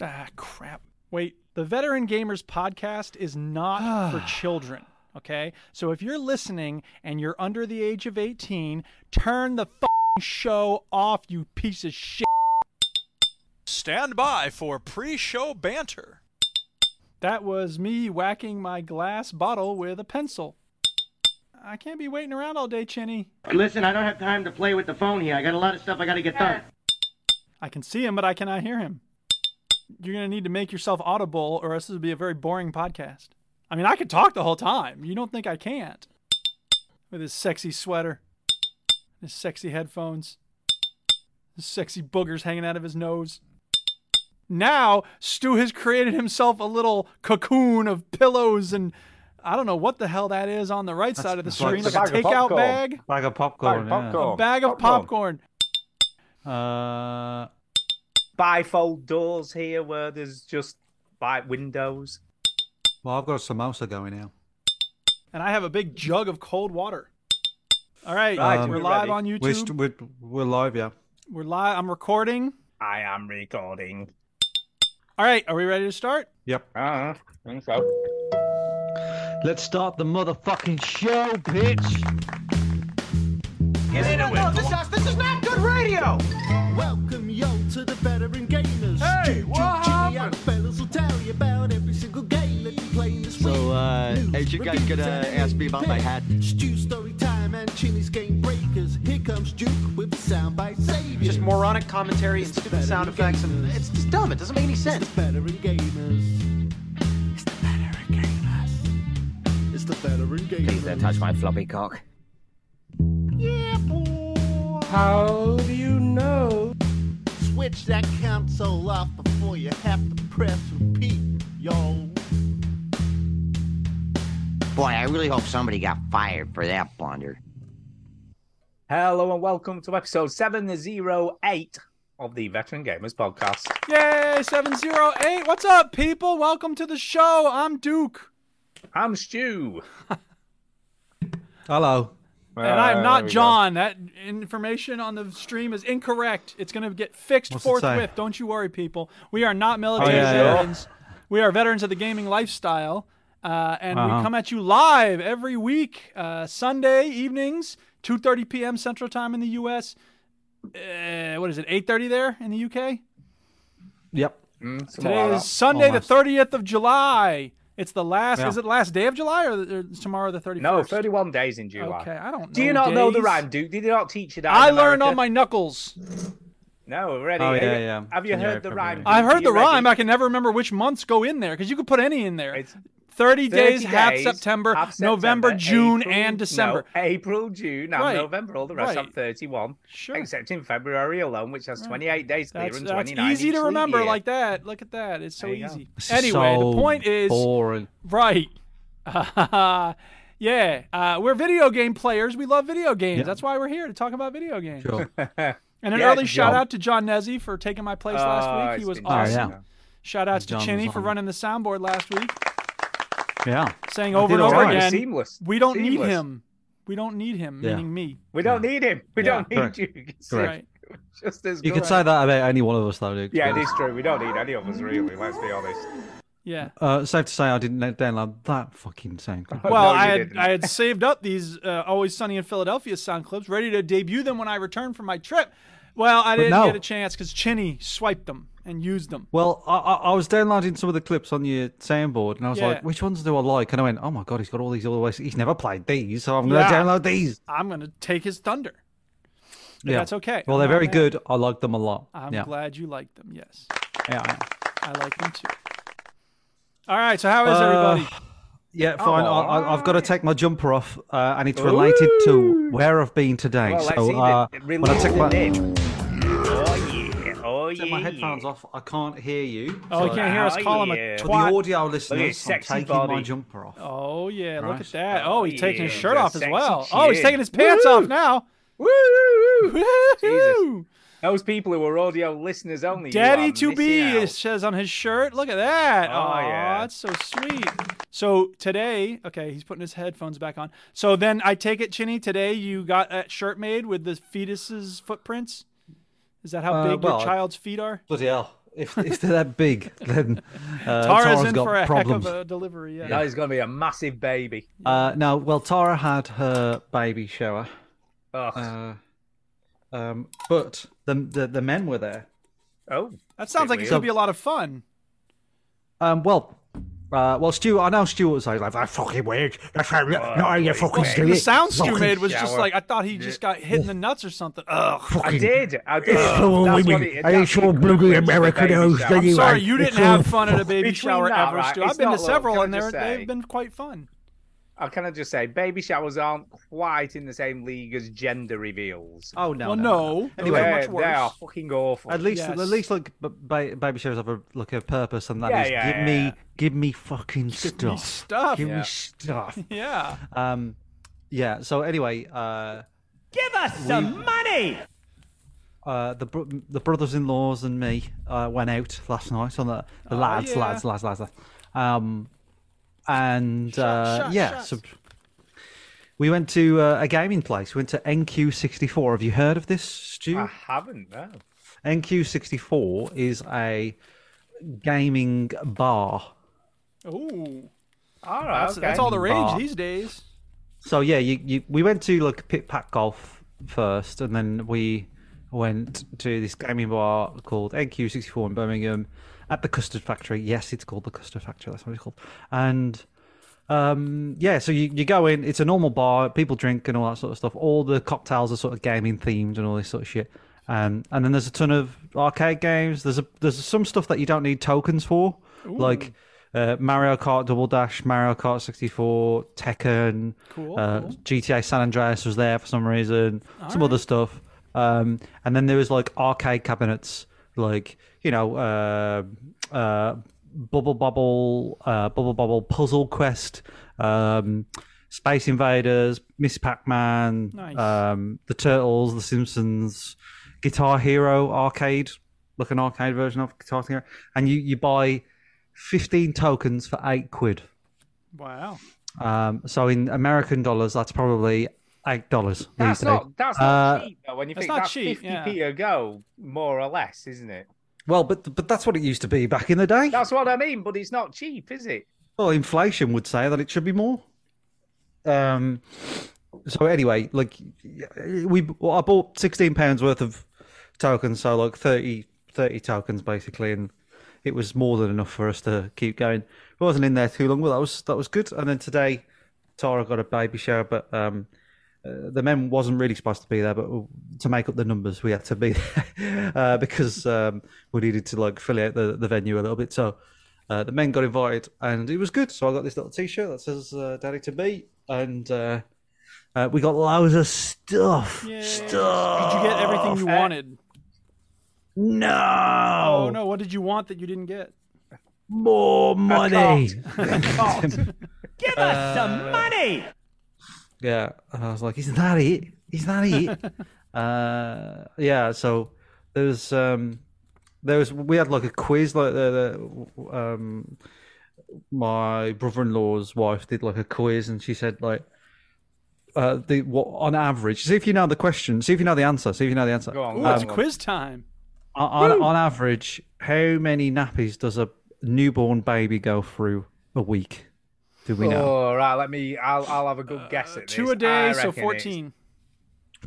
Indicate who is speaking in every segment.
Speaker 1: Ah, crap. Wait, the Veteran Gamers podcast is not for children. Okay, so if you're listening and you're under the age of 18, turn the fing show off, you piece of shit.
Speaker 2: Stand by for pre show banter.
Speaker 1: That was me whacking my glass bottle with a pencil. I can't be waiting around all day, Chinny.
Speaker 3: Listen, I don't have time to play with the phone here. I got a lot of stuff I got to get done.
Speaker 1: I can see him, but I cannot hear him. You're going to need to make yourself audible, or else this will be a very boring podcast. I mean, I could talk the whole time. You don't think I can't? With his sexy sweater, his sexy headphones, his sexy boogers hanging out of his nose. Now, Stu has created himself a little cocoon of pillows and I don't know what the hell that is on the right side of the
Speaker 4: that's like-
Speaker 1: screen, like
Speaker 4: it's
Speaker 1: a
Speaker 4: a
Speaker 5: bag of
Speaker 1: takeout
Speaker 5: popcorn.
Speaker 1: bag,
Speaker 4: Bag of popcorn.
Speaker 5: Bag of
Speaker 1: a bag of popcorn.
Speaker 5: Popcorn.
Speaker 4: Yeah. Uh,
Speaker 5: Bifold doors here where there's just like windows.
Speaker 4: well, I've got a samosa going now.
Speaker 1: And I have a big jug of cold water. All right,
Speaker 4: Right,
Speaker 1: we're
Speaker 5: we're
Speaker 1: live
Speaker 5: ready.
Speaker 1: on YouTube.
Speaker 4: We're, st- we're, we're live, yeah.
Speaker 1: We're live. I'm recording.
Speaker 5: I am recording.
Speaker 1: All right, are we ready to start?
Speaker 4: Yep.
Speaker 3: Uh, think so.
Speaker 4: Let's start the motherfucking show, bitch.
Speaker 5: no, no, this, is- this is not good radio!
Speaker 6: Welcome yo to the veteran gamers.
Speaker 2: Hey,
Speaker 6: Ju-
Speaker 2: what
Speaker 6: ju- Jimmy and
Speaker 2: happened?
Speaker 6: the fellas will tell you about every single game that you play this week.
Speaker 7: So, uh,
Speaker 6: News,
Speaker 7: are you guys
Speaker 6: reviews,
Speaker 7: gonna
Speaker 6: and
Speaker 7: ask me about my hat?
Speaker 6: Stew story time and Chinny's game breakers. Here comes Duke with the soundbite savior.
Speaker 5: Just moronic commentary and stupid sound effects, and it's just dumb. It doesn't make any
Speaker 6: It's the
Speaker 5: sense.
Speaker 6: veteran gamers. It's the veteran gamers. It's the veteran gamers.
Speaker 7: Please don't touch my floppy cock.
Speaker 6: Switch that console off before you have to press repeat, yo.
Speaker 8: Boy, I really hope somebody got fired for that blunder.
Speaker 5: Hello and welcome to episode 708 of the Veteran Gamers Podcast.
Speaker 1: Yay, 708. What's up, people? Welcome to the show. I'm Duke.
Speaker 5: I'm Stu.
Speaker 4: Hello.
Speaker 1: And
Speaker 5: Uh,
Speaker 1: I'm not John. That information on the stream is incorrect. It's going to get fixed
Speaker 4: What's it
Speaker 1: forthwith.
Speaker 4: say?
Speaker 1: Don't you worry, people. We are not military
Speaker 4: Oh, yeah, yeah.
Speaker 1: veterans. We are veterans of the gaming lifestyle. Uh, and we
Speaker 4: Uh-huh.
Speaker 1: come at you live every week, uh, Sunday evenings, 2.30 p.m. Central Time in the U.S. Uh, what is it, 8.30 there in the U.K.?
Speaker 4: Yep.
Speaker 1: Today is Sunday,
Speaker 4: Almost.
Speaker 1: the 30th of July. It's the last,
Speaker 4: Yeah.
Speaker 1: is it last day of July or, the, or is tomorrow the 31st?
Speaker 5: No, 31 days in July.
Speaker 1: Okay, I don't know.
Speaker 5: Do you not know the
Speaker 1: days.
Speaker 5: rhyme, Duke? Did you not teach you that?
Speaker 1: I
Speaker 5: in
Speaker 1: learned on
Speaker 5: America?
Speaker 1: my knuckles.
Speaker 5: No, already.
Speaker 4: Oh,
Speaker 5: Have
Speaker 4: yeah,
Speaker 5: you-
Speaker 4: yeah.
Speaker 5: Have you
Speaker 4: Yeah,
Speaker 5: heard the
Speaker 4: probably,
Speaker 5: rhyme?
Speaker 4: yeah.
Speaker 1: I've heard the rhyme.
Speaker 5: I
Speaker 1: I can never remember which months go in there because you could put any in there.
Speaker 5: It's
Speaker 1: 30 days,
Speaker 5: 30
Speaker 1: half,
Speaker 5: days,
Speaker 1: September,
Speaker 5: half
Speaker 1: November,
Speaker 5: September,
Speaker 1: June,
Speaker 5: April-
Speaker 1: and December.
Speaker 5: No, April, June, and
Speaker 1: Right.
Speaker 5: November. All the rest
Speaker 1: Right.
Speaker 5: have 31,
Speaker 1: Sure.
Speaker 5: except in February alone, which has 28 days clear
Speaker 1: That's,
Speaker 5: and
Speaker 1: that's
Speaker 5: 29
Speaker 1: easy
Speaker 5: each
Speaker 1: to
Speaker 5: leap
Speaker 1: remember
Speaker 5: year.
Speaker 1: like that. Look at that. It's so
Speaker 5: There you go.
Speaker 1: easy.
Speaker 4: This is
Speaker 1: Anyway,
Speaker 4: so
Speaker 1: the point is
Speaker 4: Boring.
Speaker 1: right. yeah, uh, we're video game players. We love video games. That's why we're here to talk about video games.
Speaker 4: Sure.
Speaker 1: And an
Speaker 5: Yeah,
Speaker 1: early shout
Speaker 5: John.
Speaker 1: out to John Nezzi for taking my place
Speaker 5: Oh,
Speaker 1: last week. He
Speaker 5: it's
Speaker 1: was
Speaker 5: been
Speaker 4: Oh,
Speaker 1: awesome.
Speaker 4: yeah.
Speaker 5: done.
Speaker 1: Shout outs to
Speaker 4: John was
Speaker 1: Chinny for
Speaker 4: on.
Speaker 1: running the soundboard last week,
Speaker 4: Yeah.
Speaker 1: saying
Speaker 4: I
Speaker 1: over
Speaker 4: did
Speaker 1: and
Speaker 4: all
Speaker 1: over
Speaker 4: right.
Speaker 1: again,
Speaker 5: Seamless.
Speaker 1: we don't need
Speaker 5: Seamless.
Speaker 1: him. We don't need him,
Speaker 4: Yeah.
Speaker 1: meaning me.
Speaker 5: We don't need him. We
Speaker 1: Yeah.
Speaker 5: don't need
Speaker 4: Correct.
Speaker 5: you. It's
Speaker 4: Correct.
Speaker 1: Right.
Speaker 5: Just as
Speaker 4: You
Speaker 5: good.
Speaker 4: could say that about any one of us, though, Luke. to
Speaker 5: Yeah, it
Speaker 4: be
Speaker 5: is true. We don't need any of us, really. Let's be honest.
Speaker 1: Yeah.
Speaker 4: Uh, safe to say, I didn't download that fucking sound. clip.
Speaker 1: Well,
Speaker 5: you
Speaker 1: I had
Speaker 5: didn't.
Speaker 1: I had saved up these uh, Always Sunny in Philadelphia sound clips, ready to debut them when I returned from my trip. Well, I didn't
Speaker 4: no.
Speaker 1: get a chance because Chinny swiped them and used them.
Speaker 4: Well, I, I, I was downloading some of the clips on your soundboard, and I was
Speaker 1: Yeah.
Speaker 4: like, "Which ones do I like?" And I went, "Oh my god, he's got all these other ways. He's never played these, so I'm going to
Speaker 1: Yeah.
Speaker 4: download these."
Speaker 1: I'm gonna take his thunder. But
Speaker 4: Yeah.
Speaker 1: That's okay.
Speaker 4: Well,
Speaker 1: I'm
Speaker 4: they're
Speaker 1: not
Speaker 4: very
Speaker 1: mad.
Speaker 4: good. I like them a lot.
Speaker 1: I'm
Speaker 4: yeah.
Speaker 1: glad you like them. Yes,
Speaker 4: Yeah, yeah.
Speaker 1: I like them too. All right. So how is
Speaker 4: Uh,
Speaker 1: everybody?
Speaker 4: Yeah,
Speaker 1: Oh.
Speaker 4: fine. I, I, I've got to take my jumper off, uh, and it's related to where I've been today.
Speaker 5: Well, let's
Speaker 4: so uh,
Speaker 5: see. The,
Speaker 4: when I take my,
Speaker 5: Oh, yeah. Oh, yeah.
Speaker 4: take my headphones off, I can't hear you.
Speaker 1: Oh, you
Speaker 4: So
Speaker 1: can't hear us
Speaker 5: Oh,
Speaker 1: call him a
Speaker 5: yeah.
Speaker 4: For
Speaker 1: twat.
Speaker 4: the audio listeners, I'm
Speaker 5: sexy
Speaker 4: taking my
Speaker 5: body.
Speaker 4: jumper off.
Speaker 1: Oh yeah, look
Speaker 4: Right.
Speaker 1: at that. Oh, he's taking his
Speaker 5: yeah,
Speaker 1: shirt
Speaker 5: the
Speaker 1: off as
Speaker 5: sexy
Speaker 1: well. Oh, he's
Speaker 5: chin.
Speaker 1: taking his pants off now.
Speaker 5: Woo, woo, woo.
Speaker 1: Woo!
Speaker 5: Those people who are audio listeners only. you
Speaker 1: Daddy
Speaker 5: are
Speaker 1: to be
Speaker 5: missing out.
Speaker 1: it says on his shirt. Look at that.
Speaker 5: Oh,
Speaker 1: Aw,
Speaker 5: yeah.
Speaker 1: that's so sweet. So today, okay, he's putting his headphones back on. So then I take it, Chinny, today you got that shirt made with the fetus's footprints. Is that how
Speaker 4: Uh,
Speaker 1: big
Speaker 4: well,
Speaker 1: your
Speaker 4: I-
Speaker 1: child's feet are?
Speaker 4: Bloody hell. if, if they're that big, then uh,
Speaker 1: Tara's,
Speaker 4: Tara's
Speaker 1: in
Speaker 4: got
Speaker 1: for a
Speaker 4: problems.
Speaker 1: heck of a delivery. Yeah.
Speaker 5: That is going to be a massive baby.
Speaker 4: Uh, no, well, Tara had her baby shower,
Speaker 5: Ugh.
Speaker 4: uh, um, but the, the the men were there.
Speaker 5: oh,
Speaker 1: That sounds like it could be a lot of fun.
Speaker 4: Um, well, uh, well, Stu, I know Stuart was like, "That's fucking weird. That's how you, no, how you fucking do
Speaker 1: The
Speaker 4: it."
Speaker 1: sound Stu
Speaker 4: Fucking-
Speaker 1: made was just
Speaker 5: shower.
Speaker 1: like I thought he just got hit in the nuts or something. Ugh.
Speaker 5: I
Speaker 4: fucking-
Speaker 5: did. I did.
Speaker 4: so
Speaker 5: That's what
Speaker 4: women.
Speaker 5: it-
Speaker 4: I
Speaker 5: that's
Speaker 4: saw
Speaker 5: what it
Speaker 4: bloody
Speaker 5: could be,
Speaker 4: American
Speaker 5: baby
Speaker 4: hoes
Speaker 5: shower.
Speaker 4: thingy.
Speaker 1: Sorry,
Speaker 4: Anyway,
Speaker 1: you didn't
Speaker 4: it's all-
Speaker 1: have fun at a baby
Speaker 5: Between
Speaker 1: shower
Speaker 5: that,
Speaker 1: ever,
Speaker 5: right,
Speaker 1: Stu.
Speaker 5: it's
Speaker 1: I've been to
Speaker 5: not- look,
Speaker 1: several,
Speaker 5: can
Speaker 1: and
Speaker 5: I
Speaker 1: they're,
Speaker 5: just
Speaker 1: they've
Speaker 5: say-
Speaker 1: been quite fun.
Speaker 5: I can I just say, baby showers aren't quite in the same league as gender reveals.
Speaker 4: Oh no!
Speaker 1: well,
Speaker 4: no,
Speaker 1: no,
Speaker 4: Anyway,
Speaker 1: they're
Speaker 5: They're-
Speaker 1: much
Speaker 5: they are
Speaker 1: worse.
Speaker 5: fucking awful.
Speaker 4: At least,
Speaker 1: Yes.
Speaker 4: at least, like b- ba- baby showers have a like a purpose, and that is
Speaker 5: Yeah, yeah,
Speaker 4: give
Speaker 5: yeah,
Speaker 4: me,
Speaker 5: yeah.
Speaker 4: give me fucking stuff,
Speaker 1: stuff.
Speaker 4: give
Speaker 5: Yeah.
Speaker 4: me stuff.
Speaker 1: Yeah,
Speaker 4: Um, yeah. So anyway, uh,
Speaker 9: Give us some money!
Speaker 4: uh, the br- the brothers-in-laws and me uh, went out last night on the, the lads,
Speaker 1: yeah.
Speaker 4: lads, lads, lads, lads. Um, and uh,
Speaker 1: shot,
Speaker 4: yeah,
Speaker 1: shots.
Speaker 4: so we went to uh, a gaming place. We went to NQ64. Have you heard of this, Stu?
Speaker 5: I haven't. No.
Speaker 4: NQ64 is a gaming bar.
Speaker 1: Ooh,
Speaker 5: All right.
Speaker 1: that's,
Speaker 5: okay.
Speaker 1: that's all the rage
Speaker 4: Bar.
Speaker 1: these days.
Speaker 4: So yeah, you, you we went to like pit pat golf first, and then we went to this gaming bar called NQ64 in Birmingham at the Custard Factory. Yes, it's called the Custard Factory. That's what it's called. And um, yeah, so you, you go in. It's a normal bar. People drink and all that sort of stuff. All the cocktails are sort of gaming themed and all this sort of shit. Um, and then there's a ton of arcade games. There's a there's some stuff that you don't need tokens for, like uh, Mario Kart Double Dash, Mario Kart 64, Tekken,
Speaker 1: Cool,
Speaker 4: uh,
Speaker 1: cool.
Speaker 4: GTA San Andreas was there for some reason. some other stuff. Um, and then there was like arcade cabinets, like you know, uh, uh, Bubble Bubble, uh, Bubble Bubble Puzzle Quest, um, Space Invaders, Miss Pac Man,
Speaker 1: Nice.
Speaker 4: um, The Turtles, The Simpsons, Guitar Hero arcade, like an arcade version of Guitar Hero, and you you buy fifteen tokens for eight quid.
Speaker 1: Wow,
Speaker 4: Um, so in American dollars, that's probably eight dollars.
Speaker 5: That's
Speaker 4: these days.
Speaker 5: not. That's not
Speaker 4: Uh,
Speaker 5: cheap though. When you
Speaker 1: that's
Speaker 5: think
Speaker 1: not
Speaker 5: that's
Speaker 1: cheap,
Speaker 5: fifty p a go, more or less, isn't it?
Speaker 4: Well, but but that's what it used to be back in the day.
Speaker 5: That's what I mean. But it's not cheap, is it?
Speaker 4: Well, inflation would say that it should be more. Um. So anyway, like we, well, I bought sixteen pounds worth of tokens, so like 30, 30 tokens basically, and it was more than enough for us to keep going. We wasn't in there too long. Well, that was that was good. And then today, Tara got a baby shower, but um, uh, the men wasn't really supposed to be there, but uh, to make up the numbers, we had to be there uh, because um, we needed to like fill out the, the venue a little bit. So uh, the men got invited, and it was good. So I got this little T-shirt that says uh, "Daddy to be," and uh, uh, we got loads of stuff.
Speaker 1: Yay.
Speaker 4: Stuff.
Speaker 1: did you
Speaker 5: Uh,
Speaker 1: get everything you wanted?
Speaker 4: No.
Speaker 1: Oh no, what did you want that you didn't get?
Speaker 4: More money.
Speaker 9: Give us some money!
Speaker 4: Uh, Yeah, and I was like, "Isn't that it? Isn't that it?" uh, yeah. So there was um, there was we had like a quiz. Like the, the um, my brother-in-law's wife did like a quiz, and she said like, uh, the what on average? See if you know the question. See if you know the answer. See if you know the answer.
Speaker 5: Go on.
Speaker 1: Ooh,
Speaker 5: go
Speaker 1: it's
Speaker 5: on.
Speaker 1: quiz time.
Speaker 4: On,
Speaker 5: Hmm.
Speaker 4: on, on average, how many nappies does a newborn baby go through a week? Do we know?
Speaker 5: Oh, right. Let me. I'll. I'll have a good guess at this.
Speaker 1: Uh, Two a
Speaker 5: I
Speaker 1: day, so
Speaker 5: reckon it's-
Speaker 1: fourteen.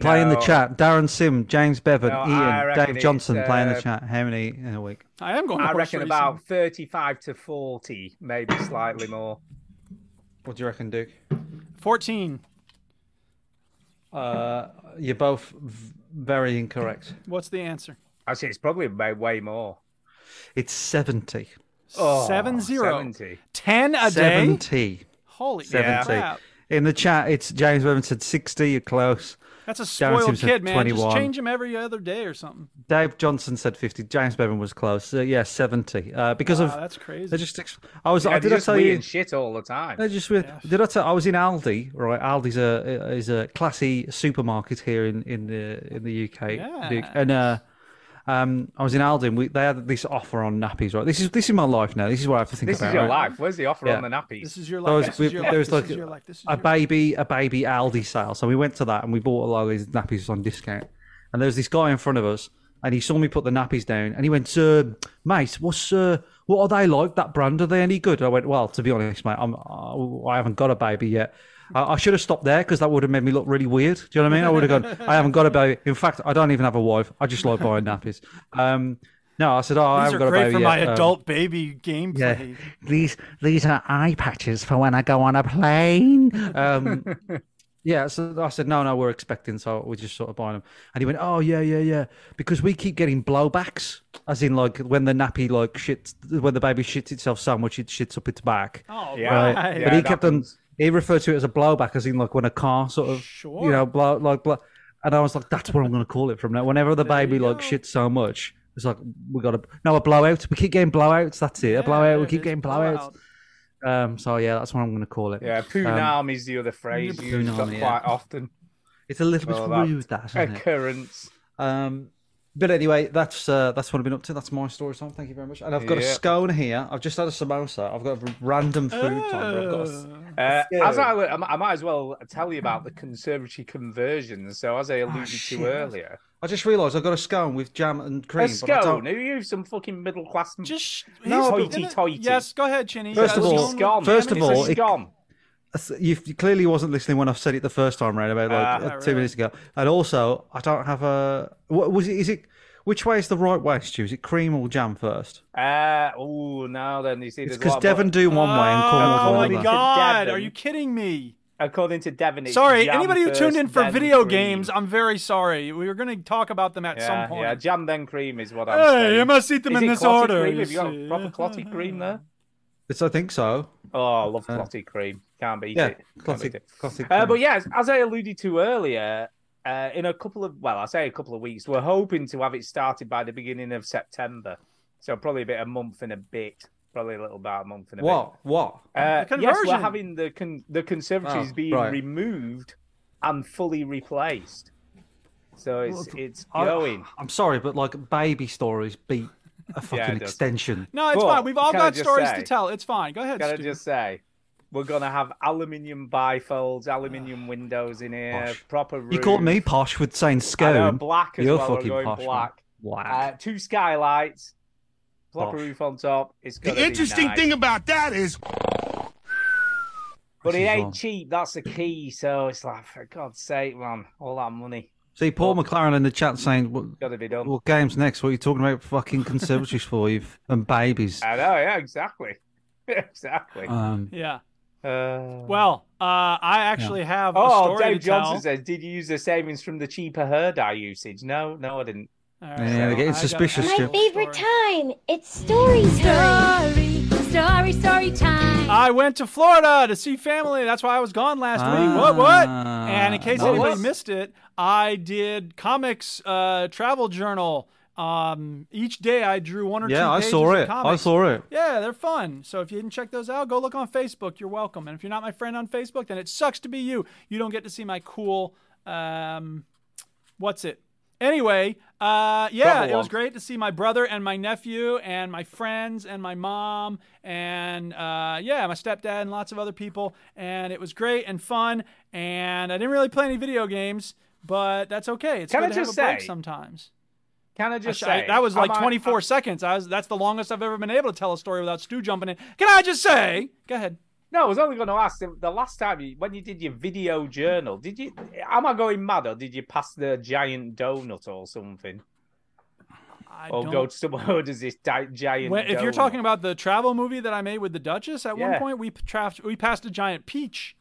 Speaker 4: Play in the
Speaker 5: No.
Speaker 4: chat. Darren Sim, James Bevan,
Speaker 5: No, I
Speaker 4: Ian,
Speaker 5: reckon
Speaker 4: Dave Johnson.
Speaker 5: it's,
Speaker 4: Play in the
Speaker 5: uh,
Speaker 4: chat. How many in a week?
Speaker 1: I am going.
Speaker 5: I
Speaker 1: horse
Speaker 5: reckon
Speaker 1: racing.
Speaker 5: about thirty-five to forty, maybe slightly more.
Speaker 4: What do you reckon, Duke?
Speaker 1: fourteen.
Speaker 4: Uh, you're both v- very incorrect.
Speaker 1: What's the answer?
Speaker 5: Actually, it's probably way, way more.
Speaker 4: It's 70. Oh,
Speaker 5: Oh,
Speaker 1: Seven zero.
Speaker 5: 70.
Speaker 1: Ten a day.
Speaker 4: 70.
Speaker 1: Holy
Speaker 4: 70.
Speaker 1: crap!
Speaker 4: In the chat, it's James Bevan said 60. You're close.
Speaker 1: That's a
Speaker 4: Darren
Speaker 1: spoiled
Speaker 4: Simpson,
Speaker 1: kid, man. Just
Speaker 4: 21.
Speaker 1: change him every other day or something.
Speaker 4: Dave Johnson said 50. James Bevan was close. Uh, yeah, 70. Uh, because
Speaker 1: Wow,
Speaker 4: of.
Speaker 1: that's crazy.
Speaker 4: I just. ex- I was.
Speaker 5: Yeah,
Speaker 4: I
Speaker 5: did
Speaker 4: did I
Speaker 5: just
Speaker 4: tell you?
Speaker 5: weird shit all the time.
Speaker 4: I just with did I tell I was in Aldi right Aldi's a is a classy supermarket here in in the in the UK Duke. and uh um I was in Aldi and we, they had this offer on nappies right this is this is my life now this is what I have to think
Speaker 5: This
Speaker 4: about
Speaker 5: is your
Speaker 4: right?
Speaker 5: life. Where's the offer
Speaker 4: Yeah.
Speaker 5: on the nappies?
Speaker 1: This is your
Speaker 4: There
Speaker 1: life.
Speaker 4: was,
Speaker 1: This
Speaker 4: we-
Speaker 1: is your
Speaker 4: there
Speaker 1: life.
Speaker 4: was
Speaker 1: This
Speaker 4: like
Speaker 1: is your life. This is
Speaker 4: a
Speaker 1: your
Speaker 4: baby, a baby Aldi sale. So we went to that and we bought a lot of these nappies on discount. And there was this guy in front of us and he saw me put the nappies down, and he went, "Sir, mate, what's uh, what are they like? That brand are they any good?" I went, "Well, to be honest, mate, I'm uh, I haven't got a baby yet." I I should have stopped there because that would have made me look really weird. Do you know what I mean? I would have gone. I haven't got a baby. In fact, I don't even have a wife. I just like buying nappies. Um, no, I said, oh, I
Speaker 1: These
Speaker 4: haven't
Speaker 1: are
Speaker 4: got a
Speaker 1: great
Speaker 4: baby
Speaker 1: for
Speaker 4: yet.
Speaker 1: my
Speaker 4: Um,
Speaker 1: adult baby gameplay.
Speaker 7: These these are eye patches for when I go on a plane.
Speaker 4: um, yeah, so I said, no, no, we're expecting, so we're just sort of buying them. And he went, oh, yeah, yeah, yeah, because we keep getting blowbacks, as in like when the nappy like shits, when the baby shits itself so much it shits up its back.
Speaker 1: Oh,
Speaker 5: Yeah.
Speaker 1: right.
Speaker 5: Right.
Speaker 4: but he
Speaker 5: that
Speaker 4: kept on.
Speaker 5: happens.
Speaker 4: He referred to it as a blowback, as in like when a car sort of, you
Speaker 1: Sure.
Speaker 4: know, blow like blow. And I was like, that's what I'm going to call it from now. Whenever the baby like shits so much, it's like we got to no a blowout. We keep getting blowouts. That's it, a blowout. We
Speaker 1: it
Speaker 4: keep
Speaker 1: is
Speaker 4: getting blowouts.
Speaker 1: blowout.
Speaker 4: Um, so yeah, that's what I'm going to call it.
Speaker 5: Yeah, punam is the other phrase used
Speaker 4: Poonam, um, yeah.
Speaker 5: quite often.
Speaker 4: It's a little bit
Speaker 5: Well, Oh, that-
Speaker 4: rude, that, isn't it?
Speaker 5: Occurrence.
Speaker 4: Um, but anyway, that's uh, that's what I've been up to. That's my story time. Thank you very much. And I've got
Speaker 5: Yeah.
Speaker 4: a scone here. I've just had a samosa. I've got a random food timer. I've got a...
Speaker 5: Uh, as I, were- I might- I might as well tell you about the conservatory conversion. So, as I alluded
Speaker 4: Ah, shit.
Speaker 5: to earlier,
Speaker 4: I just realised I've got a scone with jam and cream.
Speaker 5: a
Speaker 4: but I
Speaker 5: scone.
Speaker 4: don't-
Speaker 5: Are you some fucking middle class?
Speaker 1: Just sh-
Speaker 4: No,
Speaker 1: he's-
Speaker 5: hoity toity.
Speaker 1: Yes, go ahead, Chinny.
Speaker 4: First
Speaker 1: Yeah,
Speaker 4: of
Speaker 1: let's
Speaker 4: all-
Speaker 1: go on with
Speaker 5: scone.
Speaker 4: first
Speaker 1: Jimmy.
Speaker 4: of all,
Speaker 5: it's a
Speaker 4: it-
Speaker 5: scone.
Speaker 4: That's- You you clearly wasn't listening when I said it the first time round about like
Speaker 5: Ah,
Speaker 4: uh,
Speaker 1: not
Speaker 4: two
Speaker 1: really.
Speaker 4: minutes ago. And also, I don't have a. What was it? Is it? Which way is the right way, Stu? Is it cream or jam first?
Speaker 5: Uh, oh, now then you see,
Speaker 4: It's
Speaker 5: there's a
Speaker 4: because
Speaker 5: lot of-
Speaker 4: Devon do one way
Speaker 5: Ah,
Speaker 4: and
Speaker 1: Oh
Speaker 4: Cornwall
Speaker 1: my
Speaker 4: the other.
Speaker 1: god,
Speaker 5: Devon.
Speaker 1: are you kidding me?
Speaker 5: according to Devon, it's
Speaker 1: Sorry,
Speaker 5: jam
Speaker 1: anybody who
Speaker 5: first,
Speaker 1: tuned in for
Speaker 5: then
Speaker 1: video
Speaker 5: cream.
Speaker 1: games, I'm very sorry. We were going to talk about them at
Speaker 5: yeah,
Speaker 1: some point.
Speaker 5: yeah, jam then cream is what I'm saying.
Speaker 1: Hey, you must eat them
Speaker 5: Is
Speaker 1: in
Speaker 5: it
Speaker 1: this
Speaker 5: clotted
Speaker 1: order.
Speaker 5: Cream?
Speaker 1: you
Speaker 5: Have you got
Speaker 1: see.
Speaker 5: proper clotted cream there?
Speaker 4: It's, I think so.
Speaker 5: Oh, I love
Speaker 1: Uh,
Speaker 5: clotted cream. Can't beat
Speaker 4: Yeah,
Speaker 5: it. Can't beat
Speaker 4: classic,
Speaker 5: it.
Speaker 4: classic.
Speaker 5: Uh,
Speaker 1: Hmm.
Speaker 4: cream.
Speaker 5: but yeah, as I alluded to earlier, uh, in a couple of well, I say a couple of weeks, we're hoping to have it started by the beginning of September. So probably a bit a month and a bit, probably a little about a month and a
Speaker 4: what? What?
Speaker 5: bit. Uh,
Speaker 1: The
Speaker 5: yes, we're
Speaker 1: conversion.
Speaker 5: having the con- the conservatories
Speaker 4: Oh,
Speaker 5: being
Speaker 4: right.
Speaker 5: removed and fully replaced. So it's it's
Speaker 4: I-
Speaker 5: going.
Speaker 4: I'm sorry, but like baby stories beat a fucking
Speaker 5: it does.
Speaker 4: extension.
Speaker 1: No, it's
Speaker 5: But,
Speaker 1: fine. We've all
Speaker 5: can I
Speaker 1: got
Speaker 5: just
Speaker 1: stories
Speaker 5: say-
Speaker 1: to tell. It's fine. Go ahead,
Speaker 5: Can I
Speaker 1: Stu.
Speaker 5: just say, we're gonna have aluminium bifolds, aluminium windows in here,
Speaker 4: Posh.
Speaker 5: proper. Roof.
Speaker 4: You called me posh with saying
Speaker 5: I
Speaker 4: scone.
Speaker 5: know, black as
Speaker 4: You're
Speaker 5: well. We're
Speaker 4: fucking
Speaker 5: going
Speaker 4: posh. man.
Speaker 5: black. Uh,
Speaker 4: Whack.
Speaker 5: two skylights, proper
Speaker 4: Posh.
Speaker 5: roof on top. It's gonna
Speaker 10: The
Speaker 5: be
Speaker 10: interesting
Speaker 5: nice.
Speaker 10: thing about that is
Speaker 5: but it
Speaker 4: This is
Speaker 5: ain't
Speaker 4: wrong.
Speaker 5: cheap. That's the key. So it's like, for God's sake, man, all that money
Speaker 4: See, Paul McLaren in the chat saying, what,
Speaker 5: got to be done.
Speaker 4: what game's next? What are you talking about? Fucking conservatories for you and babies.
Speaker 5: I know, yeah, exactly, exactly.
Speaker 4: Um,
Speaker 1: Yeah.
Speaker 5: Uh,
Speaker 1: Well, uh, I actually have a
Speaker 5: oh,
Speaker 1: story
Speaker 5: Dave
Speaker 1: to
Speaker 5: Johnson
Speaker 1: tell.
Speaker 5: says, did you use the savings from the cheaper hair dye usage? No, no, I didn't.
Speaker 1: All right,
Speaker 4: Yeah, they're getting
Speaker 1: I got an
Speaker 4: suspicious,
Speaker 1: actual
Speaker 4: Jim. My
Speaker 1: story.
Speaker 11: time. It's story time. Story, story, story time.
Speaker 1: I went to Florida to see family. That's why I was gone last week. What, what? And in case
Speaker 4: Ah,
Speaker 1: anybody
Speaker 5: nice.
Speaker 1: missed it, I did comics uh, travel journal. Um, each day I drew one or two.
Speaker 4: yeah, I
Speaker 1: pages
Speaker 4: saw
Speaker 1: of
Speaker 4: it. I
Speaker 1: comics.
Speaker 4: saw it.
Speaker 1: Yeah, they're fun. So if you didn't check those out, go look on Facebook. You're welcome. And if you're not my friend on Facebook, then it sucks to be you. You don't get to see my cool, um, what's it? Anyway, uh, yeah,
Speaker 5: Trouble
Speaker 1: it was
Speaker 5: Wong.
Speaker 1: great to see my brother and my nephew and my friends and my mom and uh, yeah, my stepdad and lots of other people. And it was great and fun. And I didn't really play any video games, but that's okay. It's
Speaker 5: Can
Speaker 1: good
Speaker 5: I
Speaker 1: to
Speaker 5: just
Speaker 1: have a break
Speaker 5: say-
Speaker 1: sometimes.
Speaker 5: Can I
Speaker 1: I
Speaker 5: just
Speaker 1: sh-
Speaker 5: say
Speaker 1: I- that was like
Speaker 5: am I-
Speaker 1: 24 seconds. I was, that's the longest I've ever been able to tell a story without Stu jumping in. Can I just say? Go ahead.
Speaker 5: No, I was only going to ask the- the last time you when you did your video journal. Did you? Am I going mad or did you pass the giant donut or something?
Speaker 1: I
Speaker 5: or
Speaker 1: don't-
Speaker 5: Oh, go to someone who does this di- giant?
Speaker 1: When- if you're
Speaker 5: donut?
Speaker 1: talking about the travel movie that I made with the Duchess, at one
Speaker 5: Yeah.
Speaker 1: point we p- traft, we passed a giant peach.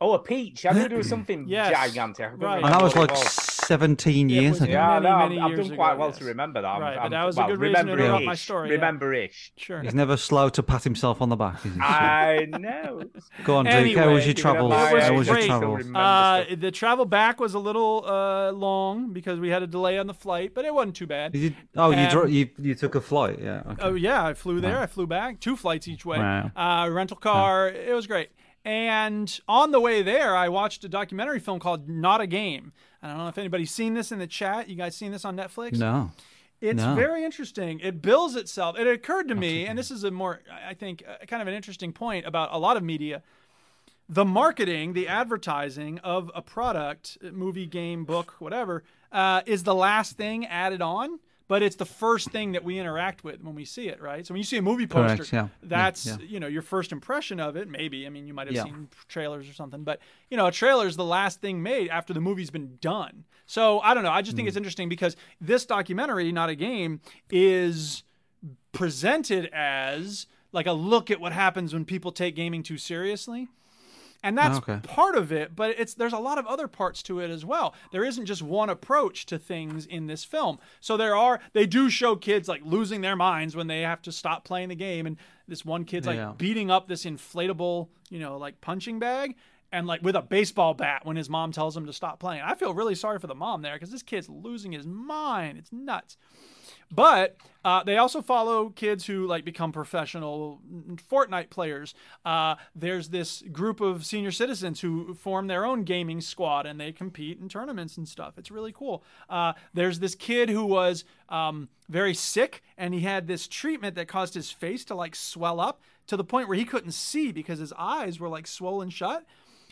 Speaker 5: oh a peach, I knew there was something
Speaker 1: Yes,
Speaker 5: gigantic. I couldn't
Speaker 1: right.
Speaker 5: remember
Speaker 4: And that was
Speaker 5: what it
Speaker 4: like 17
Speaker 1: It
Speaker 4: years
Speaker 1: was-
Speaker 4: ago.
Speaker 5: Yeah, I
Speaker 1: many,
Speaker 5: know, I've-
Speaker 1: many
Speaker 5: I've
Speaker 1: years
Speaker 5: done quite
Speaker 1: ago,
Speaker 5: well
Speaker 1: yes.
Speaker 5: to remember that. I'm-
Speaker 1: Right, but
Speaker 5: I'm-
Speaker 1: that was a
Speaker 5: well,
Speaker 1: good reason to
Speaker 5: remember-ish,
Speaker 1: interrupt my story, yeah.
Speaker 5: Remember-ish.
Speaker 1: Sure.
Speaker 4: He's never slow to pat himself on the back. Is he?
Speaker 5: I know.
Speaker 4: Go on, Duke. how
Speaker 1: Ah, Anyway,
Speaker 4: was
Speaker 1: you can
Speaker 4: your troubles?
Speaker 1: have my-
Speaker 4: How
Speaker 1: It
Speaker 4: was
Speaker 1: was
Speaker 4: your
Speaker 1: great.
Speaker 4: troubles?
Speaker 5: Remember
Speaker 1: Uh,
Speaker 5: stuff.
Speaker 1: the travel back was a little uh, long because we had a delay on the flight, but it wasn't too bad.
Speaker 4: You did- oh, you,
Speaker 1: Um,
Speaker 4: dro- you you took a flight, yeah. okay.
Speaker 1: Oh yeah, I flew there. I flew back. Two flights each way.
Speaker 4: Wow.
Speaker 1: Uh, rental car. It was great. And on the way there, I watched a documentary film called "Not a Game." I don't know if anybody's seen this in the chat. You guys seen this on Netflix?
Speaker 4: No.
Speaker 1: It's
Speaker 4: No.
Speaker 1: very interesting. It bills itself. It occurred to me, and this is a more, I think, uh, kind of an interesting point about a lot of media. the marketing, the advertising of a product, movie, game, book, whatever, uh, is the last thing added on, but it's the first thing that we interact with when we see it, right? So when you see a movie poster,
Speaker 4: Correct, yeah.
Speaker 1: that's
Speaker 4: Yeah, yeah.
Speaker 1: you know your first impression of it. Maybe I mean you might have
Speaker 4: Yeah.
Speaker 1: seen trailers or something, but you know a trailer is the last thing made after the movie's been done. So I don't know. I just
Speaker 4: Hmm.
Speaker 1: think it's interesting because this documentary, not a game, is presented as like a look at what happens when people take gaming too seriously. And that's
Speaker 4: Okay.
Speaker 1: part of it, but it's there's a lot of other parts to it as well. There isn't just one approach to things in this film. So there are they do show kids like losing their minds when they have to stop playing the game and this one kid's like
Speaker 4: Yeah.
Speaker 1: beating up this inflatable, you know, like punching bag and like with a baseball bat when his mom tells him to stop playing. I feel really sorry for the mom there cuz this kid's losing his mind. It's nuts. But uh, they also follow kids who like become professional Fortnite players. Uh, there's this group of senior citizens who form their own gaming squad and they compete in tournaments and stuff. It's really cool. Uh, there's this kid who was um, very sick and he had this treatment that caused his face to like swell up to the point where he couldn't see because his eyes were like swollen shut.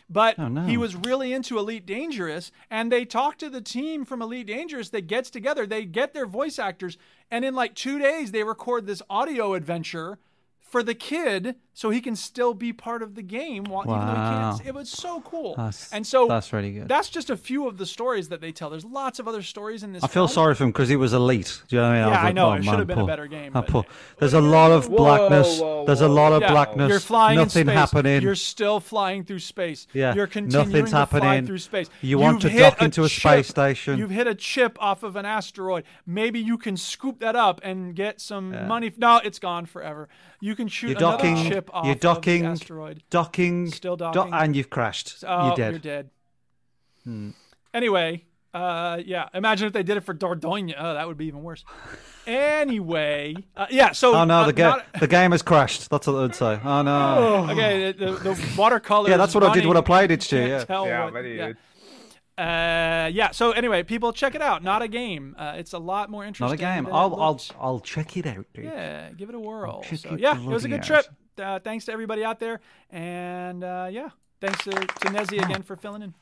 Speaker 1: But
Speaker 4: Oh,
Speaker 1: he was really into Elite Dangerous, and they talk to the team from Elite Dangerous that gets together. They get their voice actors, and in like two days, they record this audio adventure for the kid so he can still be part of the game. While, even though he can't,
Speaker 4: Wow.
Speaker 1: see- it was so cool.
Speaker 4: That's-
Speaker 1: and so
Speaker 4: that's really good.
Speaker 1: That's just a few of the stories that they tell. There's lots of other stories in this.
Speaker 4: I
Speaker 1: film.
Speaker 4: feel sorry for him because he was elite. Do you know what I mean?
Speaker 1: oh. Yeah,
Speaker 4: was
Speaker 1: I
Speaker 4: like,
Speaker 1: know,
Speaker 4: "Oh,
Speaker 1: it should
Speaker 4: man,
Speaker 1: have been a
Speaker 4: poor-
Speaker 1: better game,
Speaker 4: ah,
Speaker 1: but-
Speaker 4: poor." There's a lot of
Speaker 5: Whoa,
Speaker 4: blackness.
Speaker 5: whoa,
Speaker 4: There's a
Speaker 5: whoa.
Speaker 4: lot of
Speaker 1: Yeah.
Speaker 4: blackness.
Speaker 1: You're flying
Speaker 4: Nothing
Speaker 1: in space.
Speaker 4: happening.
Speaker 1: You're still flying through space.
Speaker 4: Yeah.
Speaker 1: You're continuing
Speaker 4: Nothing's
Speaker 1: to fly
Speaker 4: happening.
Speaker 1: through space.
Speaker 4: You want
Speaker 1: You've
Speaker 4: to
Speaker 1: hit
Speaker 4: dock into a
Speaker 1: chip.
Speaker 4: space station.
Speaker 1: You've hit a chip off of an asteroid. Maybe you can scoop that up and get some money. No, it's gone forever. You can shoot
Speaker 4: You're
Speaker 1: another
Speaker 4: docking.
Speaker 1: chip off
Speaker 4: You're docking.
Speaker 1: of the asteroid.
Speaker 4: Docking.
Speaker 1: Still
Speaker 4: dock-
Speaker 1: docking.
Speaker 4: and you've crashed.
Speaker 1: Oh,
Speaker 4: you're dead. Hmm.
Speaker 1: Anyway, uh, yeah. Imagine if they did it for Dordogne. Oh, that would be even worse. Anyway, uh, yeah. So
Speaker 4: Oh no,
Speaker 1: uh,
Speaker 4: the game.
Speaker 1: not-
Speaker 4: the game has crashed. That's what I would say. Oh no.
Speaker 1: Okay, the, the, the watercolor.
Speaker 4: Yeah,
Speaker 1: is
Speaker 4: that's what I did when I
Speaker 1: running.
Speaker 4: played it,
Speaker 1: You
Speaker 4: too,
Speaker 1: can't
Speaker 4: yeah.
Speaker 1: tell
Speaker 5: Yeah,
Speaker 1: what-
Speaker 5: very
Speaker 1: yeah.
Speaker 5: good.
Speaker 1: Uh, yeah. So anyway, people check it out. Not a game. Uh, it's a lot more interesting.
Speaker 4: Not a game.
Speaker 1: than it
Speaker 4: I'll I'll
Speaker 1: looks.
Speaker 4: I'll check it out, dude.
Speaker 1: Yeah, give it a whirl.
Speaker 4: check
Speaker 1: So,
Speaker 4: it
Speaker 1: yeah, it was a good
Speaker 4: bloody
Speaker 1: trip.
Speaker 4: out.
Speaker 1: Uh, thanks to everybody out there, and uh, yeah, thanks to, to Nezzy again for filling in.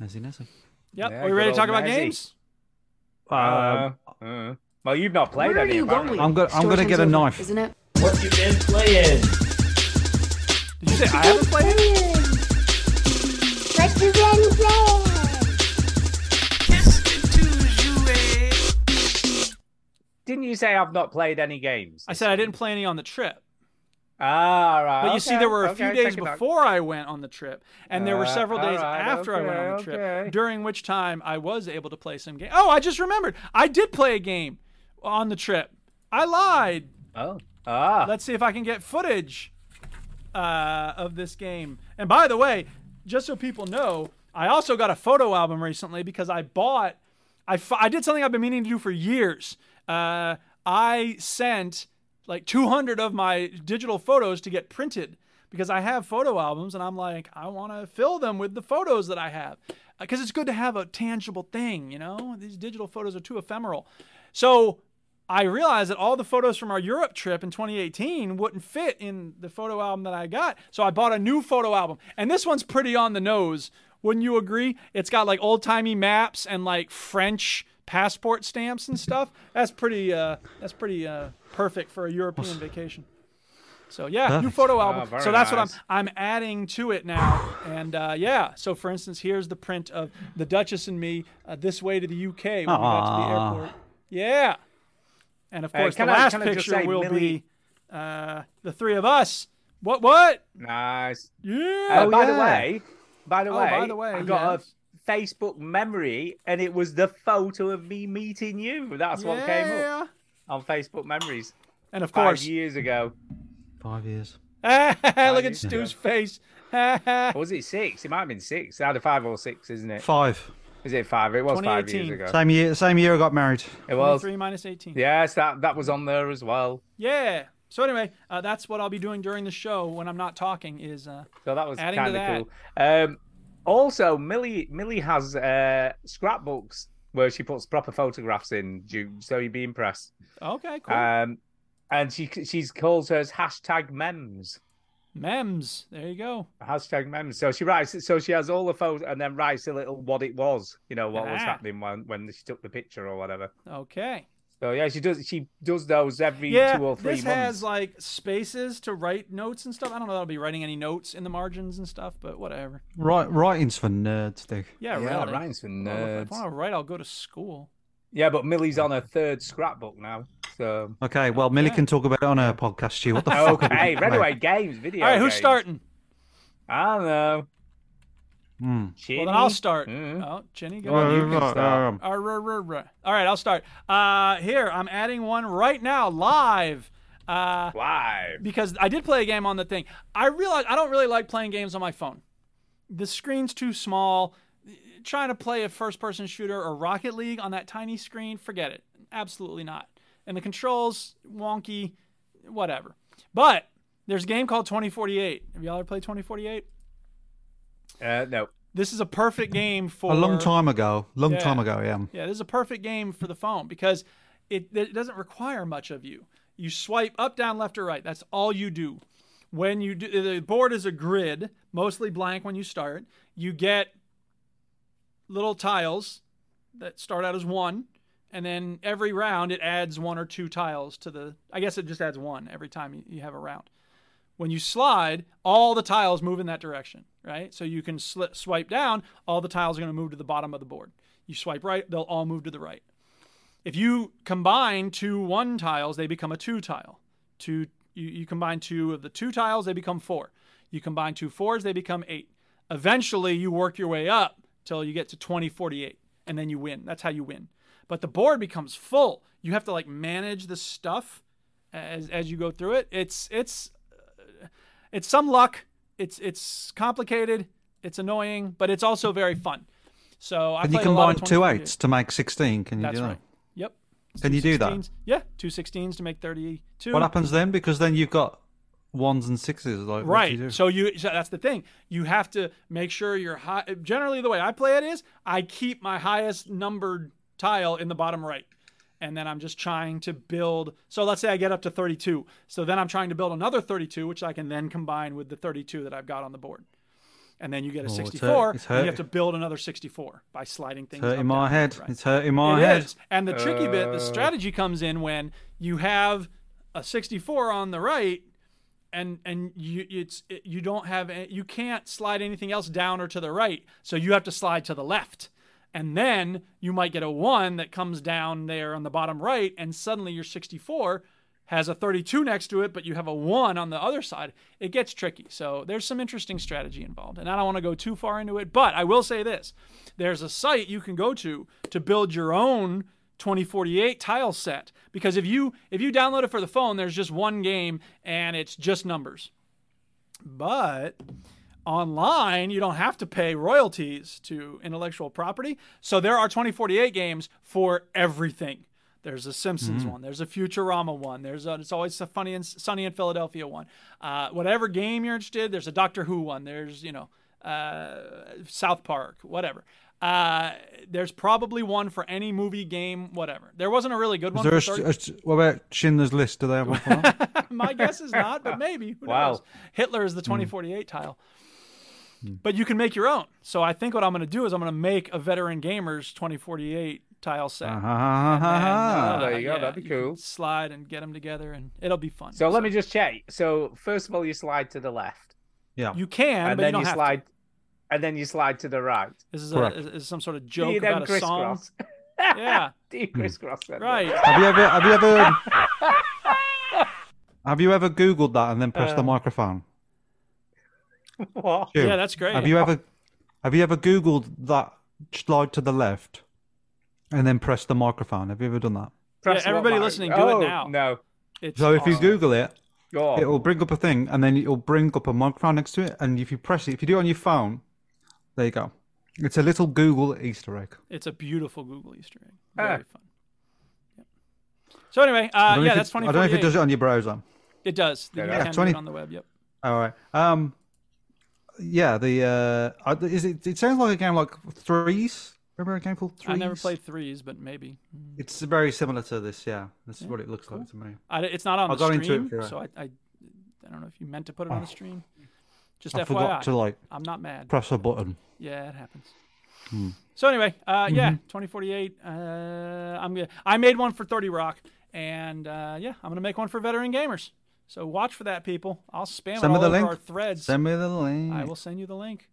Speaker 4: Nezzy, nezzy.
Speaker 1: Yep.
Speaker 5: Yeah,
Speaker 1: Are we
Speaker 5: good
Speaker 1: ready to
Speaker 5: old
Speaker 1: talk about
Speaker 5: Nezzy.
Speaker 1: games?
Speaker 4: Um,
Speaker 5: Uh, uh, well, you've not played
Speaker 11: Where are
Speaker 5: any.
Speaker 11: you
Speaker 5: apparently.
Speaker 11: going?
Speaker 4: I'm gonna I'm gonna
Speaker 11: Storytime's
Speaker 4: get a
Speaker 11: over,
Speaker 4: knife.
Speaker 11: Isn't it?
Speaker 1: Did you say I haven't played it?
Speaker 11: What you been playing?
Speaker 5: Didn't you say I've not played any games?
Speaker 1: I said I didn't play any on the trip.
Speaker 5: Ah, right.
Speaker 1: But you see,
Speaker 5: okay,
Speaker 1: there were a
Speaker 5: okay,
Speaker 1: few days
Speaker 5: take it back.
Speaker 1: before I went on the trip, and there were
Speaker 5: Uh,
Speaker 1: several days
Speaker 5: alright,
Speaker 1: after I went on the
Speaker 5: okay,
Speaker 1: trip,
Speaker 5: okay.
Speaker 1: during which time I was able to play some game. Oh, I just remembered. I did play a game on the trip. I lied.
Speaker 5: Oh. Ah.
Speaker 1: Let's see if I can get footage uh, of this game. And by the way, just so people know, I also got a photo album recently because I bought, I, fi- I did something I've been meaning to do for years. Uh, I sent like 200 of my digital photos to get printed because I have photo albums and I'm like, I want to fill them with the photos that I have because it's good to have a tangible thing, you know? These digital photos are too ephemeral. So I realized that all the photos from our Europe trip in 2018 wouldn't fit in the photo album that I got. So I bought a new photo album. And this one's pretty on the nose. Wouldn't you agree? It's got like old timey maps and like French passport stamps and stuff. That's pretty uh that's pretty uh perfect for a European vacation. So yeah, new
Speaker 4: Perfect.
Speaker 1: photo album.
Speaker 5: Oh, very
Speaker 1: so that's
Speaker 5: nice.
Speaker 1: what I'm I'm adding to it now. And uh, yeah, so for instance, here's the print of the Duchess and me uh, this way to the UK when we got to the
Speaker 4: Aw.
Speaker 1: airport. Yeah. And of
Speaker 5: Hey,
Speaker 1: course,
Speaker 5: can
Speaker 1: the
Speaker 5: I-
Speaker 1: last
Speaker 5: can I just
Speaker 1: picture
Speaker 5: say,
Speaker 1: will
Speaker 5: Millie-
Speaker 1: be uh, the three of us. What? What?
Speaker 5: Nice.
Speaker 1: Yeah.
Speaker 5: Uh, by the
Speaker 4: yeah.
Speaker 5: way, by the
Speaker 1: Oh,
Speaker 5: way,
Speaker 1: by the way,
Speaker 5: I got
Speaker 1: yes.
Speaker 5: a Facebook memory, and it was the photo of me meeting you. That's what came up
Speaker 1: Yeah.
Speaker 5: on Facebook memories
Speaker 1: And of
Speaker 5: five
Speaker 1: course,
Speaker 5: years ago.
Speaker 4: Five years.
Speaker 1: look at
Speaker 5: years ago.
Speaker 1: Stu's face. yeah,
Speaker 5: Or was it six? It might have been six. Either five or six, isn't it?
Speaker 4: Five.
Speaker 5: Is it five? It was five years
Speaker 1: 2018.
Speaker 5: ago.
Speaker 4: Same year. Same year I got married.
Speaker 5: It was.
Speaker 1: three minus eighteen.
Speaker 5: Yes, that that was on there as well.
Speaker 1: Yeah. So anyway, uh, that's what I'll be doing during the show when I'm not talking. Is uh,
Speaker 5: So that was
Speaker 1: Adding to
Speaker 5: kind of cool. Um, also, Millie Millie has uh, scrapbooks where she puts proper photographs in, June, so you'd be impressed.
Speaker 1: okay, cool.
Speaker 5: Um, and she she's calls hers hashtag memes.
Speaker 1: Mems. There you go.
Speaker 5: Hashtag memes. So she writes. So she has all the photos, and then writes a little what it was. You know what was
Speaker 1: Ah.
Speaker 5: happening when when she took the picture or whatever.
Speaker 1: Okay.
Speaker 5: So yeah, she does. She does those every
Speaker 1: yeah,
Speaker 5: two or three
Speaker 1: this
Speaker 5: months.
Speaker 1: has like spaces to write notes and stuff. I don't know. that I'll be writing any notes in the margins and stuff, but whatever.
Speaker 4: Right, writing's for nerds, dude.
Speaker 1: Yeah,
Speaker 5: yeah,
Speaker 1: really.
Speaker 5: Ryan's for
Speaker 1: Well,
Speaker 5: nerds.
Speaker 1: Oh, If I want to write, I'll go to school.
Speaker 5: Yeah, but Millie's on her third scrapbook now. So
Speaker 4: Okay, well, Millie can talk about it on her podcast. She, what the fuck? are we
Speaker 5: okay,
Speaker 4: talking about?
Speaker 5: Redway games video.
Speaker 1: All right, who's
Speaker 5: games.
Speaker 1: starting?
Speaker 5: I don't know.
Speaker 4: Hmm.
Speaker 1: Well, then I'll
Speaker 5: Chinny?
Speaker 1: start.
Speaker 5: Mm.
Speaker 1: Oh, Jenny, go.
Speaker 5: Well,
Speaker 1: on.
Speaker 5: you can start.
Speaker 1: Arr, arr, arr, arr. All right, I'll start. Uh, here, I'm adding one right now, live. Uh,
Speaker 5: Why?
Speaker 1: because I did play a game on the thing. I realize I don't really like playing games on my phone. The screen's too small. Trying to play a first person shooter or Rocket League on that tiny screen, forget it. Absolutely not. And the controls, wonky, whatever. But there's a game called 2048. Have y'all ever played 2048?
Speaker 5: Uh, no.
Speaker 1: This is a perfect game for
Speaker 4: A long time ago. Long
Speaker 1: Yeah.
Speaker 4: time ago, yeah.
Speaker 1: yeah, this is a perfect game for the phone because it, it doesn't require much of you. You swipe up, down, left, or right. That's all you do. When you do, the board is a grid, mostly blank when you start. You get little tiles that start out as one, and then every round it adds one or two tiles to the. I guess it just adds one every time you- you have a round. When you slide, all the tiles move in that direction, right? So you can sli swipe down, all the tiles are going to move to the bottom of the board. You swipe right, they'll all move to the right. If you combine two one tiles, they become a two tile. Two, you, you combine two of the two tiles, they become four. You combine two fours, they become eight. Eventually, you work your way up till you get to 20, 48, and then you win. That's how you win. But the board becomes full. You have to like manage the stuff as as you go through it. It's it's uh, it's some luck. It's it's complicated. It's annoying, but it's also very fun. So I
Speaker 4: Can you
Speaker 1: played a lot
Speaker 4: combine
Speaker 1: of
Speaker 4: two
Speaker 1: 2048.
Speaker 4: eights to make 16? Can you
Speaker 1: That's
Speaker 4: do that?
Speaker 1: right. Yep.
Speaker 4: Can you do that?
Speaker 1: 16s. Yeah, two 16s to make 32.
Speaker 4: What happens then? Because then you've got ones and sixes. Like, What do
Speaker 1: Right.
Speaker 4: you do?
Speaker 1: So you so that's the thing. You have to make sure your high. Generally, the way I play it is, I keep my highest numbered tile in the bottom right, and then I'm just trying to build. So let's say I get up to 32. So then I'm trying to build another 32, which I can then combine with the 32 that I've got on the board, and then you get a
Speaker 4: Oh, it's hurt-
Speaker 1: 64.
Speaker 4: it's
Speaker 1: and
Speaker 4: hurt.
Speaker 1: you have to build another 64 by sliding things.
Speaker 4: it's hurting
Speaker 1: up,
Speaker 4: my
Speaker 1: down,
Speaker 4: head.
Speaker 1: right.
Speaker 4: It's hurting my
Speaker 1: It
Speaker 4: head. Uh,
Speaker 1: is. And the tricky bit, the strategy comes in when you have a 64 on the right, and and you it's it, you don't have a- you can't slide anything else down or to the right, so you have to slide to the left. And then you might get a one that comes down there on the bottom right, and suddenly your 64 has a 32 next to it, but you have a one on the other side. It gets tricky. So there's some interesting strategy involved. And I don't want to go too far into it, but I will say this there's a site you can go to to build your own 2048 tile set because if you if you download it for the phone there's just one game and it's just numbers but online you don't have to pay royalties to intellectual property so there are 2048 games for everything there's a
Speaker 4: Hmm.
Speaker 1: simpsons one there's a futurama one there's a it's always a funny and sunny in philadelphia one uh, whatever game you're interested there's a doctor who one there's you know uh, South Park, whatever. Uh, there's probably one for any movie, game, whatever. There wasn't a really good one.
Speaker 4: Is there a,
Speaker 1: for
Speaker 4: st-
Speaker 1: 30
Speaker 4: a st- what about Schindler's List? Do they have one for that?
Speaker 1: My guess is not, but maybe. Who
Speaker 5: Wow. Hmm.
Speaker 1: knows? Hitler is the 2048 tile. But you can make your own. So I think what I'm going to do is I'm going to make a veteran gamers 2048 tile set.
Speaker 4: Ah, Ha, ha, ha,
Speaker 1: And,
Speaker 4: ha,
Speaker 1: uh,
Speaker 4: ha.
Speaker 5: Uh-huh. Ah, there you go. That'd be
Speaker 1: can
Speaker 5: cool.
Speaker 1: Slide and get them together, and it'll be fun.
Speaker 5: So let me just check. So first of all, you slide to the left,
Speaker 4: Yeah.
Speaker 1: You can,
Speaker 5: and
Speaker 1: but
Speaker 5: then
Speaker 1: you don't
Speaker 5: you,
Speaker 1: have
Speaker 5: slide, and then you slide to the right.
Speaker 1: to. This is, a,
Speaker 4: Correct.
Speaker 1: is is some sort of
Speaker 5: Do
Speaker 1: joke
Speaker 5: you then
Speaker 1: about a song.
Speaker 5: crisscross?
Speaker 1: Yeah,
Speaker 5: Do
Speaker 4: Hmm.
Speaker 5: you crisscross? then?
Speaker 1: right.
Speaker 4: Have you ever? Have you ever? have you ever Googled that and then pressed the microphone?
Speaker 5: What?
Speaker 4: Hugh,
Speaker 1: Uh, Yeah, that's great.
Speaker 4: Have you ever? Have you ever Googled that slide to the left and then pressed the microphone? Have you ever done that?
Speaker 5: Press
Speaker 1: Yeah, everybody
Speaker 5: what
Speaker 1: listening, do
Speaker 5: button?
Speaker 1: it
Speaker 5: oh,
Speaker 1: now.
Speaker 5: No.
Speaker 1: It's
Speaker 4: So if you
Speaker 1: awesome.
Speaker 4: Google it,
Speaker 5: Go
Speaker 1: Oh.
Speaker 5: on.
Speaker 4: it'll bring up a thing, and then it'll bring up a microphone next to it. And if you press it, if you do it on your phone, there you go. It's a little Google Easter egg.
Speaker 1: It's a beautiful Google Easter egg.
Speaker 5: Ah.
Speaker 1: Very fun. Yep. So anyway, uh,
Speaker 4: don't know
Speaker 1: yeah,
Speaker 4: if
Speaker 1: that's
Speaker 4: it,
Speaker 1: twenty.
Speaker 4: I don't know if it does it on your browser.
Speaker 1: It does. You
Speaker 5: Yeah,
Speaker 1: can do
Speaker 4: 20
Speaker 1: it on the web. Yep.
Speaker 4: All right. Um, yeah. The uh, I- is it? It sounds like a game like Threes. Remember a game called Threes?
Speaker 1: I never played threes, but maybe
Speaker 4: It's very similar to this. Yeah, this is what it looks like to me.
Speaker 1: I, it's not on
Speaker 4: I
Speaker 1: the
Speaker 4: got
Speaker 1: stream,
Speaker 4: into it, yeah.
Speaker 1: so I, I I don't know if you meant to put it on the stream. Just
Speaker 4: I
Speaker 1: FYI,
Speaker 4: forgot to like
Speaker 1: I'm not mad.
Speaker 4: press a button.
Speaker 1: Yeah, it happens.
Speaker 4: Hmm.
Speaker 1: So anyway, uh, yeah, 2048. Uh, I'm gonna, I made one for 30 Rock, and uh, yeah, I'm gonna make one for veteran gamers. So watch for that, people. I'll spam
Speaker 4: Send
Speaker 1: it
Speaker 4: me
Speaker 1: all
Speaker 4: the
Speaker 1: over
Speaker 4: link.
Speaker 1: our threads.
Speaker 4: Send me the link.
Speaker 1: I will send you the link.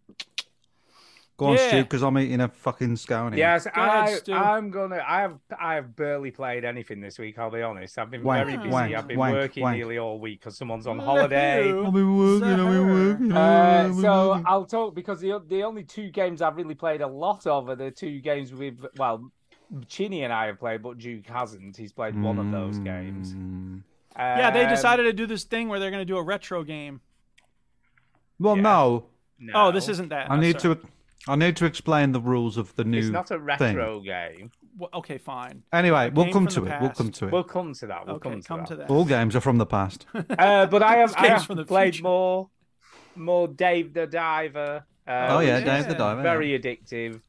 Speaker 4: Go on,
Speaker 1: Yeah.
Speaker 4: Stu, because I'm eating a fucking scone. here.
Speaker 5: Yes,
Speaker 1: ahead,
Speaker 5: I,
Speaker 1: Stu.
Speaker 5: I'm gonna. I've I've barely played anything this week. I'll be honest. I've been
Speaker 4: Wank,
Speaker 5: very busy.
Speaker 4: wank,
Speaker 5: I've been
Speaker 4: wank,
Speaker 5: working
Speaker 4: wank.
Speaker 5: nearly all week because someone's on holiday.
Speaker 1: Hello,
Speaker 4: I'll be working. I'll be
Speaker 1: sir.
Speaker 4: working. I'll
Speaker 5: Uh,
Speaker 4: be
Speaker 5: so
Speaker 4: working.
Speaker 5: I'll talk because the the only two games I've really played a lot of are the two games we've well, Chini and I have played, but Duke hasn't. He's played one of those
Speaker 4: Mm.
Speaker 5: games.
Speaker 1: Yeah, they
Speaker 5: Um,
Speaker 1: decided to do this thing where they're gonna do a retro game.
Speaker 4: Well,
Speaker 5: yeah.
Speaker 4: no,
Speaker 1: Oh, this
Speaker 5: no,
Speaker 1: isn't that.
Speaker 4: I need to. I need to explain the rules of the new.
Speaker 5: It's not a
Speaker 4: Thing.
Speaker 5: retro game.
Speaker 1: to. Okay, fine.
Speaker 4: Anyway, we'll
Speaker 1: game
Speaker 4: come to
Speaker 1: from
Speaker 4: it.
Speaker 1: the
Speaker 4: We'll
Speaker 1: past.
Speaker 4: come to it.
Speaker 5: We'll come to that. We'll
Speaker 1: okay,
Speaker 5: come to that.
Speaker 1: that.
Speaker 4: All games are from the past.
Speaker 5: Uh, but I have,
Speaker 1: This
Speaker 5: I
Speaker 1: game's
Speaker 5: have
Speaker 1: from the
Speaker 5: played
Speaker 1: future.
Speaker 5: more, more Dave the Diver. Uh,
Speaker 4: oh yeah,
Speaker 5: which
Speaker 4: Dave the
Speaker 1: yeah.
Speaker 4: Diver.
Speaker 5: is very addictive.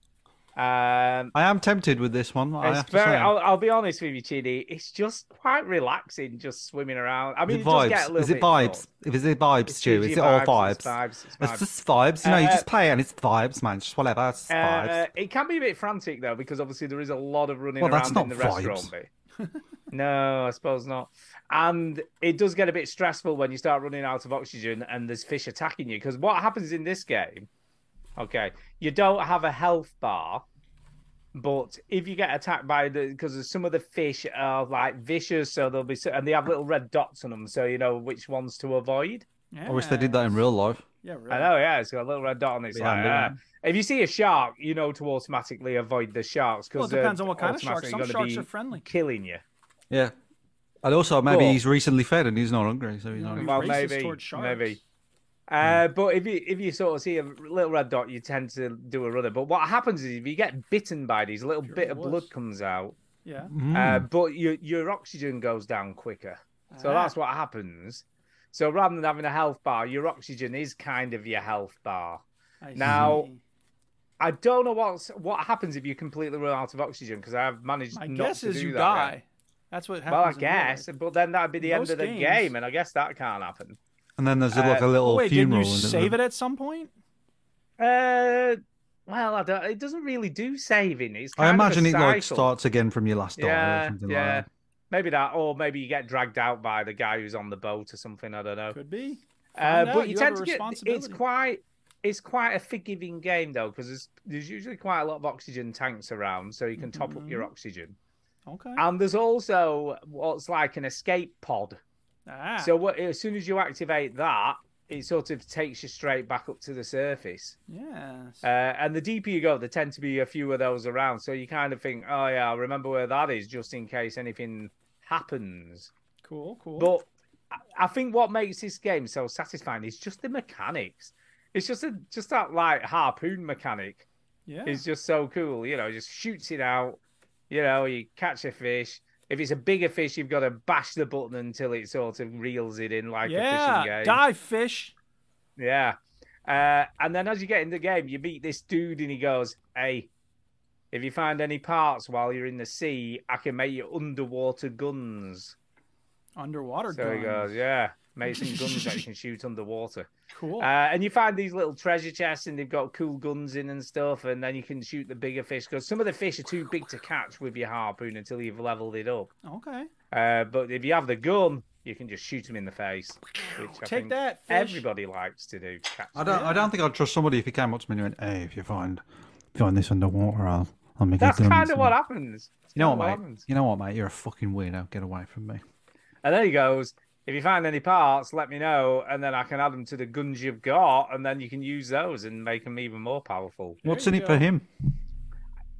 Speaker 5: Um,
Speaker 4: I am tempted with this one. I have
Speaker 5: it's
Speaker 4: to
Speaker 5: very.
Speaker 4: say.
Speaker 5: I'll, I'll be honest with you, Chidi. It's just quite relaxing, just swimming around. I
Speaker 4: Is
Speaker 5: mean,
Speaker 4: it
Speaker 5: it does get
Speaker 4: vibes?
Speaker 5: a little
Speaker 4: Is it
Speaker 5: bit fun.
Speaker 4: vibes? If it's it vibes,
Speaker 5: It's
Speaker 4: Stu, is
Speaker 5: usually
Speaker 4: it all
Speaker 5: vibes,
Speaker 4: vibes?
Speaker 5: it's vibes, it's vibes.
Speaker 4: just vibes. You know, you
Speaker 5: Uh,
Speaker 4: just play and it's vibes, man. It's Just whatever. It's just
Speaker 5: Uh,
Speaker 4: vibes.
Speaker 5: it can be a bit frantic though, because obviously there is a lot of running
Speaker 4: Well,
Speaker 5: around
Speaker 4: that's
Speaker 5: in the
Speaker 4: not
Speaker 5: restaurant
Speaker 4: vibes.
Speaker 5: bit. no, I suppose not. And it does get a bit stressful when you start running out of oxygen and there's fish attacking you. Because what happens in this game, okay, you don't have a health bar, but if you get attacked by the, because some of the fish are like vicious, so they'll be, and they have little red dots on them, so you know which ones to avoid.
Speaker 1: Yeah.
Speaker 4: I wish they did that in real life.
Speaker 1: Yeah,
Speaker 5: I
Speaker 1: really.
Speaker 5: know, yeah, it's got a little red dot on it. It's
Speaker 4: Yeah,
Speaker 5: like,
Speaker 4: I know.
Speaker 5: ah. If you see a shark, you know to automatically avoid the sharks
Speaker 1: Well, it
Speaker 5: because
Speaker 1: depends on what kind of shark. Some sharks
Speaker 5: be
Speaker 1: are friendly.
Speaker 5: killing you.
Speaker 4: Yeah. And also, maybe
Speaker 5: Cool.
Speaker 4: he's recently fed and he's not hungry, so he's
Speaker 1: You know,
Speaker 4: not.
Speaker 1: he's
Speaker 4: hungry.
Speaker 5: Well,
Speaker 1: racist
Speaker 5: maybe,
Speaker 1: towards sharks.
Speaker 5: maybe. Uh, but if you if you sort of see a little red dot, you tend to do a runner. But what happens is if you get bitten by these, a little bit of
Speaker 1: wuss.
Speaker 5: blood comes out,
Speaker 1: Yeah.
Speaker 5: uh, but your your oxygen goes down quicker. So
Speaker 1: Ah.
Speaker 5: that's what happens. So rather than having a health bar, your oxygen is kind of your health bar.
Speaker 1: I
Speaker 5: Now-
Speaker 1: see.
Speaker 5: I don't know what's what happens if you completely run out of oxygen because I've managed.
Speaker 1: my
Speaker 5: not
Speaker 1: guess
Speaker 5: to
Speaker 1: is
Speaker 5: do
Speaker 1: you
Speaker 5: that
Speaker 1: die.
Speaker 5: yet.
Speaker 1: That's what happens.
Speaker 5: Well, I
Speaker 1: in real life.
Speaker 5: guess, but then that'd be the end
Speaker 1: Most
Speaker 5: of the
Speaker 1: games-
Speaker 5: game, and I guess that can't happen.
Speaker 4: And then there's like
Speaker 5: Uh,
Speaker 4: a little
Speaker 1: Oh, wait, didn't
Speaker 4: funeral.
Speaker 1: you save it at some point?
Speaker 5: Uh, well, I don't. It doesn't really do saving. It's
Speaker 4: I
Speaker 5: kind of a
Speaker 4: imagine it like
Speaker 5: cycle.
Speaker 4: starts again from your last dollar or
Speaker 5: Yeah,
Speaker 4: something
Speaker 5: yeah.
Speaker 4: like that.
Speaker 5: Maybe that, or maybe you get dragged out by the guy who's on the boat or something. I don't know.
Speaker 1: Could be.
Speaker 5: Uh,
Speaker 1: Find out.
Speaker 5: but you,
Speaker 1: You have
Speaker 5: tend
Speaker 1: a
Speaker 5: to get. It's
Speaker 1: responsibility.
Speaker 5: quite. It's quite a forgiving game though, because there's, there's usually quite a lot of oxygen tanks around, so you can top up
Speaker 1: Mm-hmm.
Speaker 5: your oxygen.
Speaker 1: Okay.
Speaker 5: And there's also what's like an escape pod.
Speaker 1: Ah,
Speaker 5: So what, as soon as you activate that, it sort of takes you straight back up to the surface.
Speaker 1: yes.
Speaker 5: Uh, and the deeper you go, there tend to be a few of those around. So you kind of think, oh yeah, I remember where that is, just in case anything happens.
Speaker 1: cool, cool.
Speaker 5: But I- I think what makes this game so satisfying is just the mechanics. It's just a, just that like harpoon mechanic
Speaker 1: yeah.
Speaker 5: is just so cool. You know, just shoots it out. You know, you catch a fish. If it's a bigger fish, you've got to bash the button until it sort of reels it in like a fishing
Speaker 1: yeah.
Speaker 5: game.
Speaker 1: Dive fish.
Speaker 5: Yeah. Uh, and then as you get in the game, you meet this dude and he goes, Hey, if you find any parts while you're in the sea, I can make you underwater guns.
Speaker 1: Underwater
Speaker 5: So he
Speaker 1: guns.
Speaker 5: goes, Yeah, make some guns that you can shoot underwater.
Speaker 1: Cool.
Speaker 5: Uh, and you find these little treasure chests and they've got cool guns in and stuff. And then you can shoot the bigger fish because some of the fish are too big to catch with your harpoon until you've leveled it up.
Speaker 1: okay.
Speaker 5: Uh, but if you have the gun, you can just shoot them in the face. Which I
Speaker 1: Take
Speaker 5: think
Speaker 1: that, fish.
Speaker 5: Everybody likes to do. catch
Speaker 4: I don't. I don't think I'd trust somebody if he came up to me and went, "Hey, if you find, if you find this underwater, I'll, I'll make
Speaker 5: That's
Speaker 4: a gun."
Speaker 5: kind of what happens.
Speaker 4: um, You know
Speaker 5: Kinda
Speaker 4: what, mate?
Speaker 5: happens.
Speaker 4: You know what, mate? You're a fucking weirdo. Get away from me.
Speaker 5: And then he goes, if you find any parts, let me know, and then I can add them to the guns you've got, and then you can use those and make them even more powerful.
Speaker 4: What's in it for him?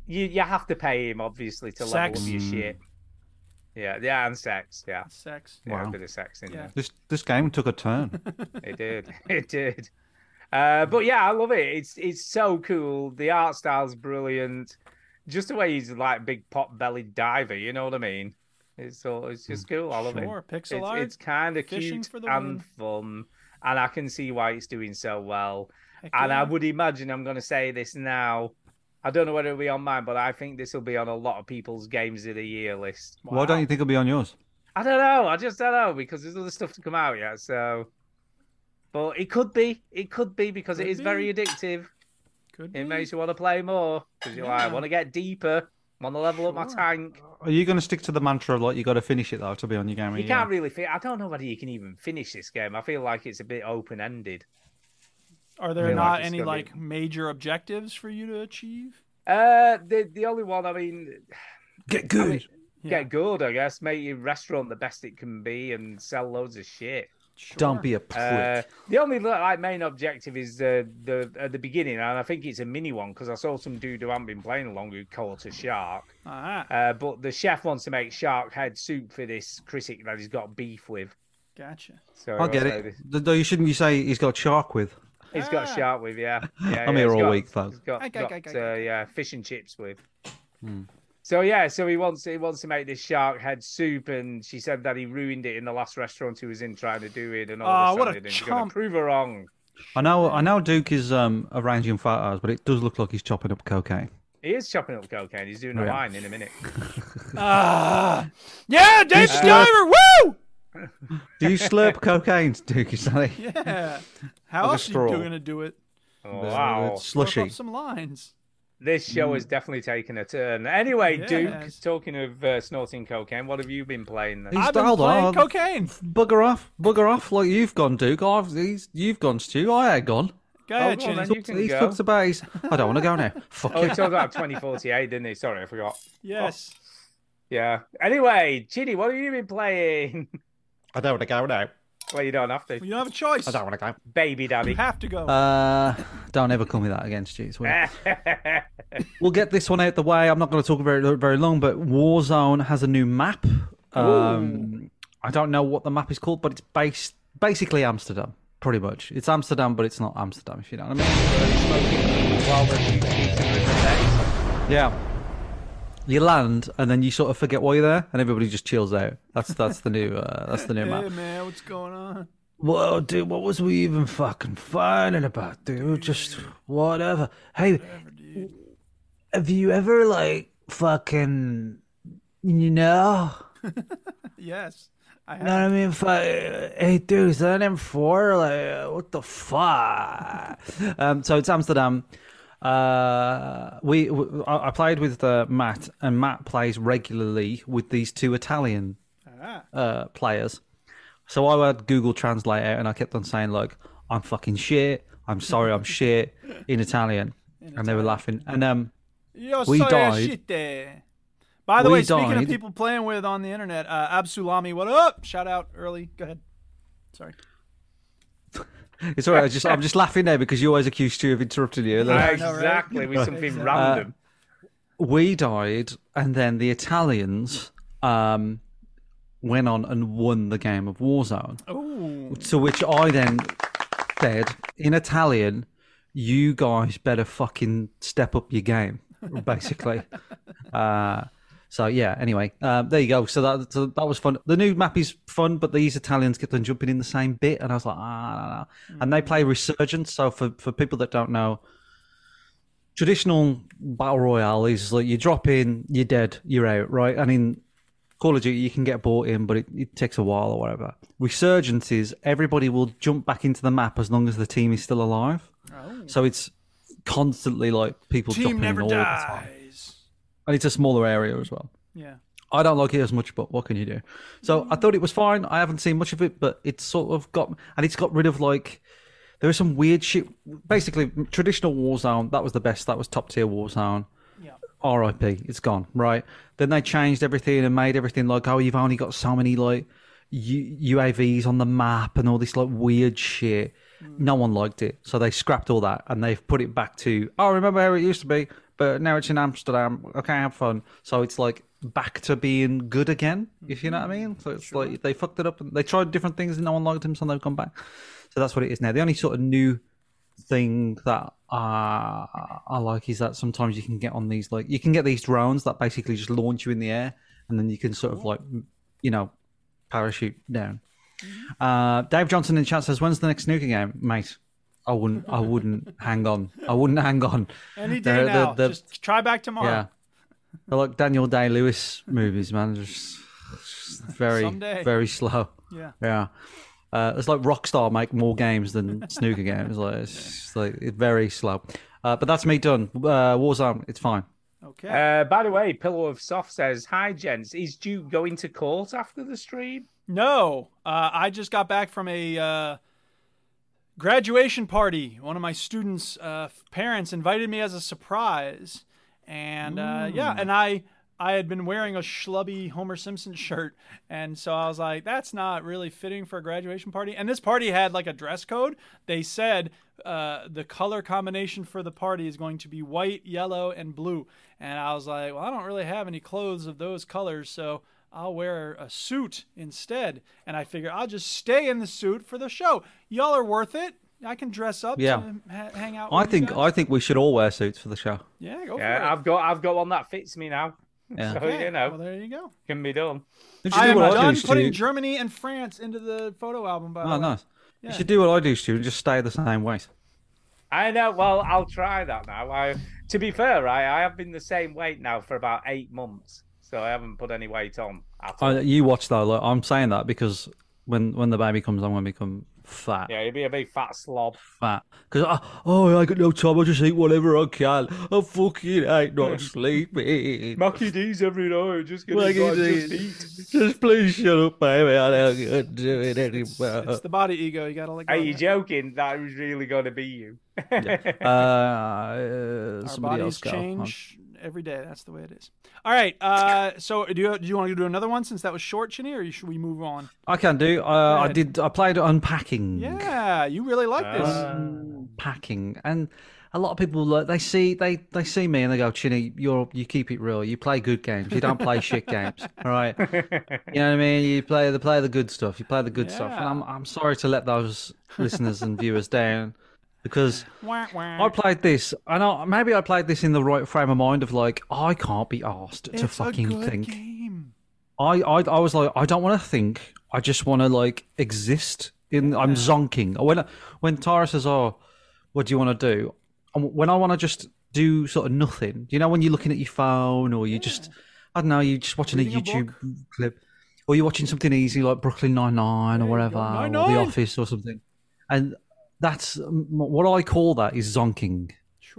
Speaker 5: You you have to pay him obviously to level
Speaker 1: Sex.
Speaker 5: up your shit. Yeah, yeah, and sex. Yeah,
Speaker 1: Sex.
Speaker 5: yeah,
Speaker 4: Wow.
Speaker 5: a bit of sex in
Speaker 1: Yeah.
Speaker 4: This this game took a turn.
Speaker 5: there. It did, it did. Uh, but yeah, I love it. It's it's so cool. The art style's brilliant. Just the way he's like big pot bellied diver. You know what I mean? It's all it's just cool. I love it.
Speaker 1: Sure. Pixel
Speaker 5: it's,
Speaker 1: art.
Speaker 5: It's kind of
Speaker 1: fishing
Speaker 5: cute
Speaker 1: for the win.
Speaker 5: and fun, and I can see why it's doing so well.
Speaker 1: Heck
Speaker 5: And I
Speaker 1: yeah.
Speaker 5: would imagine I'm going to say this now. I don't know whether it'll be on mine, but I think this will be on a lot of people's games of the year list.
Speaker 4: Why don't you think it'll be on yours?
Speaker 5: I don't know. I just don't know because there's other stuff to come out yet. So But it could be. It could be because it
Speaker 1: Could
Speaker 5: is
Speaker 1: be.
Speaker 5: very addictive.
Speaker 1: Could be.
Speaker 5: It makes you want to play more because you're like, I
Speaker 1: Yeah.
Speaker 5: want to get deeper. I'm on the level up my
Speaker 1: Sure.
Speaker 5: tank.
Speaker 4: Are you going to stick to the mantra of like you got to finish it though to be on your game?
Speaker 5: You can't really. Fi- I don't know whether you can even finish this game. I feel like it's a bit open ended.
Speaker 1: Are there
Speaker 5: feel like
Speaker 1: not
Speaker 5: it's
Speaker 1: any
Speaker 5: gonna be-
Speaker 1: like major objectives for you to achieve?
Speaker 5: Uh, the the only one. I mean,
Speaker 4: get good.
Speaker 1: Yeah.
Speaker 5: get good. I guess make your restaurant the best it can be and sell loads of shit.
Speaker 4: Don't be a prick.
Speaker 5: Uh, the only li- like main objective is uh, the at the beginning, and I think it's a mini one because I saw some dude who hadn't been playing along who caught a shark.
Speaker 1: Ah,
Speaker 5: Uh, but the chef wants to make shark head soup for this critic that he's got beef with.
Speaker 1: gotcha.
Speaker 5: So
Speaker 4: I get
Speaker 5: uh,
Speaker 4: it. Though you shouldn't. You say he's got shark with.
Speaker 5: He's got
Speaker 1: Ah.
Speaker 5: shark with, yeah. yeah
Speaker 4: I'm
Speaker 5: yeah,
Speaker 4: here
Speaker 5: he's
Speaker 4: all
Speaker 5: got-
Speaker 4: week, folks.
Speaker 5: He's got,
Speaker 1: Okay,
Speaker 5: got,
Speaker 1: okay, okay,
Speaker 5: uh,
Speaker 1: okay.
Speaker 5: yeah, fish and chips with.
Speaker 4: Hmm.
Speaker 5: So yeah, so he wants he wants to make this shark head soup, and she said that he ruined it in the last restaurant he was in trying to do it, and all
Speaker 1: Aw,
Speaker 5: this
Speaker 1: Ah, what
Speaker 5: and
Speaker 1: a
Speaker 5: that, and she's gonna
Speaker 1: chump.
Speaker 5: prove her wrong.
Speaker 4: I know. I know Duke is um, arranging photos, but it does look like he's chopping up cocaine.
Speaker 5: He is chopping up cocaine. He's doing a
Speaker 4: Yeah.
Speaker 5: line in a minute.
Speaker 1: Ah, yeah, Dave
Speaker 4: Uh,
Speaker 1: Diver, woo!
Speaker 4: Do you slurp cocaine, Duke? Is that it?
Speaker 1: Yeah. How
Speaker 4: With a
Speaker 1: else are
Speaker 4: straw.
Speaker 1: you gonna do it?
Speaker 5: Oh,
Speaker 4: The- the
Speaker 5: wow,
Speaker 1: Slurp
Speaker 4: Slushy.
Speaker 1: up some lines.
Speaker 5: this
Speaker 4: Hmm.
Speaker 5: show has definitely taken a turn. Anyway,
Speaker 1: Yes.
Speaker 5: Duke, talking of uh, snorting cocaine, what have you been playing? Then?
Speaker 4: He's
Speaker 1: I've been
Speaker 4: dialed
Speaker 1: playing
Speaker 4: off.
Speaker 1: cocaine.
Speaker 4: Bugger off, bugger off! Like you've gone, Duke. I've, he's, you've gone, Stu. I ain't gone.
Speaker 1: Go
Speaker 5: Oh,
Speaker 1: ahead,
Speaker 5: go
Speaker 1: Chinny.
Speaker 5: on then. You
Speaker 4: Talks-
Speaker 5: can
Speaker 4: he
Speaker 5: go.
Speaker 4: talks about. He's, I don't want to go now. Fuck
Speaker 5: Oh,
Speaker 4: it.
Speaker 5: it's all about 2048, didn't he? Sorry, I forgot.
Speaker 1: Yes.
Speaker 5: Yeah. Anyway, Chidi, what have you been playing?
Speaker 6: I don't want to go now.
Speaker 5: well, you don't have to.
Speaker 1: Well, you don't have a choice.
Speaker 6: I don't want to go.
Speaker 5: Baby
Speaker 1: You
Speaker 5: daddy.
Speaker 1: have to go.
Speaker 4: Uh, don't ever call me that again, Stu. It's weird.
Speaker 5: yeah,
Speaker 4: We'll get this one out the way. I'm not going to talk very very long, but Warzone has a new map. Um, I don't know what the map is called, but it's based basically Amsterdam, pretty much. It's Amsterdam, but it's not Amsterdam, if you know what I mean. Yeah. You land and then you sort of forget why you're there, and everybody just chills out. That's that's the new uh, that's the new
Speaker 1: Hey
Speaker 4: map.
Speaker 1: man, what's going on?
Speaker 4: Whoa, dude, what was we even fucking fighting about, dude? Just whatever. Hey, have you ever like fucking, you know?
Speaker 1: Yes. I
Speaker 4: You know what I mean? Fuck, hey, dude, is that an M4? Like, what the fuck? um, so it's Amsterdam. Uh, we, w I I I played with uh, Matt, and Matt plays regularly with these two Italian
Speaker 1: Ah.
Speaker 4: uh, players. So I had Google Translate out, and I kept on saying like, "I'm fucking shit. I'm sorry, I'm shit" in Italian, and they were laughing. And um,
Speaker 1: Yo,
Speaker 4: We
Speaker 1: sorry,
Speaker 4: died.
Speaker 1: shit there. By the
Speaker 4: We
Speaker 1: way, speaking
Speaker 4: died.
Speaker 1: of people playing with on the internet, uh, Absulami, what up? Shout out early. Go ahead. Sorry.
Speaker 4: it's all right. I just I'm just laughing there because you always accuse Stu of interrupting you.
Speaker 5: exactly. With something
Speaker 1: Uh,
Speaker 5: random.
Speaker 4: we died, and then the Italians um, went on and won the game of Warzone.
Speaker 1: Oh. Ooh.
Speaker 4: To which I then said in Italian, "You guys better fucking step up your game." Basically, uh, so yeah. Anyway, um, there you go. So that so that was fun. The new map is fun, but these Italians kept on jumping in the same bit, and I was like, ah, no, no. and they
Speaker 1: Mm.
Speaker 4: play Resurgence. So for for people that don't know, traditional battle royale is like you drop in, you're dead, you're out, right? And in Call of Duty, you can get bought in, but it, it takes a while or whatever. Resurgence is everybody will jump back into the map as long as the team is still alive. So it's constantly like people
Speaker 1: Oh. Team
Speaker 4: dropping
Speaker 1: never
Speaker 4: in all the time,
Speaker 1: dies.
Speaker 4: and it's a smaller area as well.
Speaker 1: Yeah.
Speaker 4: I don't like it as much, but what can you do? So I thought it was fine. I haven't seen much of it, but it's sort of got and it's got rid of like there was some weird shit. Basically, traditional Warzone that was the best. That was top tier Warzone.
Speaker 1: Yeah.
Speaker 4: R.I.P. It's gone. Right. Then they changed everything and made everything like oh you've only got so many like U- UAVs on the map and all this like weird shit. No one liked it, so they scrapped all that and they've put it back to oh remember how it used to be, but now it's in Amsterdam. Okay, have fun. So it's like back to being good again, if you know what I mean. So it's like they fucked it up and they tried different things and no one liked them, so they've gone back. So that's what it is now. The only sort of new thing that uh, I like is that sometimes you can get on these like you can get these drones that basically just launch you in the air and then you can sort of like m- you know parachute down.
Speaker 1: Mm-hmm.
Speaker 4: Uh, Dave Johnson in chat says, "When's the next snooker game, mate?" I wouldn't. I wouldn't hang on. I wouldn't hang on.
Speaker 1: Any day
Speaker 4: They're- they're-
Speaker 1: now.
Speaker 4: they're-
Speaker 1: Just try back tomorrow.
Speaker 4: yeah, they're like Daniel Day Lewis movies, man. Just, just very,
Speaker 1: Someday.
Speaker 4: very slow.
Speaker 1: Yeah.
Speaker 4: Yeah. Uh, it's like Rockstar make more games than snooker games. Like it's, just, like it's very slow. Uh, but that's me done. Uh, Warzone, it's fine.
Speaker 1: Okay.
Speaker 5: Uh, by the way, Pillow of Soft says, "Hi, gents. Is Duke going to court after the stream?
Speaker 1: No, uh, I just got back from a uh, graduation party. One of my students' uh, f- parents invited me as a surprise, and uh, yeah, and I I had been wearing a schlubby Homer Simpson shirt, and so I was like, that's not really fitting for a graduation party. And this party had like a dress code. They said uh, the color combination for the party is going to be white, yellow, and blue. And I was like, well, I don't really have any clothes of those colors, so I'll wear a suit instead. And I figure I'll just stay in the suit for the show. Y'all are worth it. I can dress up
Speaker 4: Yeah.
Speaker 1: to ha- hang out.
Speaker 4: I
Speaker 1: with you
Speaker 4: think
Speaker 1: guys.
Speaker 4: I think we should all wear suits for the show.
Speaker 1: yeah, go for
Speaker 5: Yeah,
Speaker 1: it.
Speaker 5: I've got, I've got one that fits me now.
Speaker 4: Yeah.
Speaker 5: So
Speaker 1: well,
Speaker 5: you know,
Speaker 1: there you go.
Speaker 5: can be done.
Speaker 4: You should
Speaker 1: I
Speaker 4: do
Speaker 1: am
Speaker 4: what I do,
Speaker 1: done
Speaker 4: Stu.
Speaker 1: putting Germany and France into the photo album. By the
Speaker 4: Oh,
Speaker 1: way,
Speaker 4: nice. You should do what I do, Stu, and just stay the same weight.
Speaker 5: I know. Well, I'll try that now. I, to be fair, I, I have been the same weight now for about eight months, so I haven't put any weight on. At all.
Speaker 4: I, you watch though. Look, I'm saying that because when when the baby comes, I'm going to become fat,
Speaker 5: Yeah, you'd be a big fat slob.
Speaker 4: fat. Because oh, I got no time. I just eat whatever I can. I fucking hate not sleeping.
Speaker 5: Mucky E D's every night. Just get
Speaker 4: Like
Speaker 5: like
Speaker 4: it
Speaker 5: just eat.
Speaker 4: is. Just please shut up, baby. I don't do it
Speaker 1: it's
Speaker 4: anymore.
Speaker 1: the body ego. You gotta like.
Speaker 5: Are you joking? That was really going to be you.
Speaker 4: Uh, uh,
Speaker 1: Our bodies
Speaker 4: somebody else go. I'm-
Speaker 1: change every day. That's the way it is. All right. Uh, so do you, do you want to do another one since that was short, Chinny, or should we move on?
Speaker 4: I can do. Uh, I
Speaker 1: ahead.
Speaker 4: did. I played unpacking.
Speaker 1: Yeah, you really like this.
Speaker 4: Uh,
Speaker 1: Ah.
Speaker 4: Unpacking, and a lot of people look. They see they they see me and they go, Chinny, you're you keep it real. You play good games. You don't play shit games. All right. You know what I mean. You play the play the good stuff. You play the good stuff. And I'm I'm sorry to let those listeners and viewers down because.
Speaker 1: Wah, wah.
Speaker 4: I played this, and I, maybe I played this in the right frame of mind of like, I can't be asked to
Speaker 1: It's
Speaker 4: fucking
Speaker 1: a good
Speaker 4: think.
Speaker 1: game.
Speaker 4: I, I I was like, I don't want to think. I just want to like exist. In I'm zonking. When when Tara says, "Oh, what do you want to do?" And When I want to just do sort of nothing. You know, when you're looking at your phone or you just, I don't know, you're just watching a
Speaker 1: Reading a
Speaker 4: YouTube clip, or you're watching something easy like Brooklyn Nine Nine or whatever, or The
Speaker 1: 99.
Speaker 4: Office or something. And that's um, what I call that is zonking.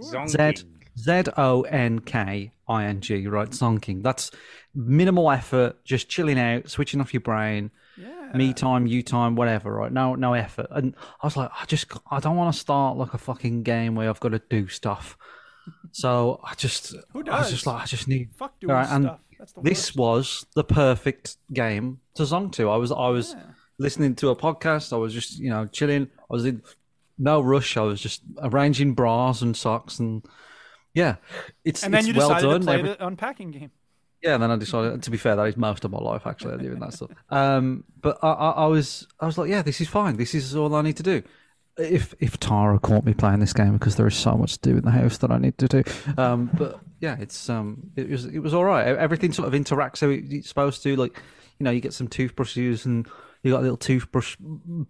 Speaker 4: Z
Speaker 5: Zonking.
Speaker 4: Z O N K I N G, right? Zonking. That's minimal effort, just chilling out, switching off your brain,
Speaker 1: Yeah.
Speaker 4: me time, you time, whatever, right? No, no effort. And I was like, I just, I don't want to start like a fucking game where I've got to do stuff. So I just,
Speaker 1: Who
Speaker 4: I was just
Speaker 1: does?
Speaker 4: like, I just need.
Speaker 1: Fuck doing
Speaker 4: Alright, and
Speaker 1: stuff. That's the
Speaker 4: this
Speaker 1: worst.
Speaker 4: was the perfect game to zong to. I was, I was listening to a podcast. I was just, you know, chilling. I was in no rush. I was just arranging bras and socks and. Yeah, it's
Speaker 1: And then
Speaker 4: it's
Speaker 1: you
Speaker 4: well
Speaker 1: decided
Speaker 4: done.
Speaker 1: to play
Speaker 4: Every-
Speaker 1: the unpacking game.
Speaker 4: yeah, and then I decided. To be fair, that is most of my life actually doing that stuff. Um, but I, I, I was, I was like, yeah, this is fine. This is all I need to do. If if Tara caught me playing this game because there is so much to do in the house that I need to do. Um, but yeah, it's um, it was it was all right. E-, Everything sort of interacts how it- it's supposed to. Like, you know, you get some toothbrushes and you got a little toothbrush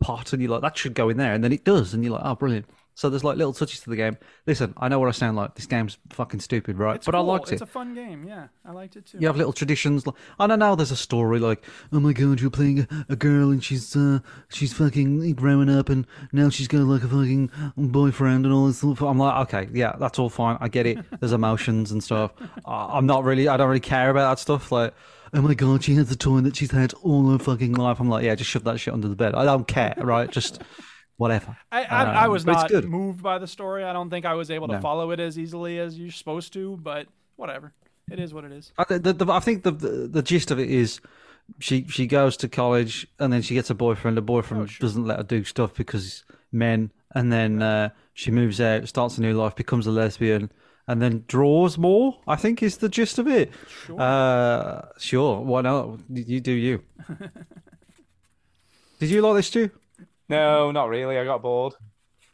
Speaker 4: pot, and you're like, that should go in there, and then it does, and you're like, oh, brilliant. So there's like little touches to the game. Listen, I know what I sound like. This game's fucking stupid, right?
Speaker 1: It's
Speaker 4: but
Speaker 1: cool.
Speaker 4: I liked it
Speaker 1: It's a fun game. Yeah, I liked it too.
Speaker 4: you have little traditions. Like, I don't know. There's a story like, oh my god, you're playing a, a girl and she's uh, she's fucking growing up and now she's got like a fucking boyfriend and all this. sort of- I'm like, okay, yeah, that's all fine. I get it. There's emotions and stuff. I, I'm not really. I don't really care about that stuff. Like, oh my god, she has a toy that she's had all her fucking life. I'm like, yeah, just shove that shit under the bed. I don't care, right? Just whatever.
Speaker 1: I, I, I
Speaker 4: Um,
Speaker 1: was
Speaker 4: but it's
Speaker 1: not
Speaker 4: good.
Speaker 1: moved by the story. I don't think I was able to
Speaker 4: No.
Speaker 1: follow it as easily as you're supposed to, but whatever. It is what it is.
Speaker 4: I, the, the, I think the, the the gist of it is she she goes to college and then she gets a boyfriend. The
Speaker 1: Oh,
Speaker 4: boyfriend doesn't let her do stuff because men. And then uh, she moves out, starts a new life, becomes a lesbian, and then draws more. I think is the gist of it. Sure. Uh, sure. Why not? You you do you. Did you like this too?
Speaker 5: No, not really. I got bored.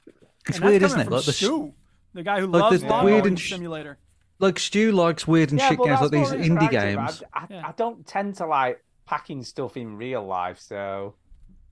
Speaker 4: It's
Speaker 1: And that's
Speaker 4: weird,
Speaker 1: coming
Speaker 4: isn't it?
Speaker 1: from
Speaker 4: Like the, sh-
Speaker 1: Stu, the guy who
Speaker 4: like
Speaker 1: loves
Speaker 4: the-
Speaker 1: the, weird
Speaker 5: the weird
Speaker 1: and
Speaker 4: and sh-
Speaker 1: simulator.
Speaker 4: like Stu likes weird and shit
Speaker 5: but
Speaker 4: games like these
Speaker 5: that's what
Speaker 4: indie
Speaker 5: attracted me.
Speaker 4: games.
Speaker 5: I, I,
Speaker 1: Yeah.
Speaker 5: I don't tend to like packing stuff in real life, so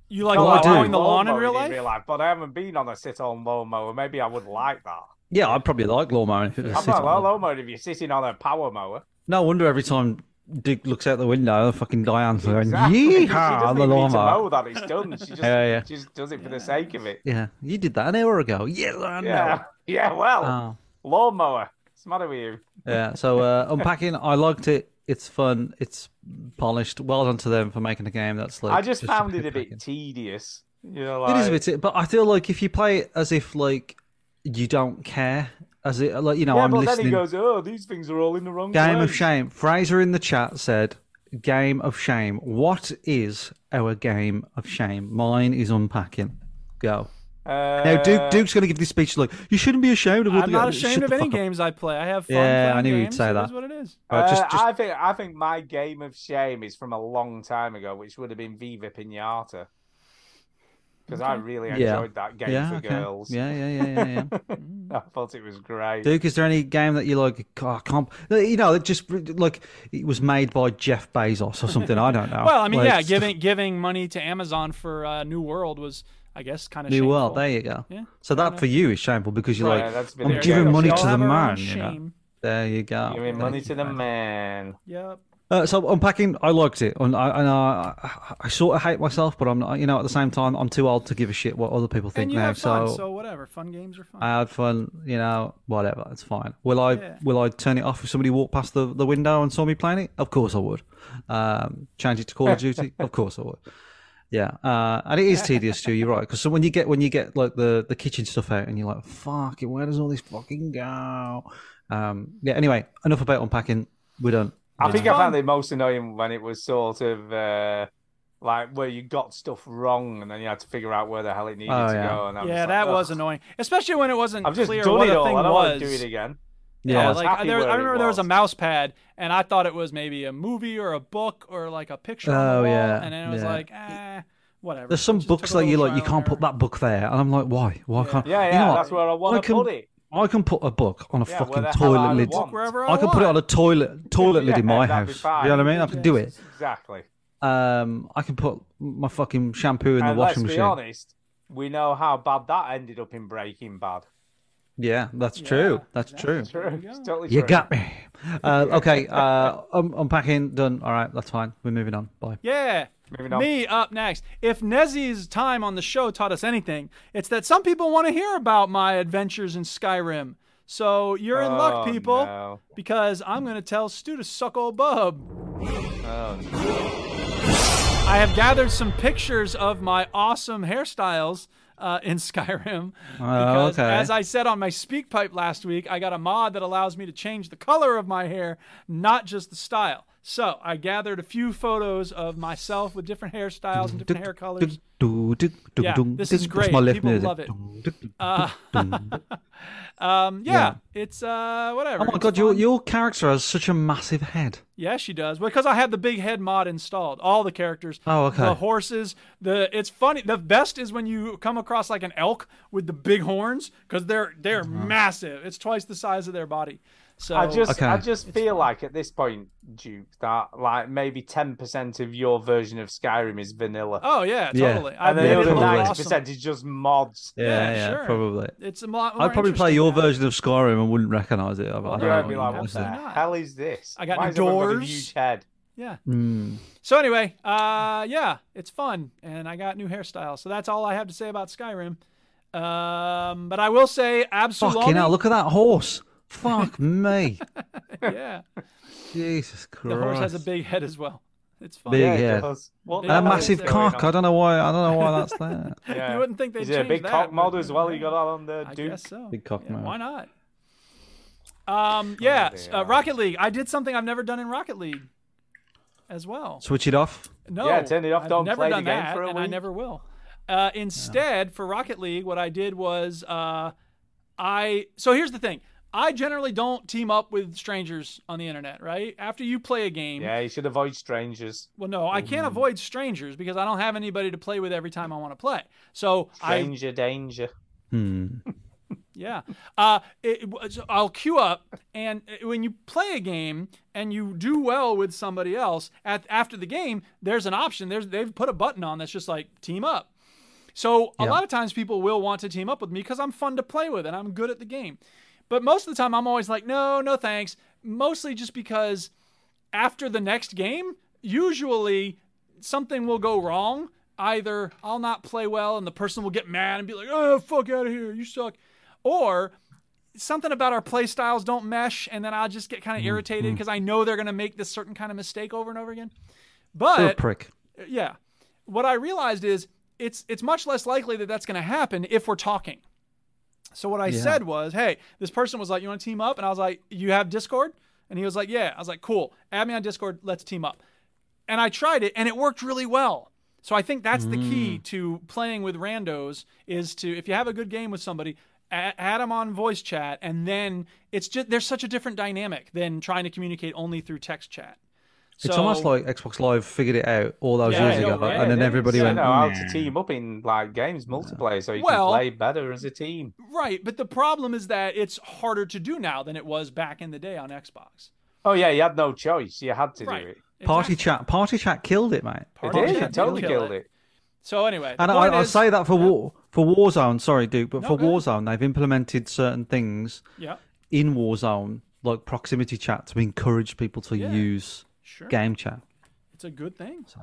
Speaker 1: You like
Speaker 4: Well, Oh, I do.
Speaker 1: mowing the lawn in
Speaker 5: Lawnmowing
Speaker 1: real life?
Speaker 5: But I haven't been on a sit-on lawnmower. Maybe I would like that.
Speaker 4: Yeah, I'd probably like lawnmower. if it was
Speaker 5: I'm
Speaker 4: sitting
Speaker 5: not
Speaker 4: on-
Speaker 5: a lawnmower if you're sitting on a power mower.
Speaker 4: No wonder every time Duke looks out the window, and fucking Diane's going,
Speaker 5: Exactly. she
Speaker 4: yeehaw,
Speaker 5: doesn't
Speaker 4: the
Speaker 5: even need to
Speaker 4: lawnmower.
Speaker 5: know that it's done. She just,
Speaker 4: Yeah, yeah.
Speaker 5: she just does it for the sake of it.
Speaker 4: Yeah, you did that an hour ago. Yeah,
Speaker 1: Oh,
Speaker 4: I know.
Speaker 5: Yeah, yeah. Well,
Speaker 4: Oh.
Speaker 5: lawnmower. What's the matter with you?
Speaker 4: Yeah, so uh, unpacking, I liked it. It's fun. It's polished. Well done to them for making a game that's like.
Speaker 5: I just, found it a
Speaker 4: unpacking.
Speaker 5: bit tedious. You know,
Speaker 4: It
Speaker 5: like,
Speaker 4: is a bit, ti- but I feel like if you play it as if like you don't care, as it like you know,
Speaker 5: yeah,
Speaker 4: I'm
Speaker 5: but
Speaker 4: listening.
Speaker 5: then he goes, "Oh, these things are all in the wrong
Speaker 4: Game of
Speaker 5: place."
Speaker 4: shame. Fraser in the chat said, "Game of shame. What is our game of shame? Mine is unpacking. Go."
Speaker 5: Uh,
Speaker 4: Now, Duke, Duke's going to give this speech like, you shouldn't be ashamed of what
Speaker 1: I'm
Speaker 4: the-
Speaker 1: not
Speaker 4: Shut
Speaker 1: ashamed
Speaker 4: the
Speaker 1: of any
Speaker 4: fuck up.
Speaker 1: games I play. I have fun.
Speaker 4: Yeah, I
Speaker 1: playing
Speaker 4: knew you'd
Speaker 1: games.
Speaker 4: say
Speaker 1: It
Speaker 4: that.
Speaker 1: is what it is.
Speaker 4: Right, just,
Speaker 5: uh,
Speaker 4: just
Speaker 5: I think I think my game of shame is from a long time ago, which would have been Viva Pinata, because I really enjoyed
Speaker 4: Yeah.
Speaker 5: that game
Speaker 4: yeah,
Speaker 5: for
Speaker 4: okay.
Speaker 5: girls.
Speaker 4: yeah, yeah, yeah, yeah, yeah.
Speaker 5: I thought it was great.
Speaker 4: Duke, is there any game that you like? "Oh, I can't. You know, it just like it was made by Jeff Bezos or something. I don't know.
Speaker 1: Well, I mean,
Speaker 4: Like,
Speaker 1: yeah,
Speaker 4: stuff-
Speaker 1: giving giving money to Amazon for uh, New World was, I guess, kind of
Speaker 4: New
Speaker 1: shameful.
Speaker 4: World. There you go.
Speaker 1: Yeah.
Speaker 4: So that for you is shameful because you're
Speaker 5: Right,
Speaker 4: like,
Speaker 5: that's been
Speaker 4: I'm
Speaker 5: there,
Speaker 4: giving
Speaker 5: yeah.
Speaker 4: money
Speaker 5: We
Speaker 1: all
Speaker 4: to the
Speaker 1: have our own
Speaker 4: man. You know?
Speaker 1: shame.
Speaker 4: There you go.
Speaker 5: Giving
Speaker 4: Thank
Speaker 5: money
Speaker 4: you,
Speaker 5: to the
Speaker 4: mate.
Speaker 5: man.
Speaker 1: Yep.
Speaker 4: Uh, so unpacking, I liked it, and I, and I, I, I sort of hate myself, but I'm not. You know, at the same time, I'm too old to give a shit what other people think
Speaker 1: And you
Speaker 4: now.
Speaker 1: have fun,
Speaker 4: so,
Speaker 1: so... whatever. Fun games are fun.
Speaker 4: I had fun. You know, whatever, it's fine. Will I?
Speaker 1: Yeah.
Speaker 4: Will I turn it off if somebody walked past the, the window and saw me playing it? Of course I would. Um, change it to Call of Duty. of course I would. Yeah, uh, and it is tedious too. You're right, because so when you get when you get like the the kitchen stuff out, and you're like, "Fuck it, where does all this fucking go?" Um, yeah. Anyway, enough about unpacking. We're done.
Speaker 5: I
Speaker 4: Yeah.
Speaker 5: think I found it most annoying when it was sort of uh, like where you got stuff wrong and then you had to figure out where the hell it needed
Speaker 4: Oh,
Speaker 5: to
Speaker 4: yeah.
Speaker 5: go. And I was
Speaker 1: yeah,
Speaker 5: like,
Speaker 1: that
Speaker 5: "Ugh,
Speaker 1: was annoying, especially when it wasn't
Speaker 5: I've just
Speaker 1: clear
Speaker 5: done
Speaker 1: what
Speaker 5: it
Speaker 1: the
Speaker 5: all.
Speaker 1: thing
Speaker 5: I don't
Speaker 1: was.
Speaker 5: want to do it again.
Speaker 4: Yeah.
Speaker 5: I was
Speaker 1: like
Speaker 5: happy
Speaker 1: there,
Speaker 5: where
Speaker 1: I
Speaker 5: it
Speaker 1: remember there was a
Speaker 5: was.
Speaker 1: mouse pad, and I thought it was maybe a movie or a book or like a picture on the
Speaker 4: Oh,
Speaker 1: wall,
Speaker 4: yeah,
Speaker 1: and then it was
Speaker 4: yeah.
Speaker 1: like, eh, whatever.
Speaker 4: There's some
Speaker 1: It just took
Speaker 4: books
Speaker 1: a
Speaker 4: that you
Speaker 1: little
Speaker 4: like. You
Speaker 1: trial
Speaker 4: can't
Speaker 1: and
Speaker 4: put that book there, and I'm like, why? Why
Speaker 1: Yeah.
Speaker 4: can't?
Speaker 5: Yeah,
Speaker 4: you
Speaker 5: yeah,
Speaker 4: know what?
Speaker 5: that's where I
Speaker 4: I
Speaker 5: want to
Speaker 4: can,
Speaker 5: put it.
Speaker 4: I can put a book on a
Speaker 5: Yeah, where
Speaker 4: fucking
Speaker 5: the hell I
Speaker 4: toilet lid.
Speaker 5: want.
Speaker 1: error. Wherever I,
Speaker 4: I could put it on
Speaker 1: want.
Speaker 4: a toilet toilet lid in
Speaker 5: Yeah,
Speaker 4: my
Speaker 5: that'd be
Speaker 4: house. You know what I mean? I could do it.
Speaker 5: Exactly.
Speaker 4: Um, I can put my fucking shampoo in the
Speaker 5: And let's
Speaker 4: washing
Speaker 5: be
Speaker 4: machine.
Speaker 5: honest, we know how bad that ended up in Breaking Bad.
Speaker 4: Yeah, that's true. That's true.
Speaker 5: True. It's totally
Speaker 4: You
Speaker 5: true.
Speaker 4: got me. Uh, okay, uh, I'm unpacking. Done. All right, that's fine. We're moving on. Bye.
Speaker 1: Yeah.
Speaker 5: Moving on.
Speaker 1: Me up next. If Nezzy's time on the show taught us anything, it's that some people want to hear about my adventures in Skyrim. So you're in luck,
Speaker 5: Oh,
Speaker 1: people,
Speaker 5: no.
Speaker 1: because I'm going to tell Stu to suck old bub.
Speaker 5: Oh,
Speaker 1: I have gathered some pictures of my awesome hairstyles uh, in Skyrim. because
Speaker 4: Oh, okay.
Speaker 1: as I said on my speak pipe last week, I got a mod that allows me to change the color of my hair, not just the style. So I gathered a few photos of myself with different hairstyles and different hair colors.
Speaker 4: Do, do, do,
Speaker 1: Yeah,
Speaker 4: do,
Speaker 1: this
Speaker 4: do.
Speaker 1: is
Speaker 4: That's
Speaker 1: great.
Speaker 4: My left
Speaker 1: People
Speaker 4: music.
Speaker 1: love it.
Speaker 4: Do, do, do.
Speaker 1: Um, yeah, it's uh, whatever.
Speaker 4: oh my
Speaker 1: It's
Speaker 4: god, your
Speaker 1: fun.
Speaker 4: your character has such a massive head.
Speaker 1: Yeah, she does. Because I had the big head mod installed. All the characters.
Speaker 4: Oh, okay.
Speaker 1: The horses. The it's funny. The best is when you come across like an elk with the big horns because they're they're
Speaker 4: Uh-huh.
Speaker 1: massive. It's twice the size of their body. So
Speaker 5: I just,
Speaker 4: Okay.
Speaker 5: I just feel like at this point, Duke, that like maybe ten percent of your version of Skyrim is vanilla,
Speaker 1: Oh yeah,
Speaker 4: Yeah.
Speaker 1: totally. I
Speaker 5: and then
Speaker 1: made
Speaker 5: the
Speaker 1: it
Speaker 5: other
Speaker 1: look
Speaker 5: ninety
Speaker 1: awesome.
Speaker 5: percent is just mods.
Speaker 4: Yeah,
Speaker 1: Yeah,
Speaker 4: yeah,
Speaker 1: sure.
Speaker 4: probably.
Speaker 1: It's a lot. more
Speaker 4: I'd probably play
Speaker 1: interesting
Speaker 4: your
Speaker 1: now.
Speaker 4: version of Skyrim and wouldn't recognise it. I, I don't
Speaker 5: Yeah,
Speaker 4: know.
Speaker 5: I'd be like, what the
Speaker 1: Absolutely not.
Speaker 5: hell is this?
Speaker 1: I got
Speaker 5: Why
Speaker 1: new
Speaker 5: has everyone got a
Speaker 1: doors.
Speaker 5: huge head.
Speaker 1: Yeah.
Speaker 4: Mm.
Speaker 1: So anyway, uh, yeah, it's fun, and I got new hairstyles. So that's all I have to say about Skyrim. Um, but I will say, absolutely.
Speaker 4: Fucking hell, look at that horse. Fuck me.
Speaker 1: Yeah,
Speaker 4: Jesus Christ.
Speaker 1: the horse has a big head as well. It's fun.
Speaker 4: Big
Speaker 5: Yeah, it
Speaker 4: head.
Speaker 5: does. What
Speaker 1: And
Speaker 5: the
Speaker 4: And a
Speaker 5: hell is
Speaker 4: massive
Speaker 5: going
Speaker 4: cock. I
Speaker 5: on?
Speaker 4: don't know why I don't know why that's there.
Speaker 5: Yeah.
Speaker 1: You wouldn't think they'd
Speaker 5: Is it a
Speaker 1: change
Speaker 5: big
Speaker 1: that,
Speaker 5: cock mod
Speaker 1: but-
Speaker 5: as well? You got that on the
Speaker 1: I
Speaker 5: Duke.
Speaker 1: guess so.
Speaker 4: Big cock
Speaker 1: Yeah,
Speaker 4: mod.
Speaker 1: Why not?
Speaker 5: Oh,
Speaker 1: Um, yeah,
Speaker 5: dear.
Speaker 1: uh, Rocket League. I did something I've never done in Rocket League, as well.
Speaker 4: Switch it off.
Speaker 1: No,
Speaker 5: Yeah, turn it off,
Speaker 1: I've
Speaker 5: don't
Speaker 1: never
Speaker 5: play the
Speaker 1: done
Speaker 5: game
Speaker 1: that,
Speaker 5: for a
Speaker 1: and I
Speaker 5: week.
Speaker 1: never will. Uh, instead, for Rocket League, what I did was uh, I. So here's the thing: I generally don't team up with strangers on the internet. Right after you play a game,
Speaker 5: Yeah, you should avoid strangers.
Speaker 1: well, no, I
Speaker 4: Mm-hmm.
Speaker 1: can't avoid strangers because I don't have anybody to play with every time I want to play. So I
Speaker 5: Stranger danger.
Speaker 4: Hmm.
Speaker 1: Yeah. Uh, it, it was- I'll queue up, and uh, when you play a game and you do well with somebody else, at, after the game, there's an option. There's they've put a button on that's just like team up. So a lot of times people will want to team up with me because I'm fun to play with and I'm good at the game. But most of the time, I'm always like, no, no, thanks. Mostly just because after the next game, usually something will go wrong. Either I'll not play well and the person will get mad and be like, oh, fuck out of here, you suck. Or something about our play styles don't mesh and then I'll just get kind of irritated because I know they're going to make this certain kind of mistake over and over again.
Speaker 4: You're a
Speaker 1: But
Speaker 4: prick.
Speaker 1: yeah. What I realized is it's it's much less likely that that's going to happen if we're talking. So what I said was, "Hey, this person was like, you want to team up?" And I was like, "You have Discord?" And he was like, "Yeah." I was like, "Cool. Add me on Discord. Let's team up." And I tried it and it worked really well. So I think that's the
Speaker 4: Mm.
Speaker 1: key to playing with randos is to if you have a good game with somebody, a- add them on voice chat and then it's just there's such a different dynamic than trying to communicate only through text chat.
Speaker 4: It's
Speaker 1: So-
Speaker 4: almost like Xbox Live figured it out all those
Speaker 1: Yeah,
Speaker 4: years
Speaker 1: no,
Speaker 4: ago,
Speaker 1: yeah,
Speaker 4: and then
Speaker 5: they
Speaker 4: everybody
Speaker 5: don't
Speaker 4: went.
Speaker 5: know how
Speaker 4: "Nah."
Speaker 5: to team up in like games multiplayer, so you
Speaker 1: Well-
Speaker 5: can play better as a team.
Speaker 1: Right, but the problem is that it's harder to do now than it was back in the day on Xbox.
Speaker 5: Oh yeah, you had no choice. You had to
Speaker 1: Right.
Speaker 5: do it.
Speaker 4: Party
Speaker 1: Exactly.
Speaker 4: chat, party chat killed it, mate.
Speaker 1: Party
Speaker 5: it did.
Speaker 1: chat
Speaker 5: It totally
Speaker 1: did
Speaker 5: killed it.
Speaker 1: So anyway, the
Speaker 4: And I,
Speaker 1: point
Speaker 4: I
Speaker 1: is-
Speaker 4: say that for war for Warzone. Sorry, Duke, but
Speaker 1: No,
Speaker 4: for
Speaker 1: go ahead.
Speaker 4: Warzone, they've implemented certain things
Speaker 1: Yeah,
Speaker 4: in Warzone, like proximity chat, to encourage people to
Speaker 1: Yeah.
Speaker 4: use
Speaker 1: sure.
Speaker 4: game chat.
Speaker 1: It's a good thing.
Speaker 4: So,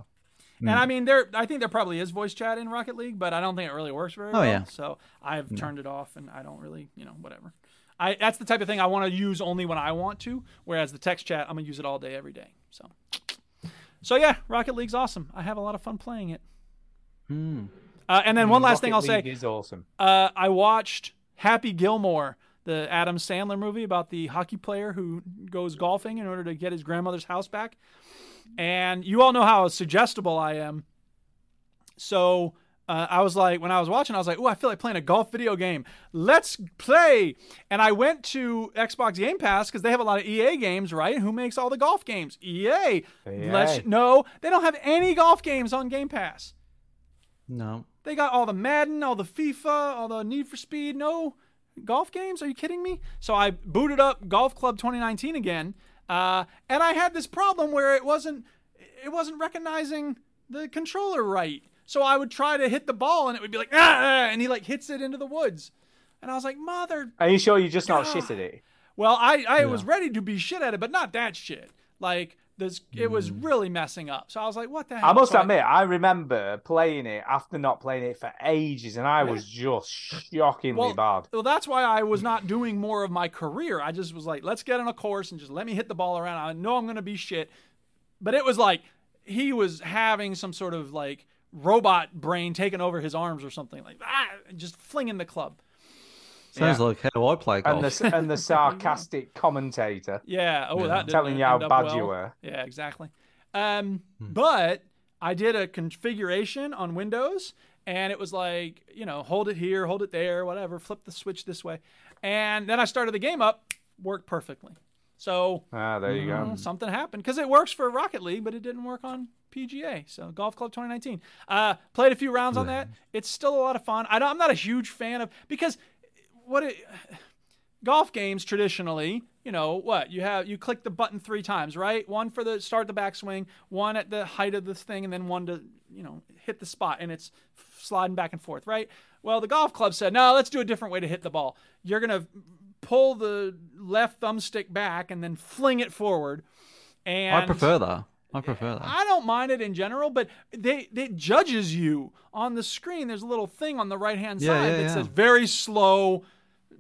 Speaker 4: hmm.
Speaker 1: And I mean, there. I think there probably is voice chat in Rocket League, but I don't think it really works very
Speaker 4: Oh,
Speaker 1: well.
Speaker 4: yeah.
Speaker 1: So I've turned it off, and I don't really, you know, whatever. I that's the type of thing I want to use only when I want to. Whereas the text chat, I'm gonna use it all day, every day. So, so yeah, Rocket League's awesome. I have a lot of fun playing it.
Speaker 4: Hmm.
Speaker 1: Uh, and then one last thing I'll
Speaker 5: Rocket
Speaker 1: say
Speaker 5: League is awesome.
Speaker 1: Uh, I watched Happy Gilmore, the Adam Sandler movie about the hockey player who goes golfing in order to get his grandmother's house back. And you all know how suggestible I am. So uh, I was like, when I was watching, I was like, oh, I feel like playing a golf video game. Let's play. And I went to Xbox Game Pass because they have a lot of EA games, right? Who makes all the golf games? EA.
Speaker 5: EA.
Speaker 1: Let's, no, they don't have any golf games on Game Pass.
Speaker 4: No,
Speaker 1: They got all the Madden, all the FIFA, all the Need for Speed. No golf games? Are you kidding me? So I booted up Golf Club 2019 again, uh, and I had this problem where it wasn't it wasn't recognizing the controller right. So I would try to hit the ball, and it would be like ah, ah," and he like hits it into the woods, and I was like, mother.
Speaker 5: Are you sure you're just not shit at it?
Speaker 1: Well, I I was ready to be shit at it, but not that shit. Like this, it was really messing up. So I was like, what the hell?
Speaker 5: Mm. I must
Speaker 1: So
Speaker 5: admit, I remember playing it after not playing it for ages, and I was just shockingly
Speaker 1: well,
Speaker 5: bad.
Speaker 1: Well, that's why I was not doing more of my career. I just was like, let's get on a course and just let me hit the ball around. I know I'm going to be shit. But it was like he was having some sort of like robot brain taking over his arms or something like ah, and just flinging the club.
Speaker 4: sounds like how I play golf.
Speaker 5: And the and the sarcastic commentator.
Speaker 1: Yeah. Oh, that didn't
Speaker 5: Telling you how
Speaker 1: end up
Speaker 5: bad you
Speaker 1: well.
Speaker 5: were.
Speaker 1: Yeah, exactly. Um, But I did a configuration on Windows, and it was like, you know, hold it here, hold it there, whatever. Flip the switch this way, and then I started the game up, worked perfectly. So
Speaker 5: Ah, there you go.
Speaker 1: well, something happened because it works for Rocket League, but it didn't work on PGA. So Golf Club 2019. Uh, played a few rounds on that. It's still a lot of fun. I don't, I'm not a huge fan of because what it, golf games traditionally, you know what you have you click the button three times, right? One for the start the backswing, one at the height of this thing, and then one to you know hit the spot, and it's sliding back and forth, right? Well, the golf club said, no, let's do a different way to hit the ball. You're gonna pull the left thumbstick back and then fling it forward. And
Speaker 4: I prefer that. I prefer that.
Speaker 1: I don't mind it in general, but they it judges you on the screen. There's a little thing on the right hand
Speaker 4: Yeah,
Speaker 1: side
Speaker 4: yeah,
Speaker 1: that
Speaker 4: yeah.
Speaker 1: says very slow,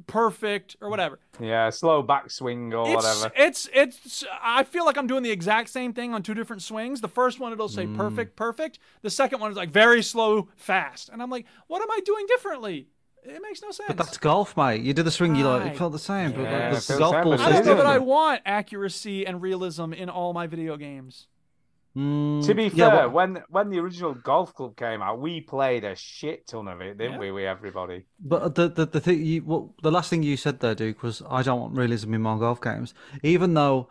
Speaker 1: perfect, or whatever.
Speaker 5: Yeah, slow backswing or
Speaker 1: It's,
Speaker 5: whatever.
Speaker 1: it's it's I feel like I'm doing the exact same thing on two different swings. The first one it'll
Speaker 5: Mm.
Speaker 1: say perfect, perfect. The second one is like very slow, fast. And I'm like, what am I doing differently? It makes no sense.
Speaker 4: But that's golf, mate. You did the swing, you like
Speaker 1: Right.
Speaker 4: it felt the same. But
Speaker 5: Yeah,
Speaker 4: like, this
Speaker 5: it feels
Speaker 4: golf
Speaker 5: the same,
Speaker 4: ball
Speaker 5: but
Speaker 1: I don't
Speaker 5: it's
Speaker 1: know
Speaker 4: system.
Speaker 1: that I
Speaker 5: different.
Speaker 1: want accuracy and realism in all my video games.
Speaker 4: Mm,
Speaker 5: to be fair,
Speaker 4: yeah, but-
Speaker 5: when when the original golf club came out, we played a shit ton of it, didn't
Speaker 1: Yeah.
Speaker 5: we? We everybody.
Speaker 4: But the the the thing you what, the last thing you said there, Duke, was I don't want realism in my golf games. Even though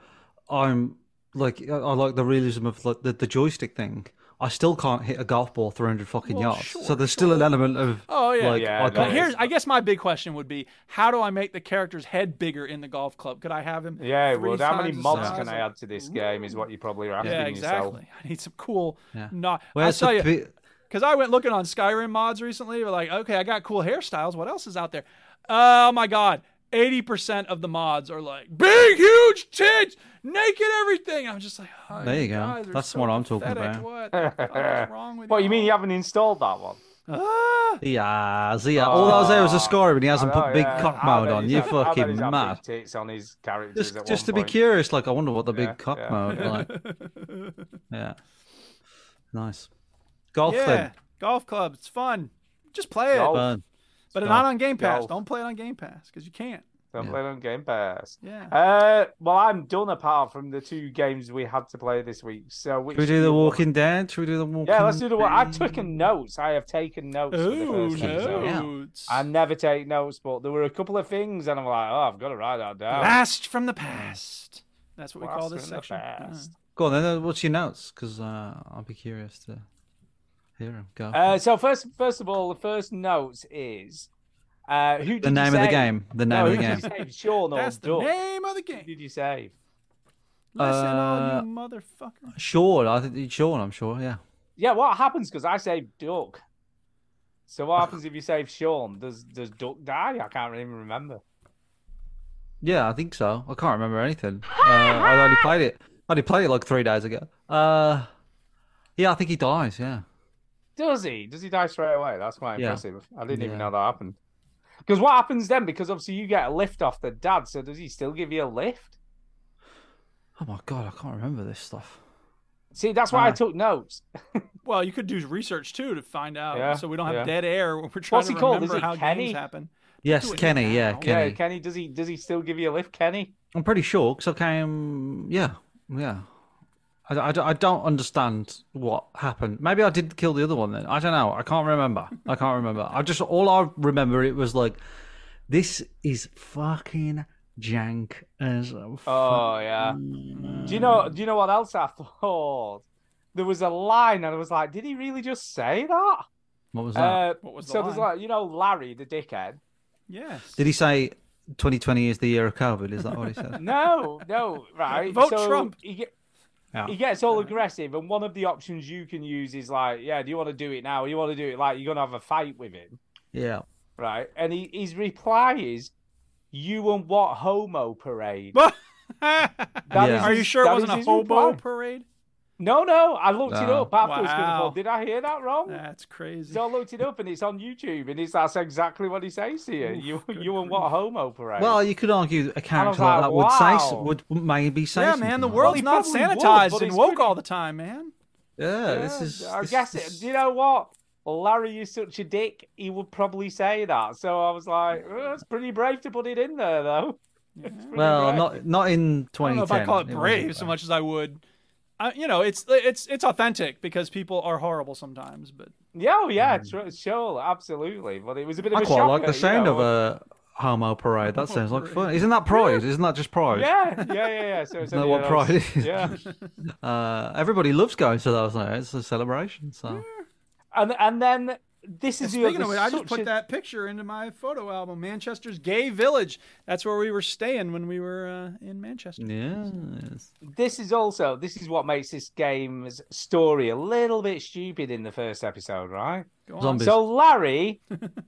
Speaker 4: I'm like I, I like the realism of like, the the joystick thing, I still can't hit a golf ball 300 fucking
Speaker 1: Well,
Speaker 4: yards.
Speaker 1: sure,
Speaker 4: So there's still an element of
Speaker 1: Oh, yeah.
Speaker 4: like
Speaker 5: Yeah,
Speaker 4: I
Speaker 5: no,
Speaker 1: But
Speaker 4: can't-
Speaker 5: it's-
Speaker 1: here's, I guess my big question would be, how do I make the character's head bigger in the golf club? Could I have him?
Speaker 5: Yeah,
Speaker 1: three
Speaker 5: well, how many
Speaker 1: times the
Speaker 5: mods
Speaker 1: size
Speaker 5: can I
Speaker 1: of-
Speaker 5: add to this game is what you probably are asking
Speaker 1: Yeah,
Speaker 5: yourself.
Speaker 1: exactly. I need some cool.
Speaker 4: Yeah.
Speaker 1: No, I
Speaker 4: where's
Speaker 1: tell
Speaker 4: the
Speaker 1: you,
Speaker 4: pi-
Speaker 1: because I went looking on Skyrim mods recently. But like, okay, I got cool hairstyles. What else is out there? Oh my god, 80% of the mods are like, big, huge tits, naked everything. I'm just like, oh,
Speaker 4: There you go.
Speaker 1: guys are
Speaker 4: That's
Speaker 1: so
Speaker 4: what I'm talking
Speaker 1: pathetic.
Speaker 4: about.
Speaker 1: What the fuck is wrong with
Speaker 5: What you mean you haven't installed that one?
Speaker 1: Ah!
Speaker 4: Yeah, see, yeah.
Speaker 5: Oh.
Speaker 4: all that was there was a scorer, and he hasn't put big cock mode on. You fucking mad.
Speaker 5: Tits on his characters
Speaker 4: Just,
Speaker 5: at
Speaker 4: just
Speaker 5: one
Speaker 4: to be
Speaker 5: point.
Speaker 4: curious, like I wonder what the
Speaker 5: Yeah,
Speaker 4: big cock
Speaker 5: yeah.
Speaker 4: mode like. Yeah, nice golf
Speaker 1: yeah,
Speaker 4: then.
Speaker 1: golf club. It's fun. Just play it.
Speaker 5: Golf.
Speaker 4: Fun.
Speaker 1: But not on Game Pass.
Speaker 5: Golf.
Speaker 1: Don't play it on Game Pass because you can't.
Speaker 5: Don't play it on Game Pass.
Speaker 1: Yeah.
Speaker 5: Uh, well, I'm done apart from the two games we had to play this week. So which
Speaker 4: Should we
Speaker 5: do
Speaker 4: do the
Speaker 5: you want?
Speaker 4: Walking Dead? Should we do the Walking?
Speaker 5: Yeah, let's do the one. I've taken notes. I have taken notes. for the
Speaker 1: Oh,
Speaker 5: first episode.
Speaker 1: notes.
Speaker 5: I never take notes, but there were a couple of things, and I'm like, oh, I've got to write that down.
Speaker 1: Blast from the past. That's what we call
Speaker 5: Blast
Speaker 1: this
Speaker 5: from the
Speaker 1: section. Uh-huh. Yeah.
Speaker 5: past.
Speaker 4: Go on then. uh, What's your notes? Because uh, I'll be curious to hear them. Go.
Speaker 5: Uh, so first, first of all, the first note is uh, who did
Speaker 4: the
Speaker 5: you
Speaker 4: name of the
Speaker 5: save?
Speaker 4: game. The name
Speaker 5: no,
Speaker 4: of the
Speaker 5: who
Speaker 4: game.
Speaker 5: Did you save? Sean or
Speaker 1: That's the
Speaker 5: Doug?
Speaker 1: name of the
Speaker 5: Who
Speaker 1: game.
Speaker 5: did you save?
Speaker 1: Listen,
Speaker 4: Uh,
Speaker 1: all you motherfucker.
Speaker 4: Sean, I think Sean. I'm sure. Yeah.
Speaker 5: Yeah, what happens? Because I saved Duck. So what happens if you save Sean? Does does Duck die? I can't even remember.
Speaker 4: Yeah, I think so. I can't remember anything. Uh, I only played it. I only played it like three days ago. Uh, yeah, I think he dies. Yeah.
Speaker 5: Does he? Does he die straight away? That's quite
Speaker 4: Yeah.
Speaker 5: impressive. I didn't even
Speaker 4: Yeah.
Speaker 5: know that happened. Because what happens then? Because obviously you get a lift off the dad. So does he still give you a lift?
Speaker 4: Oh my god, I can't remember this stuff.
Speaker 5: See, that's
Speaker 4: Ah.
Speaker 5: why I took notes.
Speaker 1: Well, you could do research too to find out,
Speaker 5: Yeah,
Speaker 1: so we don't have
Speaker 5: yeah.
Speaker 1: dead air when we're trying
Speaker 5: What's
Speaker 1: to
Speaker 5: he called? Is
Speaker 1: remember
Speaker 5: he
Speaker 1: how
Speaker 5: Kenny?
Speaker 1: games happen.
Speaker 4: Yes,
Speaker 1: Do it
Speaker 4: Kenny. Yeah,
Speaker 1: now.
Speaker 4: Kenny.
Speaker 5: Yeah, Kenny. Does he? Does he still give you a lift, Kenny?
Speaker 4: I'm pretty sure because I came. Yeah, yeah. I, I, I don't understand what happened. Maybe I did kill the other one then. I don't know. I can't remember. I can't remember. I just all I remember it was like, this is fucking jank as fuck.
Speaker 5: Oh yeah. Do you know? Do you know what else I thought? There was a line, and I was like, "Did he really just say that?"
Speaker 4: What was that?
Speaker 5: Uh,
Speaker 1: What was the
Speaker 5: so there's
Speaker 1: line?
Speaker 5: like you know Larry the dickhead.
Speaker 1: Yes.
Speaker 4: Did he say 2020 is the year of COVID? Is that what he said?
Speaker 5: No, no, right.
Speaker 1: Vote
Speaker 5: so
Speaker 1: Trump.
Speaker 5: He, ge-
Speaker 4: Yeah.
Speaker 5: he gets all aggressive, and one of the options you can use is like, yeah, do you want to do it now? You want to do it like you're gonna have a fight with him,
Speaker 4: yeah.
Speaker 5: right? And he, his reply is, "You and what homo parade?" That
Speaker 4: Yeah.
Speaker 5: is
Speaker 1: Are you
Speaker 5: his-
Speaker 1: sure it
Speaker 5: that is
Speaker 1: wasn't a
Speaker 5: his
Speaker 1: hobo
Speaker 5: reply.
Speaker 1: parade?
Speaker 5: No, no, I looked it
Speaker 4: No.
Speaker 5: up afterwards 'cause I
Speaker 1: Wow.
Speaker 5: thought, did I hear that wrong?
Speaker 1: That's crazy.
Speaker 5: So I looked it up, and it's on YouTube, and it's that's exactly what he says to you. you, you and what homo parade?
Speaker 4: Well, you could argue a character
Speaker 5: like,
Speaker 4: like that would say s-
Speaker 5: wow.
Speaker 4: would maybe say
Speaker 1: Yeah,
Speaker 4: something
Speaker 1: man, the
Speaker 4: like
Speaker 1: world's
Speaker 5: he
Speaker 1: not
Speaker 5: probably would,
Speaker 1: sanitized
Speaker 5: but
Speaker 1: and
Speaker 5: it's
Speaker 1: woke
Speaker 5: pretty-
Speaker 1: all the time, man.
Speaker 4: that. Yeah, this
Speaker 5: Yeah,
Speaker 4: is.
Speaker 5: I
Speaker 4: this-
Speaker 5: guess
Speaker 4: this-
Speaker 5: it. Do you know what? Larry is such a dick. He would probably say that. So I was like, "Oh, that's pretty brave to put it in there, though. It's pretty
Speaker 4: Well,
Speaker 5: brave.
Speaker 4: not not in
Speaker 1: I don't
Speaker 4: 2010.
Speaker 1: know if I call it
Speaker 4: wasn't
Speaker 1: brave so
Speaker 4: brave.
Speaker 1: much as I would. I, you know, it's it's it's authentic because people are horrible sometimes, but
Speaker 5: Yeah, oh, yeah, tr- sure, absolutely. But it was a bit
Speaker 4: Hmm.
Speaker 5: of
Speaker 4: I
Speaker 5: a
Speaker 4: quite
Speaker 5: shocker,
Speaker 4: like the
Speaker 5: you
Speaker 4: sound
Speaker 5: know.
Speaker 4: of a homo parade. That sounds like
Speaker 1: parade.
Speaker 4: fun. Isn't that pride? Isn't that just pride?
Speaker 5: Yeah, yeah, yeah, yeah. So it's
Speaker 4: Know
Speaker 5: only
Speaker 4: what
Speaker 5: those-
Speaker 4: pride is.
Speaker 5: Yeah,
Speaker 4: Uh, everybody loves going to those. now. It's a celebration. So
Speaker 5: and and then this is the
Speaker 1: Speaking
Speaker 5: other.
Speaker 1: of it, I just
Speaker 5: such a-
Speaker 1: put that picture into my photo album, Manchester's Gay Village. That's where we were staying when we were uh, in
Speaker 5: Mm.
Speaker 1: Manchester.
Speaker 4: yeah,
Speaker 5: this is also this is what makes this game's story a little bit stupid in the first episode, right?
Speaker 1: Go on.
Speaker 4: zombies.
Speaker 5: So Larry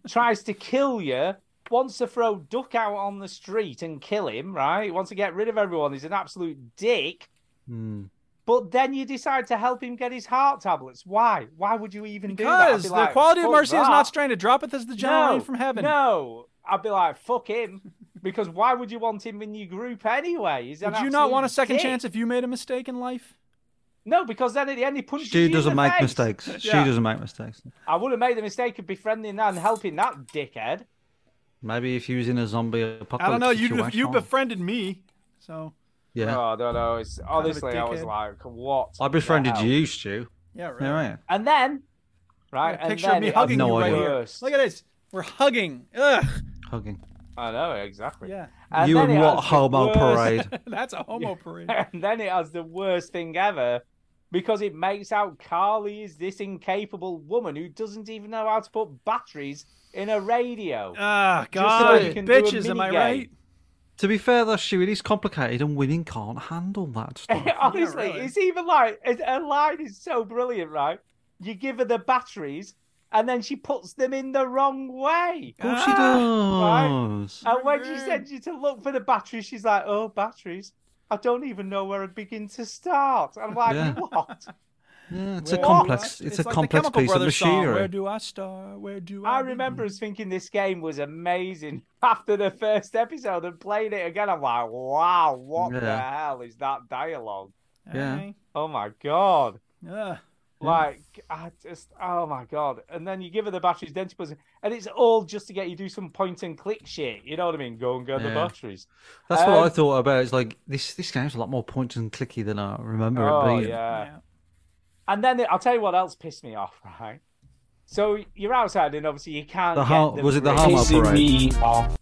Speaker 5: tries to kill you, wants to throw Duck out on the street and kill him, right? He wants to get rid of everyone. He's an absolute dick.
Speaker 4: Hmm.
Speaker 5: But then you decide to help him get his heart tablets. Why? Why would you even do that? I'd
Speaker 1: Because
Speaker 5: be
Speaker 1: the
Speaker 5: like,
Speaker 1: quality of
Speaker 5: "Fuck
Speaker 1: mercy is
Speaker 5: that."
Speaker 1: not strained. Droppeth as the general rain
Speaker 5: No,
Speaker 1: from heaven.
Speaker 5: No. I'd be like, fuck him. Because why would you want him in your group anyway? He's an
Speaker 1: Would you not
Speaker 5: absolute
Speaker 1: want a second
Speaker 5: dick.
Speaker 1: chance if you made a mistake in life?
Speaker 5: No, because then at the end he punches you
Speaker 4: She
Speaker 5: in the
Speaker 4: doesn't make
Speaker 5: face.
Speaker 4: mistakes. She
Speaker 1: Yeah.
Speaker 4: doesn't make mistakes.
Speaker 5: I would have made the mistake of befriending that and helping that dickhead.
Speaker 4: Maybe if you was in a zombie apocalypse.
Speaker 1: I don't know. You
Speaker 4: situation.
Speaker 1: you befriended me, so
Speaker 4: Yeah.
Speaker 5: Oh, I don't know. It's honestly, I was
Speaker 1: dickhead.
Speaker 5: like, what?
Speaker 4: I befriended
Speaker 5: the hell?
Speaker 4: you, Stu.
Speaker 1: yeah, right.
Speaker 4: Yeah, right.
Speaker 5: And then, right? And
Speaker 1: Picture
Speaker 5: then
Speaker 1: of me
Speaker 5: it
Speaker 1: hugging
Speaker 4: no
Speaker 1: you right
Speaker 4: idea.
Speaker 1: here.
Speaker 5: worse.
Speaker 1: Look at this. We're hugging. Ugh.
Speaker 4: Hugging.
Speaker 5: I know exactly.
Speaker 1: Yeah.
Speaker 5: And
Speaker 4: you
Speaker 5: then
Speaker 4: and
Speaker 5: it
Speaker 4: what
Speaker 5: has the
Speaker 4: homo
Speaker 5: worst-
Speaker 4: parade?
Speaker 1: That's a homo parade.
Speaker 5: and then it has the worst thing ever because it makes out Carly is this incapable woman who doesn't even know how to put batteries in a radio.
Speaker 1: Ah,
Speaker 5: so
Speaker 1: God,
Speaker 5: you can do a
Speaker 1: bitches, am I
Speaker 5: minigame.
Speaker 1: right?
Speaker 4: to be fair, though, Stu, it is complicated, and women can't handle that stuff.
Speaker 5: Honestly,
Speaker 1: really.
Speaker 5: it's even like it- her line is so brilliant, right? You give her the batteries, and then she puts them in the wrong way.
Speaker 4: Of course she does.
Speaker 5: And when she sends you to look for the batteries, she's like, "Oh, batteries! I don't even know where I begin to start." I'm like,
Speaker 4: Yeah.
Speaker 5: "What?"
Speaker 4: Yeah, it's a
Speaker 5: Well,
Speaker 4: complex. It's, a
Speaker 1: like the
Speaker 4: complex
Speaker 1: Chemical
Speaker 4: piece of
Speaker 1: Brothers song, Where
Speaker 4: machinery.
Speaker 1: do I start? Where do I?
Speaker 5: I remember us thinking this game was amazing after the first episode and playing it again. I'm like, "Wow, what the
Speaker 4: Yeah.
Speaker 5: hell is that dialogue?"
Speaker 1: begin?
Speaker 4: Yeah.
Speaker 1: Eh?
Speaker 5: Oh my god.
Speaker 1: Ugh.
Speaker 5: Like I just oh my god. And then you give her the batteries, then she puts it- and it's all just to get you do some point and click shit. You know what I mean? Go and get the
Speaker 4: Yeah.
Speaker 5: batteries.
Speaker 4: That's what I
Speaker 5: Um,
Speaker 4: thought about. It's like this. This game's a lot more point and clicky than I remember it
Speaker 5: Oh
Speaker 4: being.
Speaker 5: yeah.
Speaker 1: Yeah.
Speaker 5: And then I'll tell you what else pissed me off, right? So you're outside and obviously you can't
Speaker 4: The
Speaker 5: get
Speaker 4: har-
Speaker 5: the
Speaker 4: was it the
Speaker 5: brick.
Speaker 4: harm operator?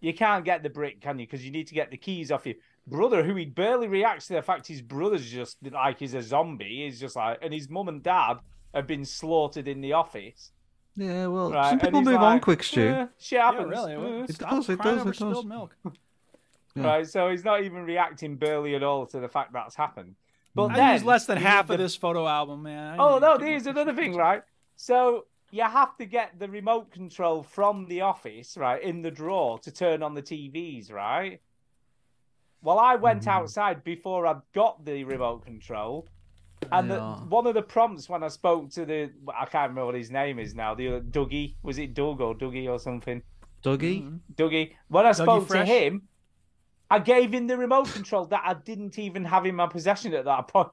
Speaker 5: You can't get the brick, can you? Because you need to get the keys off your brother, who he barely reacts to the fact his brother's just like he's a zombie. He's just like, and his mum and dad have been slaughtered in the office.
Speaker 4: Yeah, well,
Speaker 5: Right,
Speaker 4: some
Speaker 5: and
Speaker 4: people
Speaker 5: he's
Speaker 4: move on
Speaker 5: like,
Speaker 4: quick, Stu.
Speaker 5: "Eh, shit
Speaker 1: Yeah,
Speaker 5: happens.
Speaker 1: Oh, really.
Speaker 5: eh."
Speaker 1: well,
Speaker 4: It
Speaker 1: stop
Speaker 4: does, it
Speaker 1: crying
Speaker 4: does,
Speaker 1: over
Speaker 4: it does.
Speaker 1: spilled milk.
Speaker 4: Yeah.
Speaker 5: Right, so he's not even reacting barely at all to the fact that's happened. But
Speaker 1: I
Speaker 5: then
Speaker 1: used less than
Speaker 5: you
Speaker 1: half
Speaker 5: need
Speaker 1: of
Speaker 5: the-
Speaker 1: this photo album, man. I
Speaker 5: Oh
Speaker 1: ain't
Speaker 5: no,
Speaker 1: getting
Speaker 5: here's
Speaker 1: much
Speaker 5: another thing, right? So you have to get the remote control from the office, right, in the drawer to turn on the TVs, right? Well, I went
Speaker 4: Hmm.
Speaker 5: outside before I got the remote control, and the,
Speaker 4: Yeah.
Speaker 5: one of the prompts when I spoke to the I can't remember what his name is now. The other Dougie was it Doug or Dougie or something?
Speaker 4: Dougie,
Speaker 5: Dougie. When I spoke to
Speaker 1: Fresh?
Speaker 5: him, I gave him the remote control that I didn't even have in my possession at that point.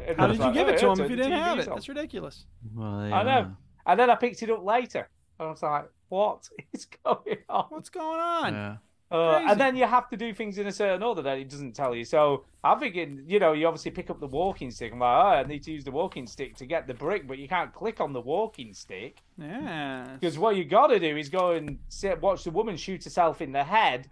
Speaker 5: And I
Speaker 1: How
Speaker 5: was
Speaker 1: did you
Speaker 5: like,
Speaker 1: give
Speaker 5: "Oh,
Speaker 1: it to
Speaker 5: yeah,
Speaker 1: him
Speaker 5: turn
Speaker 1: if you
Speaker 5: the
Speaker 1: didn't have
Speaker 5: TVs
Speaker 1: it?
Speaker 5: on."
Speaker 1: That's ridiculous.
Speaker 4: Well,
Speaker 5: I
Speaker 4: yeah.
Speaker 5: know. And then I picked it up later. And I was like, what is going on?
Speaker 1: What's going on?
Speaker 4: Yeah.
Speaker 5: Uh,
Speaker 1: crazy?
Speaker 5: and then you have to do things in a certain order that it doesn't tell you. So I'm thinking, you know, you obviously pick up the walking stick. I'm like, oh, I need to use the walking stick to get the brick, but you can't click on the walking stick
Speaker 1: Yeah.
Speaker 5: because what you got to do is go and sit, watch the woman shoot herself in the head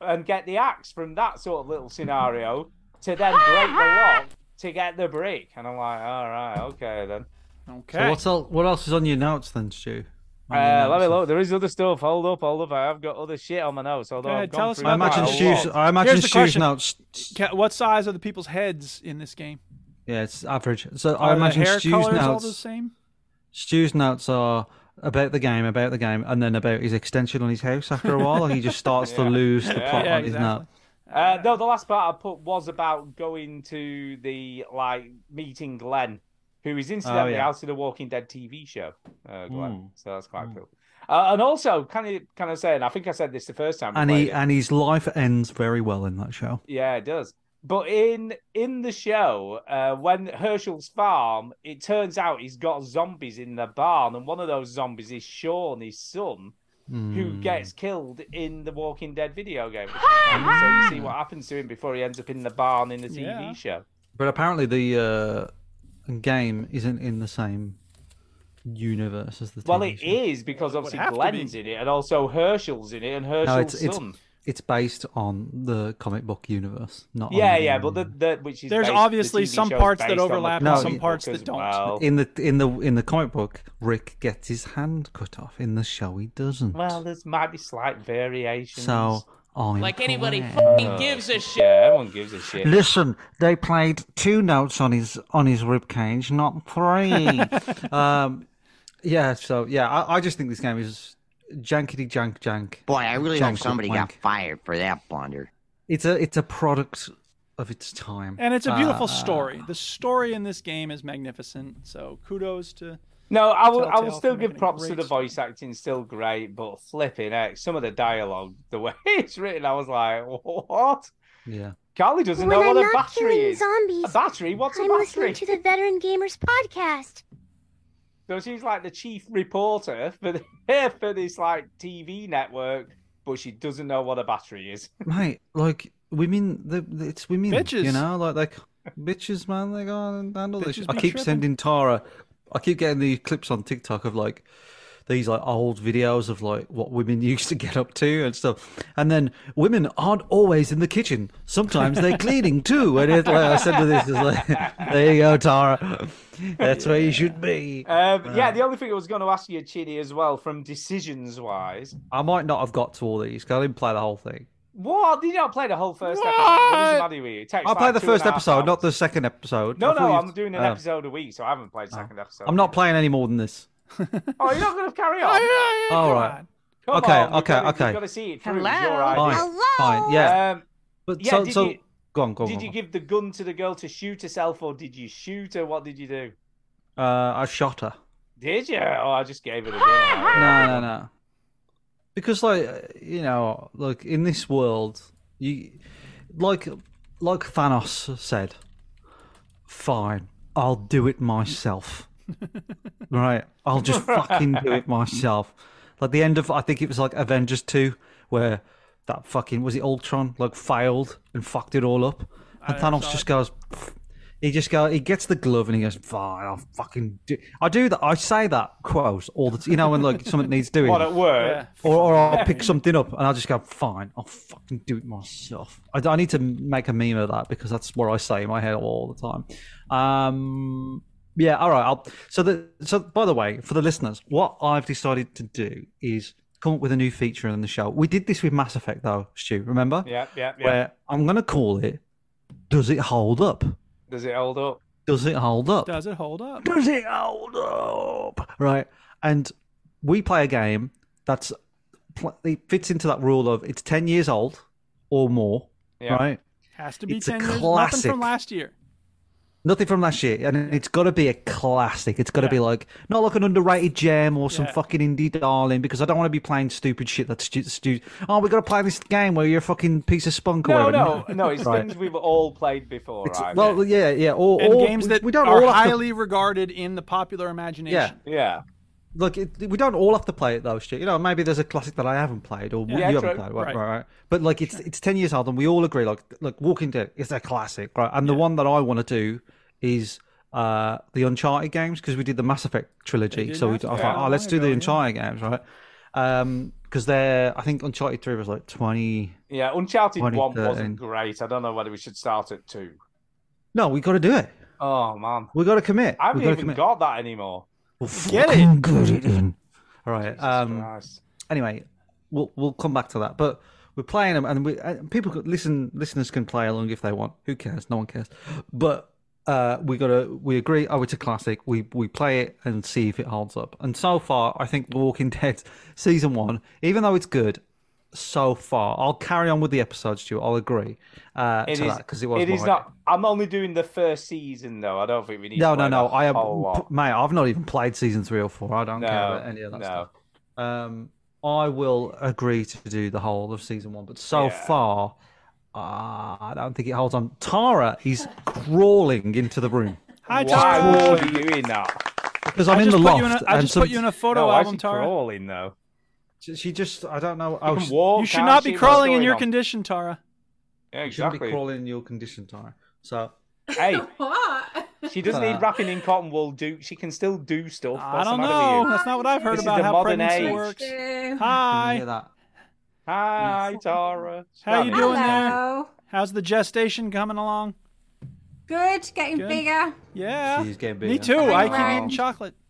Speaker 5: and get the axe from that sort of little scenario to then break the lock to get the brick. And I'm like, all right, okay then.
Speaker 1: Okay.
Speaker 4: So what's else? What else is on your notes then, Stu? On your
Speaker 5: Uh, let me
Speaker 4: notes.
Speaker 5: look. There is other stuff. Hold up, hold up. I have got other shit on my notes. Although
Speaker 1: ahead,
Speaker 5: I've gone
Speaker 1: tell us
Speaker 5: through
Speaker 1: about
Speaker 4: I
Speaker 1: that.
Speaker 4: imagine
Speaker 5: quite a
Speaker 1: Here's
Speaker 4: Stu's.
Speaker 5: lot.
Speaker 4: I imagine
Speaker 1: the
Speaker 4: Stu's
Speaker 1: question.
Speaker 4: notes.
Speaker 1: Ca- what size are the people's heads in this game?
Speaker 4: Yeah, it's average. So
Speaker 1: Are
Speaker 4: I imagine
Speaker 1: the hair
Speaker 4: Stu's
Speaker 1: colors
Speaker 4: notes.
Speaker 1: all the same?
Speaker 4: Stu's notes are about the game, about the game, and then about his extension on his house. After a while, he just starts to lose the plot
Speaker 1: Yeah,
Speaker 4: on his
Speaker 1: exactly.
Speaker 4: note.
Speaker 5: Uh, no, the last part I put was about going to the like meeting Glenn, who is incidentally
Speaker 4: yeah.
Speaker 5: out of the Walking Dead TV show. Uh, Glenn,
Speaker 4: Mm.
Speaker 5: so that's quite cool. Uh, and also, can I can I say, and I think I said this the first time, we
Speaker 4: And he
Speaker 5: played it.
Speaker 4: and his life ends very well in that show.
Speaker 5: Yeah, it does. But in in the show, uh, when Herschel's farm, it turns out he's got zombies in the barn, and one of those zombies is Sean, his son,
Speaker 1: Hmm.
Speaker 4: Hmm.
Speaker 5: who gets killed in the Walking Dead video game. which is funny. so you see what happens to him before he ends up in the barn in the TV
Speaker 1: Yeah.
Speaker 5: show.
Speaker 4: But apparently, the uh, game isn't in the same universe as the.
Speaker 5: Well,
Speaker 4: TV
Speaker 5: it
Speaker 4: show.
Speaker 5: is because obviously
Speaker 1: have to be.
Speaker 5: Glenn's in it, and also Herschel's in it, and Herschel's
Speaker 4: No, it's it's
Speaker 5: son.
Speaker 4: it's based on the comic book universe, not on
Speaker 5: Yeah,
Speaker 4: the um,
Speaker 5: yeah,
Speaker 4: game
Speaker 5: but the, the which is
Speaker 1: There's
Speaker 5: based- the
Speaker 1: obviously
Speaker 5: TV
Speaker 1: some
Speaker 5: show's
Speaker 1: parts that
Speaker 5: based on the
Speaker 1: overlap
Speaker 4: and
Speaker 5: comic
Speaker 4: some
Speaker 5: book
Speaker 1: parts that
Speaker 5: as
Speaker 1: don't.
Speaker 5: well.
Speaker 4: um, in the in the in the comic book, Rick gets his hand cut off. In the show, he doesn't.
Speaker 5: Well, there's might be slight variations.
Speaker 4: so I'm like anybody.
Speaker 5: yeah, everyone gives a shit.
Speaker 7: Listen, they played two notes on his on his ribcage, not three.
Speaker 4: Um, yeah. So yeah, I, I just think this game is jankety jank jank.
Speaker 8: Boy, I really
Speaker 4: Jank,
Speaker 8: hope somebody got
Speaker 4: wank.
Speaker 8: fired for that blunder.
Speaker 4: It's a it's a product of its time.
Speaker 1: And it's a beautiful
Speaker 4: Uh,
Speaker 1: story. The story in this game is magnificent. So kudos to.
Speaker 5: No, I will. I will
Speaker 1: Telltale
Speaker 5: still
Speaker 1: for
Speaker 5: give
Speaker 1: making a
Speaker 5: props to
Speaker 1: great
Speaker 5: the voice acting, still great, but flipping heck, some of the dialogue, the way it's written, I was like, what?
Speaker 4: Yeah.
Speaker 5: Carly doesn't know
Speaker 11: When
Speaker 5: what
Speaker 11: I'm
Speaker 5: a
Speaker 11: not
Speaker 5: battery
Speaker 11: killing
Speaker 5: is. A
Speaker 11: zombies,
Speaker 5: battery? What's a
Speaker 11: I'm listening to
Speaker 5: battery?
Speaker 11: the Veteran Gamers podcast.
Speaker 5: So she's like the chief reporter for the, for this like TV network, but she doesn't know what a battery is.
Speaker 4: Mate, like women, the, the- it's women.
Speaker 1: Bitches.
Speaker 4: You know, like like bitches, man. They go and handle this.
Speaker 1: Bitches
Speaker 4: I
Speaker 1: be
Speaker 4: keep
Speaker 1: tripping.
Speaker 4: sending Tara. I keep getting these clips on TikTok of like these like old videos of like what women used to get up to and stuff. And then women aren't always in the kitchen. Sometimes they're cleaning too. And it's like I said to this is like, there you go, Tara. That's where you should be.
Speaker 5: Um, yeah, the only thing I was going to ask you, Chidi, as well, from decisions wise,
Speaker 4: I might not have got to all these because I didn't play the whole thing.
Speaker 5: What? Did you not play the whole first
Speaker 4: What?
Speaker 5: episode? What is the matter with you? It takes
Speaker 4: I'll
Speaker 5: like
Speaker 4: play the
Speaker 5: two and a
Speaker 4: first
Speaker 5: half
Speaker 4: episode,
Speaker 5: hours.
Speaker 4: not the second episode.
Speaker 5: No,
Speaker 4: I thought
Speaker 5: no,
Speaker 4: you-
Speaker 5: I'm doing an
Speaker 4: Oh.
Speaker 5: episode a week, so I haven't played the second episode.
Speaker 4: I'm not playing any more than this.
Speaker 5: Oh, you're not going to carry on.
Speaker 4: All right.
Speaker 5: Come
Speaker 4: Okay,
Speaker 5: on, we've
Speaker 4: okay,
Speaker 5: gotta-
Speaker 4: okay.
Speaker 5: We've got to see it through.
Speaker 10: Hello?
Speaker 5: It's your idea.
Speaker 4: Fine. Fine. Yeah.
Speaker 5: Um,
Speaker 4: But
Speaker 5: yeah,
Speaker 4: so,
Speaker 5: did
Speaker 4: so
Speaker 5: you-
Speaker 4: go on, go on.
Speaker 5: did
Speaker 4: go
Speaker 5: you
Speaker 4: on.
Speaker 5: give the gun to the girl to shoot herself, or did you shoot her? What did you do?
Speaker 4: Uh, I shot her.
Speaker 5: Did you? Oh, I just gave her the gun.
Speaker 4: No, no, no. Because, like, uh, you know, like in this world, you, like, like Thanos said, fine, I'll do it myself. right? I'll just fucking do it myself. Like the end of, I think it was like Avengers two, where that fucking was it Ultron like failed and fucked it all up, and Thanos just goes. "Pff." He just go. He gets the glove and he goes, "Fine, I'll fucking do." I do that. I say that quote all the. T- you know when like something needs doing
Speaker 5: What at work?
Speaker 4: or, or I'll pick something up and I'll just go, fine, I'll fucking do it myself. I, I need to make a meme of that because that's what I say in my head all the time. Um, yeah, all right. I'll, so, the, so by the way, for the listeners, what I've decided to do is come up with a new feature in the show. We did this with Mass Effect though, Stu, remember?
Speaker 5: Yeah, yeah, yeah.
Speaker 4: Where I'm going to call it, does it hold up?
Speaker 5: Does it hold up?
Speaker 4: Does it hold up?
Speaker 1: Does it hold up?
Speaker 4: Does it hold up? Right. And we play a game that's pl- it fits into that rule of it's 10 years old or more,
Speaker 5: Yeah.
Speaker 4: right?
Speaker 1: Has to be
Speaker 4: It's a
Speaker 1: ten years. Nothing
Speaker 4: classic.
Speaker 1: from last year.
Speaker 4: Nothing from last year. And it's got to be a classic. It's got to be like, not like an underrated gem or some
Speaker 1: Yeah.
Speaker 4: fucking indie darling because I don't want to be playing stupid shit that's stu- stu- Oh, we got to play this game where you're a fucking piece of spunk or
Speaker 5: No,
Speaker 4: whatever.
Speaker 5: no, no. It's
Speaker 4: Right.
Speaker 5: things we've all played before,
Speaker 4: It's-
Speaker 5: right?
Speaker 4: well, yeah, yeah. Or,
Speaker 1: And
Speaker 4: or-
Speaker 1: games
Speaker 4: we-
Speaker 1: that
Speaker 4: we don't
Speaker 1: are
Speaker 4: all have to-
Speaker 1: highly regarded in the popular imagination.
Speaker 4: Yeah.
Speaker 5: yeah.
Speaker 4: look, it, we don't all have to play it though, Stu. You know, maybe there's a classic that I haven't played or
Speaker 5: Yeah,
Speaker 4: you
Speaker 5: true.
Speaker 4: haven't played, right,
Speaker 1: Right.
Speaker 4: right, right. But like, it's it's ten years old, and we all agree, like, like Walking Dead is a classic, right? And the one that I want to do is uh the Uncharted games because we did the Mass Effect trilogy,
Speaker 1: did
Speaker 4: so we, I
Speaker 1: that? Yeah.
Speaker 4: thought, oh, let's do the Uncharted games, right? Um, because they're, I think Uncharted three was like twenty.
Speaker 5: Yeah, Uncharted 1
Speaker 4: 2013.
Speaker 5: wasn't great. I don't know whether we should start at 2.
Speaker 4: No, we got to do it.
Speaker 5: Oh, man.
Speaker 4: We got to commit.
Speaker 5: I haven't
Speaker 4: we gotta
Speaker 5: even
Speaker 4: commit.
Speaker 5: got that anymore.
Speaker 4: Well,
Speaker 1: Get it.
Speaker 4: fucking Good it in. All right. um,
Speaker 5: Christ.
Speaker 4: anyway, we'll we'll come back to that. But we're playing them, and we and people could listen. Listeners can play along if they want. Who cares? No one cares. But uh, we gotta we agree. Oh, it's a classic. We we play it and see if it holds up. And so far, I think The Walking Dead season one, even though it's good. So far, I'll carry on with the episode, Stuart. I'll agree uh,
Speaker 5: It
Speaker 4: to
Speaker 5: is,
Speaker 4: that because it was.
Speaker 5: it is
Speaker 4: my-
Speaker 5: not. I'm only doing the first season, though. I don't think we need
Speaker 4: No,
Speaker 5: to
Speaker 4: no,
Speaker 5: play
Speaker 4: no.
Speaker 5: that
Speaker 4: I have,
Speaker 5: whole lot.
Speaker 4: mate. I've not even played season three or four. I don't
Speaker 5: No,
Speaker 4: care about any of that
Speaker 5: no.
Speaker 4: stuff. Um, I will agree to do the whole of season one, but so
Speaker 5: Yeah.
Speaker 4: far, uh, I don't think it holds on. Tara is crawling into the room
Speaker 1: Hi, Tara.
Speaker 5: Why would you be doing that?
Speaker 4: because
Speaker 1: I
Speaker 4: I'm in
Speaker 1: just
Speaker 4: the
Speaker 1: put
Speaker 4: loft.
Speaker 1: you in a, I
Speaker 4: and
Speaker 1: just
Speaker 4: some-
Speaker 1: put you in a photo
Speaker 5: No, why is
Speaker 1: album,
Speaker 5: she
Speaker 1: Tara.
Speaker 5: crawling, though? Oh,
Speaker 4: She just, I don't know. I was,
Speaker 5: Can walk,
Speaker 1: You should
Speaker 5: can't
Speaker 1: not
Speaker 5: she?
Speaker 1: be
Speaker 5: What's
Speaker 1: crawling in
Speaker 5: going
Speaker 1: your
Speaker 5: on?
Speaker 1: condition, Tara.
Speaker 5: Yeah,
Speaker 4: you shouldn't be
Speaker 5: exactly.
Speaker 4: crawling in your condition, Tara. So
Speaker 5: Hey,
Speaker 10: What?
Speaker 5: she doesn't
Speaker 4: Uh,
Speaker 5: need wrapping in cotton wool. Do she can still do stuff?
Speaker 1: I
Speaker 5: What's the
Speaker 1: don't
Speaker 5: matter
Speaker 1: know.
Speaker 5: with you?
Speaker 1: That's not what I've heard
Speaker 5: This is
Speaker 1: about
Speaker 5: the
Speaker 1: how
Speaker 5: modern
Speaker 1: pregnancy
Speaker 5: age.
Speaker 1: works.
Speaker 10: Stu.
Speaker 4: can you
Speaker 1: Hi.
Speaker 4: hear that.
Speaker 5: Hi, Tara.
Speaker 1: How you
Speaker 5: Stunning.
Speaker 1: doing there?
Speaker 10: Hello.
Speaker 1: How's the gestation coming along?
Speaker 10: Good, getting
Speaker 1: Good.
Speaker 10: bigger.
Speaker 1: Yeah.
Speaker 4: She's getting
Speaker 1: Me
Speaker 4: bigger.
Speaker 1: too. I
Speaker 10: Right.
Speaker 1: keep eating chocolate.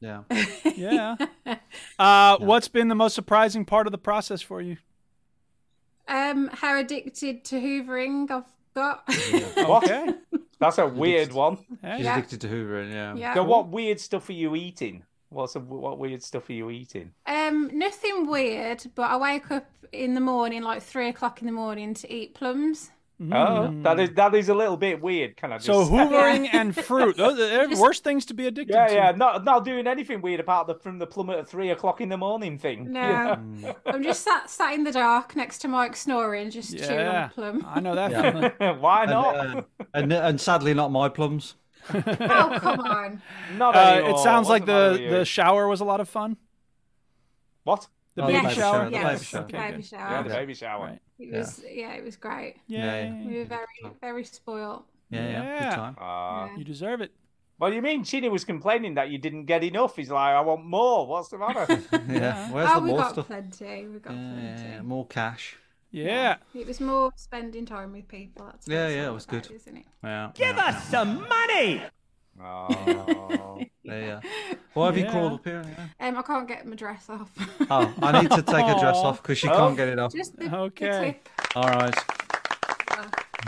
Speaker 4: Yeah.
Speaker 1: Yeah. Uh, What's been the most surprising part of the process for you?
Speaker 10: Um, how addicted to hoovering I've got.
Speaker 5: What?
Speaker 1: Okay.
Speaker 5: That's a weird one.
Speaker 1: Hey.
Speaker 4: She's
Speaker 10: Yeah.
Speaker 4: addicted to hoovering. Yeah.
Speaker 10: yeah.
Speaker 5: So, what weird stuff are you eating? What's a, what weird stuff are you eating?
Speaker 10: Um, nothing weird, but I wake up in the morning, like three o'clock in the morning, to eat plums.
Speaker 5: Oh, that is that is a little bit weird. Can I just?
Speaker 1: Mm. Hmm. So
Speaker 5: say?
Speaker 1: hoovering and fruit. Those are they're the worst things to be addicted
Speaker 5: Yeah,
Speaker 1: to.
Speaker 5: yeah, not not doing anything weird apart the, from the plummet at three o'clock in the morning thing.
Speaker 10: No,
Speaker 5: Yeah.
Speaker 10: I'm just sat sat in the dark next to Mike snoring, just chewing on a
Speaker 1: Yeah.
Speaker 10: plum.
Speaker 1: I know that.
Speaker 4: Yeah.
Speaker 1: feeling.
Speaker 5: Why
Speaker 4: And,
Speaker 5: not?
Speaker 4: uh, and and sadly, not my plums.
Speaker 10: Oh come on!
Speaker 5: not
Speaker 1: Uh,
Speaker 5: anymore.
Speaker 1: it sounds like
Speaker 5: What's matter
Speaker 1: the,
Speaker 5: with you?
Speaker 1: the shower was a lot of fun.
Speaker 5: what?
Speaker 1: The
Speaker 4: Oh,
Speaker 1: baby
Speaker 10: yes,
Speaker 1: shower.
Speaker 4: the
Speaker 10: yes,
Speaker 4: baby shower.
Speaker 1: Okay,
Speaker 10: baby
Speaker 1: good.
Speaker 10: shower.
Speaker 5: Yeah, the baby shower.
Speaker 1: Right.
Speaker 10: It was yeah, it was great.
Speaker 4: Yeah,
Speaker 1: Yay.
Speaker 10: We were very very spoiled.
Speaker 4: Yeah, yeah.
Speaker 1: Yeah.
Speaker 4: Good time.
Speaker 5: Uh,
Speaker 10: Yeah.
Speaker 1: You deserve it.
Speaker 5: well, you mean Chini was complaining that you didn't get enough? He's like, I want more. What's the matter?
Speaker 4: Yeah. Where's
Speaker 10: oh,
Speaker 4: the
Speaker 10: we
Speaker 4: more
Speaker 10: got
Speaker 4: stuff?
Speaker 10: plenty. We got
Speaker 4: Yeah,
Speaker 10: plenty.
Speaker 4: yeah, more cash.
Speaker 1: Yeah.
Speaker 10: It was more spending time with people. That's what
Speaker 4: Yeah,
Speaker 10: it's
Speaker 4: yeah,
Speaker 10: all
Speaker 4: it was
Speaker 10: about,
Speaker 4: good.
Speaker 10: isn't it?
Speaker 4: Yeah.
Speaker 5: Ah.
Speaker 9: Give us some money.
Speaker 5: oh.
Speaker 4: There you are. Why have you
Speaker 10: Yeah.
Speaker 4: crawled up here? Yeah.
Speaker 10: Um, I can't get my dress off.
Speaker 4: Oh, I need to take her dress off because she can't get it off.
Speaker 10: Just the, the
Speaker 1: Okay.
Speaker 10: tip.
Speaker 4: All right.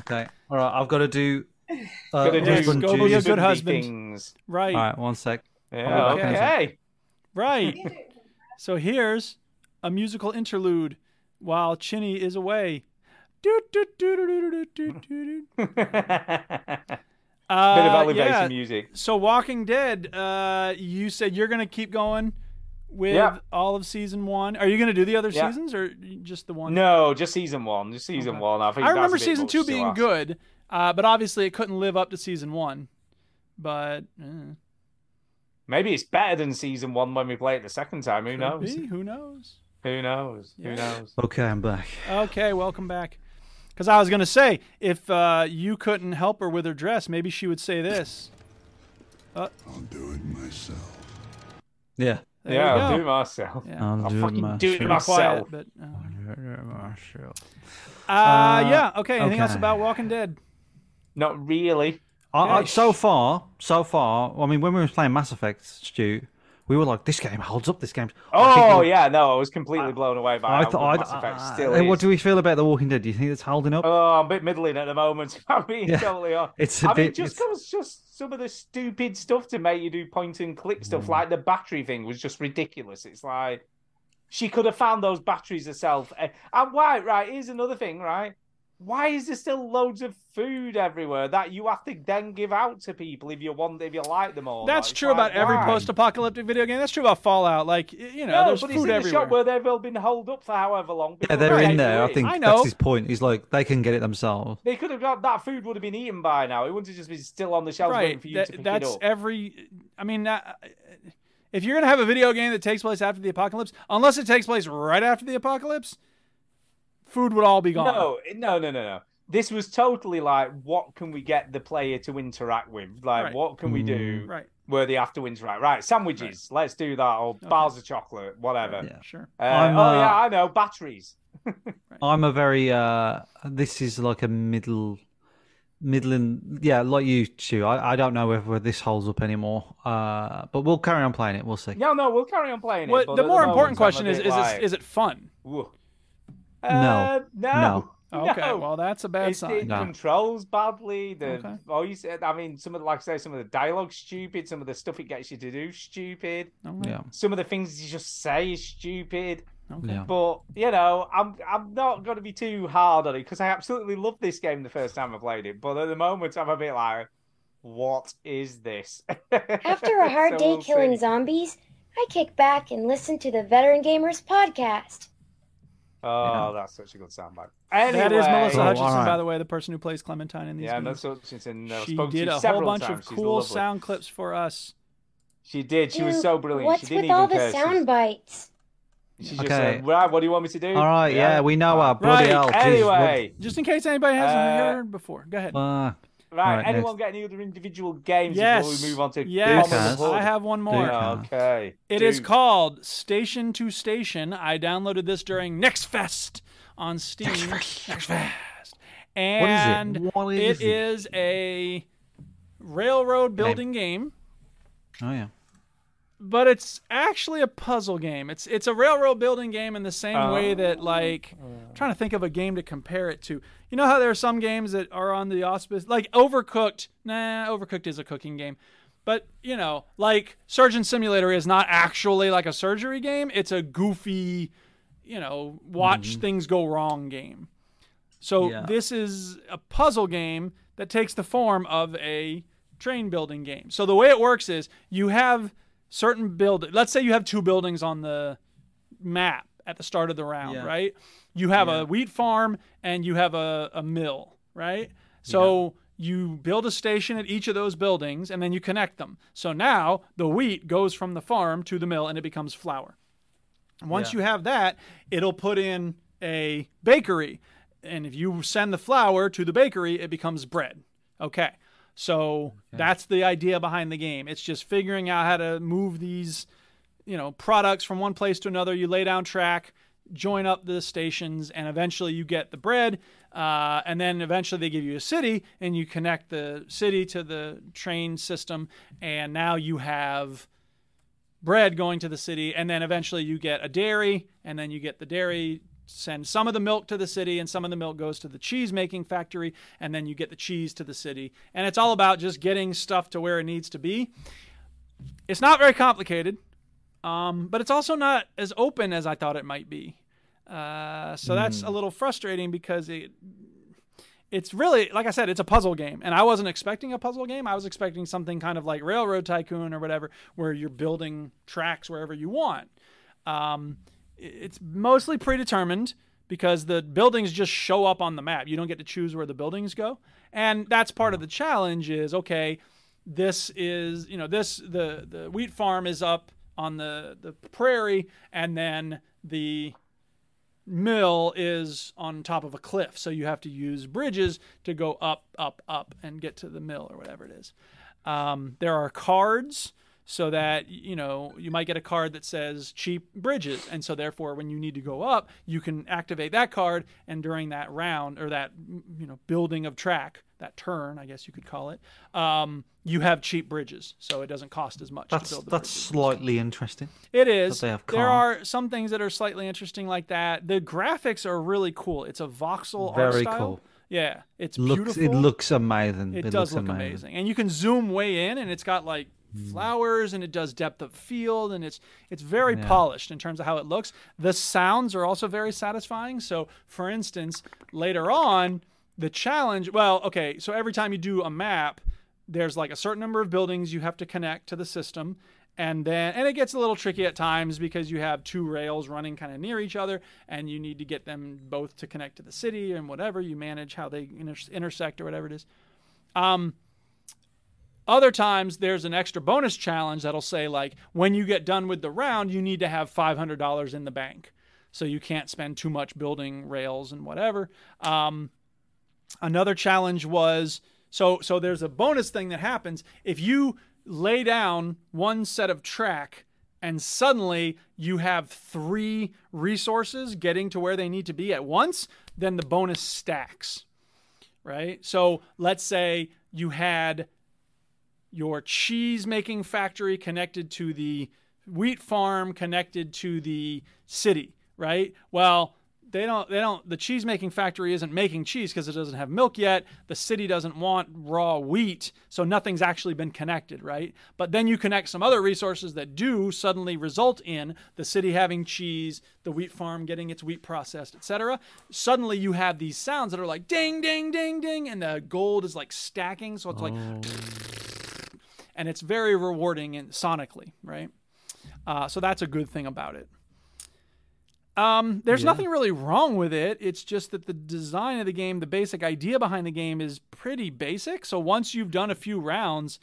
Speaker 4: Okay. All right. I've got to do. uh,
Speaker 5: Gotta do-
Speaker 4: husband
Speaker 5: gotta be a
Speaker 4: duties.
Speaker 5: good husband. Things.
Speaker 1: Right.
Speaker 4: All right. One sec.
Speaker 5: Yeah,
Speaker 4: I'll be back in a sec.
Speaker 5: okay.
Speaker 1: Right. so here's a musical interlude while Chinny is away. Doo-doo-doo-doo-doo-doo-doo-doo-doo.
Speaker 5: Bit
Speaker 1: Uh,
Speaker 5: of elevation
Speaker 1: yeah.
Speaker 5: music.
Speaker 1: So Walking Dead, uh, you said you're gonna keep going with
Speaker 5: Yeah.
Speaker 1: all of season one. Are you gonna do the other
Speaker 5: Yeah.
Speaker 1: seasons or just the one?
Speaker 5: No, just season one. Just season one. I think
Speaker 1: I
Speaker 5: that's a
Speaker 1: remember
Speaker 5: bit
Speaker 1: season
Speaker 5: much
Speaker 1: two
Speaker 5: to
Speaker 1: being
Speaker 5: ask.
Speaker 1: good, uh, but obviously it couldn't live up to season one. But eh,
Speaker 5: Maybe it's better than season one when we play it the second time. Who
Speaker 1: could
Speaker 5: knows?
Speaker 1: be, who knows?
Speaker 5: Who knows?
Speaker 1: Yeah.
Speaker 5: Who knows?
Speaker 4: Okay, I'm back.
Speaker 1: Okay, welcome back. Because I was gonna say, if uh, you couldn't help her with her dress, maybe she would say this. Uh,
Speaker 12: I'll do it myself.
Speaker 4: Yeah.
Speaker 1: there
Speaker 5: yeah,
Speaker 1: you
Speaker 5: I'll
Speaker 1: go.
Speaker 5: do it myself.
Speaker 1: Yeah.
Speaker 4: I'll,
Speaker 5: I'll
Speaker 4: do
Speaker 5: fucking
Speaker 4: my
Speaker 5: do it
Speaker 4: show.
Speaker 1: Pretty quiet,
Speaker 5: myself.
Speaker 1: but uh, uh,
Speaker 4: Uh,
Speaker 1: yeah. Okay. Anything else
Speaker 4: okay.
Speaker 1: about Walking Dead?
Speaker 5: Not really.
Speaker 4: I, I, so far, so far, I mean, when we were playing Mass Effect, Stu, we were like, "This game holds up. This game." I think
Speaker 5: Oh
Speaker 4: we-
Speaker 5: yeah, no, I was completely blown away by
Speaker 4: I
Speaker 5: how
Speaker 4: thought-
Speaker 5: good Mass
Speaker 4: I-
Speaker 5: Effect
Speaker 4: I-
Speaker 5: still
Speaker 4: uh,
Speaker 5: is.
Speaker 4: what do we feel about The Walking Dead? Do you think it's holding up?
Speaker 5: Oh, I'm a bit middling at the moment. I mean,
Speaker 4: Yeah.
Speaker 5: totally on.
Speaker 4: It's a
Speaker 5: I mean,
Speaker 4: bit-
Speaker 5: just
Speaker 4: it's-
Speaker 5: 'cause just some of the stupid stuff to make you do point and click
Speaker 4: Mm.
Speaker 5: stuff, like the battery thing was just ridiculous. It's like she could have found those batteries herself. Eh, And why? Right, here's another thing. Right, why is there still loads of food everywhere that you have to then give out to people if you want if you like them all?
Speaker 1: That's true about every post-apocalyptic video game. That's true about Fallout. Like y- you know,
Speaker 5: No,
Speaker 1: there's
Speaker 5: but
Speaker 1: food
Speaker 5: it's in the
Speaker 1: everywhere.
Speaker 5: shop where they've all been holed up for however long.
Speaker 4: yeah,
Speaker 5: because
Speaker 4: they're
Speaker 5: they
Speaker 4: in there. I
Speaker 5: do it.
Speaker 4: think
Speaker 1: I know.
Speaker 4: that's his point. He's like, they can get it themselves.
Speaker 5: They could have got that food would have been eaten by now. It wouldn't have just been still on the shelves waiting
Speaker 1: right.
Speaker 5: for you
Speaker 1: that-
Speaker 5: to pick it
Speaker 1: that's
Speaker 5: up.
Speaker 1: every. I mean, that, if you're gonna have a video game that takes place after the apocalypse, unless it takes place right after the apocalypse, food would all be gone.
Speaker 5: No, no, no, no, no. This was totally like, what can we get the player to interact with? Like,
Speaker 1: Right.
Speaker 5: what can we do
Speaker 4: Mm.
Speaker 1: Right.
Speaker 5: where they have to interact? Right, sandwiches. Let's do that, or bars of chocolate, whatever.
Speaker 1: Sure.
Speaker 5: Uh,
Speaker 4: I'm,
Speaker 5: oh
Speaker 4: uh,
Speaker 5: yeah, I know. Batteries.
Speaker 4: I'm a very. uh This is like a middle, middling. Yeah, like you, Stu. I, I don't know whether this holds up anymore. Uh But we'll carry on playing it. We'll see.
Speaker 5: No, no, we'll carry on playing
Speaker 1: What,
Speaker 5: it. but
Speaker 1: the
Speaker 5: at
Speaker 1: more
Speaker 5: moment, I'm
Speaker 1: important
Speaker 5: a
Speaker 1: question is:
Speaker 5: bit
Speaker 1: is
Speaker 5: like,
Speaker 1: it, is it fun?
Speaker 5: "Whoa."
Speaker 4: No.
Speaker 5: Uh, no, no.
Speaker 1: Okay. Well, that's a bad
Speaker 5: It's-
Speaker 1: sign.
Speaker 5: it
Speaker 4: No.
Speaker 5: controls badly. The
Speaker 1: Okay.
Speaker 5: voice, I mean, some of the, like I say, some of the dialogue's stupid. Some of the stuff it gets you to do is stupid.
Speaker 1: Okay.
Speaker 4: Yeah.
Speaker 5: Some of the things you just say is stupid.
Speaker 1: Okay.
Speaker 4: Yeah.
Speaker 5: But you know, I'm I'm not going to be too hard on it because I absolutely loved this game the first time I played it. But at the moment, I'm a bit like, what is this?
Speaker 11: After a hard
Speaker 5: So
Speaker 11: day
Speaker 5: we'll
Speaker 11: killing
Speaker 5: see.
Speaker 11: zombies, I kick back and listen to the Veteran Gamers podcast.
Speaker 5: Oh, that's such a good soundbite.
Speaker 1: That is Melissa
Speaker 4: Oh, all
Speaker 1: Hutchinson,
Speaker 4: right.
Speaker 1: by the way, the person who plays Clementine in these
Speaker 5: Yeah,
Speaker 1: games.
Speaker 5: Melissa Hutchinson. uh,
Speaker 1: she
Speaker 5: spoke to
Speaker 1: did
Speaker 5: you
Speaker 1: a whole
Speaker 5: several
Speaker 1: bunch
Speaker 5: times.
Speaker 1: of
Speaker 5: She's
Speaker 1: cool
Speaker 5: lovely.
Speaker 1: sound clips for us.
Speaker 5: She did. She was
Speaker 11: Ew,
Speaker 5: so brilliant.
Speaker 11: What's
Speaker 5: she didn't
Speaker 11: with
Speaker 5: even
Speaker 11: all the
Speaker 5: curse. She's-
Speaker 11: sound bites?
Speaker 5: She just
Speaker 4: Okay.
Speaker 5: said, "Right, what do you want me to do?"
Speaker 4: All right. Yeah, we know our bloody
Speaker 1: Right,
Speaker 5: oh,
Speaker 4: hell. Jesus, what-
Speaker 5: Anyway,
Speaker 1: Just in case anybody hasn't
Speaker 5: Uh,
Speaker 1: heard before, go ahead.
Speaker 4: Fuck.
Speaker 5: right.
Speaker 4: Alright,
Speaker 5: anyone got any other individual games
Speaker 1: yes.
Speaker 5: before we move on to
Speaker 1: yes.
Speaker 5: Common
Speaker 4: Duke
Speaker 5: Hood? Uh,
Speaker 1: I have one more.
Speaker 4: Duke has.
Speaker 5: Okay.
Speaker 1: It is
Speaker 5: Duke.
Speaker 1: called Station to Station. I downloaded this during Next Fest on Steam. Next Fest. And
Speaker 4: What is
Speaker 1: it
Speaker 4: it?
Speaker 1: is a railroad building game.
Speaker 4: Oh yeah.
Speaker 1: but it's actually a puzzle game. It's it's a railroad building game in the same way that like I'm trying to think of a game to compare it to. You know how there are some games that are on the auspice like Overcooked. Nah, Overcooked is a cooking game. But, you know, like Surgeon Simulator is not actually like a surgery game. It's a goofy, you know, watch things go wrong game. So
Speaker 4: Mm-hmm. Yeah.
Speaker 1: this is a puzzle game that takes the form of a train building game. So the way it works is you have certain build let's say you have two buildings on the map at the start of the round,
Speaker 4: Yeah.
Speaker 1: right? You have a wheat farm and you have a, a mill, right? So you build a station at each of those buildings and then you connect them. So now the wheat goes from the farm to the mill and it becomes flour. Once you have that, it'll put in a bakery. And if you send the flour to the bakery, it becomes bread. Okay. So that's the idea behind the game. It's just figuring out how to move these, you know, products from one place to another. You lay down track, join up the stations, and eventually you get the bread. Uh, and then eventually they give you a city, and you connect the city to the train system, and now you have bread going to the city, and then eventually you get a dairy, and then you get the dairy send some of the milk to the city and some of the milk goes to the cheese making factory and then you get the cheese to the city and it's all about just getting stuff to where it needs to be it's not very complicated um, but it's also not as open as i thought it might be uh, so that's
Speaker 13: Mm.
Speaker 1: a little frustrating because it it's really like i said it's a puzzle game and i wasn't expecting a puzzle game i was expecting something kind of like railroad tycoon or whatever where you're building tracks wherever you want um, i- it's mostly predetermined because the buildings just show up on the map. You don't get to choose where the buildings go. And that's part of the challenge is okay, this is, you know, this the the wheat farm is up on the the prairie and then the mill is on top of a cliff. So you have to use bridges to go up up up and get to the mill or whatever it is. Um, there are cards so that you know you might get a card that says cheap bridges, and so therefore when you need to go up, you can activate that card, and during that round or that mm, you know building of track, that turn I guess you could call it, um, you have cheap bridges, so it doesn't cost as much to
Speaker 7: That's
Speaker 1: build the
Speaker 7: that's slightly interesting.
Speaker 1: it is.
Speaker 7: That they have
Speaker 1: there
Speaker 7: cards.
Speaker 1: are some things that are slightly interesting like that. The graphics are really cool. It's a voxel art
Speaker 4: Very
Speaker 1: style.
Speaker 4: cool.
Speaker 1: Yeah, it's
Speaker 4: looks,
Speaker 1: beautiful.
Speaker 4: It looks amazing.
Speaker 1: It, does look
Speaker 4: looks
Speaker 1: amazing. and you can zoom way in, and it's got like flowers, and it does depth of field, and it's it's very
Speaker 4: Yeah.
Speaker 1: polished in terms of how it looks. The sounds are also very satisfying. So, for instance, later on, the challenge. Well, okay, so every time you do a map, there's like a certain number of buildings you have to connect to the system. And then, and it gets a little tricky at times because you have two rails running kind of near each other, and you need to get them both to connect to the city and whatever you manage how they inter- intersect or whatever it is. Um, other times, there's an extra bonus challenge that'll say, like, when you get done with the round, you need to have $500 in the bank. So you can't spend too much building rails and whatever. Um, another challenge was so so there's a bonus thing that happens if you lay down one set of track and suddenly you have three resources getting to where they need to be at once then the bonus stacks right? So let's say you had your cheese making factory connected to the wheat farm connected to the city, right? Well, they don't they don't the cheese making factory isn't making cheese because it doesn't have milk yet. The city doesn't want raw wheat, so nothing's actually been connected, right? But then you connect some other resources that do suddenly result in the city having cheese, the wheat farm getting its wheat processed, etc. Suddenly you have these sounds that are like ding ding ding ding and the gold is like stacking, so it's like and it's very rewarding and sonically, right? Uh, so that's a good thing about it. Um, there's
Speaker 13: Yeah.
Speaker 1: nothing really wrong with it. It's just that the design of the game, the basic idea behind the game, is pretty basic. So once you've done a few rounds,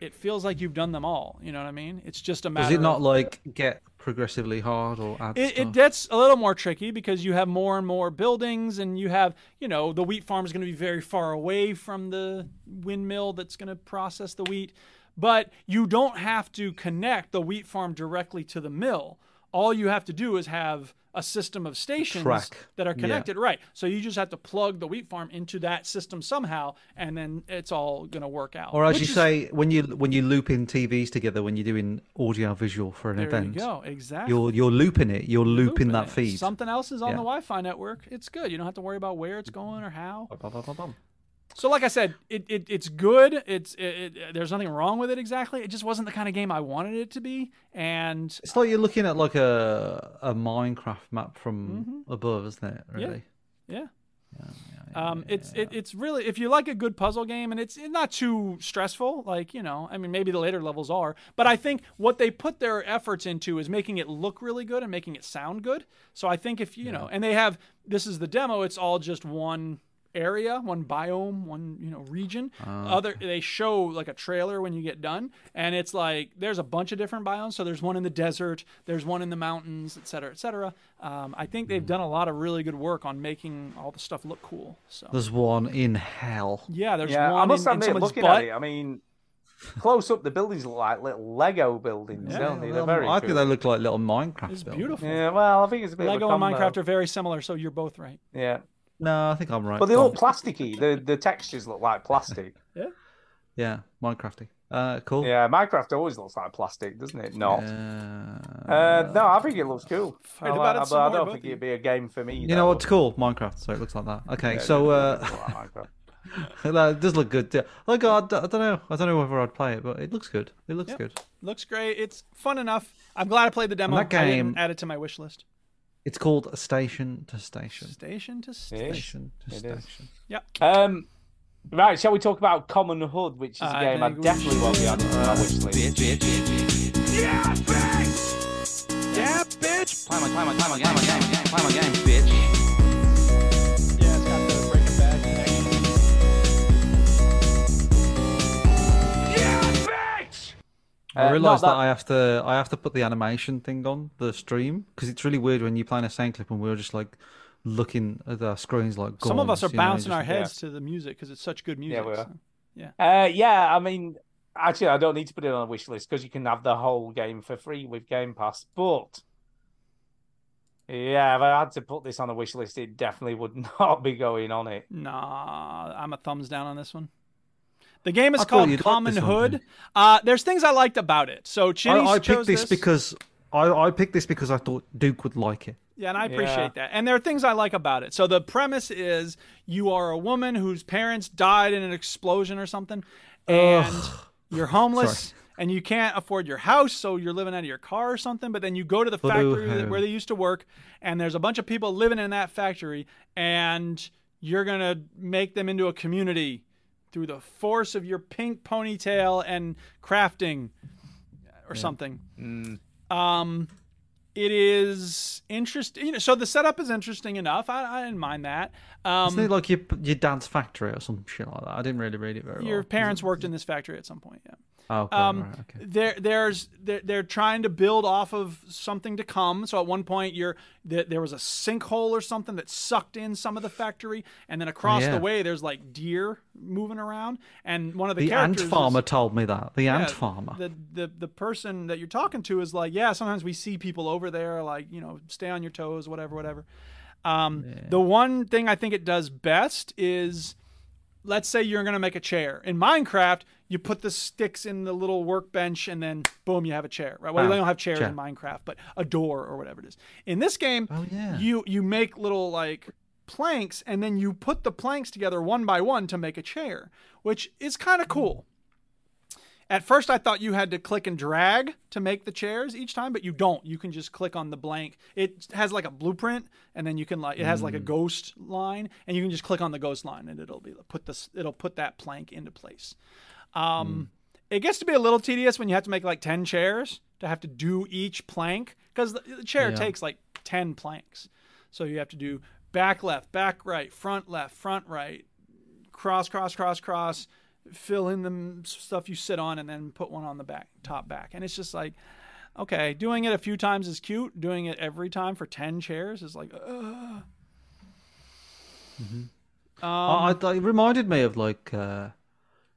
Speaker 1: it feels like you've done them all. You know what I mean? It's just a matter.
Speaker 4: Does it
Speaker 1: of,
Speaker 4: not like get progressively hard or add
Speaker 1: it,
Speaker 4: stuff?
Speaker 1: it gets a little more tricky because you have more and more buildings and you have you know the wheat farm is going to be very far away from the windmill that's going to process the wheat but you don't have to connect the wheat farm directly to the mill all you have to do is have a system of stations
Speaker 4: Track.
Speaker 1: that are
Speaker 4: Yeah.
Speaker 1: connected right so you just have to plug the wheat farm into that system somehow and then it's all going to work out
Speaker 4: Or as
Speaker 1: which
Speaker 4: you
Speaker 1: is-
Speaker 4: say, when you when you loop in TVs together, when you're doing audio visual for an
Speaker 1: There you
Speaker 4: event,
Speaker 1: go, exactly.
Speaker 4: You're you're looping it. You're looping,
Speaker 1: looping
Speaker 4: that
Speaker 1: it.
Speaker 4: feed.
Speaker 1: something else is on
Speaker 4: Yeah.
Speaker 1: the wi-fi network it's good you don't have to worry about where it's going or how
Speaker 4: Bum, bum, bum, bum.
Speaker 1: So, like I said, it, it it's good. It's it, it, there's nothing wrong with it exactly. It just wasn't the kind of game I wanted it to be, and
Speaker 4: It's like you're looking at like a a Minecraft map from above, isn't it?
Speaker 1: Mm-hmm. Yeah.
Speaker 4: Really.
Speaker 1: Yeah. Um, it's it, it's really if you like a good puzzle game and it's not too stressful like you know I mean maybe the later levels are but I think what they put their efforts into is making it look really good and making it sound good so I think if you know and they have this is the demo it's all just one area one biome one you know region
Speaker 13: Ah,
Speaker 1: other they show like a trailer when you get done and it's like there's a bunch of different biomes so there's one in the desert there's one in the mountains et cetera et cetera um, i think they've done a lot of really good work on making all the stuff look cool so
Speaker 4: There's one in hell.
Speaker 1: yeah there's
Speaker 5: yeah,
Speaker 1: one
Speaker 5: I must
Speaker 1: in, in
Speaker 5: admit,
Speaker 1: someone's
Speaker 5: looking
Speaker 1: butt
Speaker 5: at it, I mean, Close up, the buildings look like little Lego buildings, don't they?
Speaker 4: Little-
Speaker 5: They're very
Speaker 4: I
Speaker 5: cool.
Speaker 4: think they look like little Minecraft.
Speaker 1: It's
Speaker 4: buildings.
Speaker 1: beautiful.
Speaker 5: Yeah, uh, well, I think it's a bit of a
Speaker 1: Lego and
Speaker 5: combo.
Speaker 1: Minecraft are very similar, so you're both right.
Speaker 5: Yeah.
Speaker 4: No, I think I'm right.
Speaker 5: But they
Speaker 4: Tom.
Speaker 5: look plasticky. The the textures look like plastic.
Speaker 4: Yeah, Minecrafty. Uh, cool.
Speaker 5: Yeah, Minecraft always looks like plastic, doesn't it? Not. Uh, no, I think it looks cool. I,
Speaker 1: Fight about
Speaker 5: like-
Speaker 1: it
Speaker 5: but
Speaker 1: some
Speaker 5: I
Speaker 1: more,
Speaker 5: don't
Speaker 1: both
Speaker 5: think
Speaker 1: of you.
Speaker 5: it'd be a game for me.
Speaker 4: You know what's cool? Minecraft. So it looks like that. Okay,
Speaker 5: Yeah,
Speaker 4: so uh,
Speaker 5: Minecraft.
Speaker 4: that does look good. yeah. Like I, don't know. I don't know whether I'd play it, but it looks good. It looks
Speaker 1: Yep.
Speaker 4: good.
Speaker 1: Looks great. It's fun enough. I'm glad I played the demo.
Speaker 4: that
Speaker 1: I didn't
Speaker 4: game-
Speaker 1: add it to my wish list.
Speaker 4: It's called Station to Station.
Speaker 1: Station to
Speaker 5: It is.
Speaker 1: station.
Speaker 5: It is.
Speaker 1: Yep.
Speaker 5: Um, right, shall we talk about Common Hood, which is a
Speaker 1: I
Speaker 5: game I
Speaker 1: think we
Speaker 5: definitely won't be adding to my wish list.
Speaker 9: Yeah, bitch!
Speaker 2: Yeah, bitch!
Speaker 8: Climb on, climb on, climb on, climb on, climb on, climb on, climb on, bitch.
Speaker 1: Yeah, it's got the Breaking Bad connection.
Speaker 4: I
Speaker 5: Uh,
Speaker 4: realised
Speaker 5: not
Speaker 4: that... I have to I have to put the animation thing on the stream because it's really weird when you're playing a sound clip and we're just like looking at our screens like.
Speaker 1: Some of us are
Speaker 4: gorms, you know,
Speaker 1: bouncing our
Speaker 4: just-
Speaker 1: heads to the music because it's such good music.
Speaker 5: we are.
Speaker 1: so-
Speaker 5: Uh, yeah, I mean, actually, I don't need to put it on a wish list because you can have the whole game for free with Game Pass. But yeah, if I had to put this on a wish list, it definitely would not be going on it.
Speaker 1: Nah, I'm a thumbs down on this one. The game is
Speaker 4: I thought
Speaker 1: called
Speaker 4: you'd like
Speaker 1: Common
Speaker 4: this one,
Speaker 1: Hood. Uh, there's things I liked about it. So Chinny
Speaker 4: I, I
Speaker 1: chose
Speaker 4: picked this because I, I picked this because I thought Duke would like it.
Speaker 1: Yeah, and I appreciate
Speaker 5: Yeah.
Speaker 1: that. And there are things I like about it. So the premise is you are a woman whose parents died in an explosion or something, and you're homeless. And you can't afford your house, so you're living out of your car or something. But then you go to the factory that-
Speaker 4: Boo-hoo.
Speaker 1: where they used to work, and there's a bunch of people living in that factory, and you're gonna make them into a community through the force of your pink ponytail and crafting or something. Um, it is interesting. You know, so the setup is interesting enough. I, I didn't mind that. Um,
Speaker 4: Isn't it like your your dad's factory or some shit like that? I didn't really read it very
Speaker 1: your
Speaker 4: well.
Speaker 1: parents worked in this factory at some point. Yeah.
Speaker 4: Oh, okay,
Speaker 1: Um,
Speaker 4: right, okay.
Speaker 1: There, there's they're, they're trying to build off of something to come. So at one point, you're there, there was a sinkhole or something that sucked in some of the factory, and then across
Speaker 4: Oh, yeah.
Speaker 1: the way, there's like deer moving around, and one of the,
Speaker 4: The ant
Speaker 1: characters is-
Speaker 4: farmer told me that. The
Speaker 1: yeah,
Speaker 4: ant farmer.
Speaker 1: The, the the person that you're talking to is like, yeah, sometimes we see people over there, like, you know, stay on your toes, whatever, whatever. Um, The one thing I think it does best is let's say you're going to make a chair. In Minecraft, you put the sticks in the little workbench and then boom, you have a chair, right? Well,
Speaker 4: Ah,
Speaker 1: they don't have chairs
Speaker 4: chair.
Speaker 1: in Minecraft, but a door or whatever it is. In this game,
Speaker 4: Oh, yeah.
Speaker 1: you you make little like planks and then you put the planks together one by one to make a chair, which is kind of cool. At first, I thought you had to click and drag to make the chairs each time, but you don't. You can just click on the blank. It has like a blueprint, and then you can like it has like a ghost line, and you can just click on the ghost line, and it'll be put this it'll put that plank into place. Um, It gets to be a little tedious when you have to make like ten chairs to have to do each plank because the, the chair
Speaker 4: Yeah.
Speaker 1: takes like ten planks, so you have to do back left, back right, front left, front right, cross, cross, cross, cross, fill in the m- stuff you sit on, and then put one on the back, top back. And it's just like, okay, doing it a few times is cute. Doing it every time for 10 chairs is like, ugh. Um,
Speaker 4: I, I, it reminded me of like uh,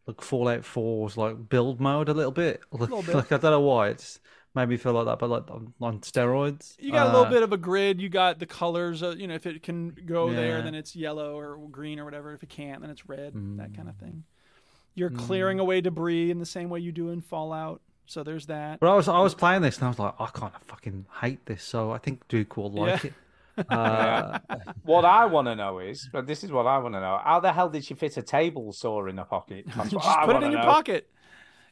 Speaker 4: like Fallout 4's like build mode a little bit. Like,
Speaker 1: Little bit.
Speaker 4: like, I don't know why it's made me feel like that, but like on, on steroids.
Speaker 1: you got a little
Speaker 4: Uh,
Speaker 1: bit of a grid. You got the colors, uh, you know, if it can go there,
Speaker 4: Yeah.
Speaker 1: then it's yellow or green or whatever. If it can't, then it's red, that
Speaker 4: Mm.
Speaker 1: kind of thing. You're clearing away debris in the same way you do in Fallout. So there's that.
Speaker 4: But I was I was playing this and I was like, I kind of fucking hate this. So I think Duke will like
Speaker 1: Yeah.
Speaker 4: it. Uh,
Speaker 5: What I want to know is, but this is what I want to know: How the hell did she fit a table saw in her pocket? That's
Speaker 1: You
Speaker 5: what
Speaker 1: just
Speaker 5: I
Speaker 1: put it
Speaker 5: wanna
Speaker 1: in your
Speaker 5: know.
Speaker 1: pocket.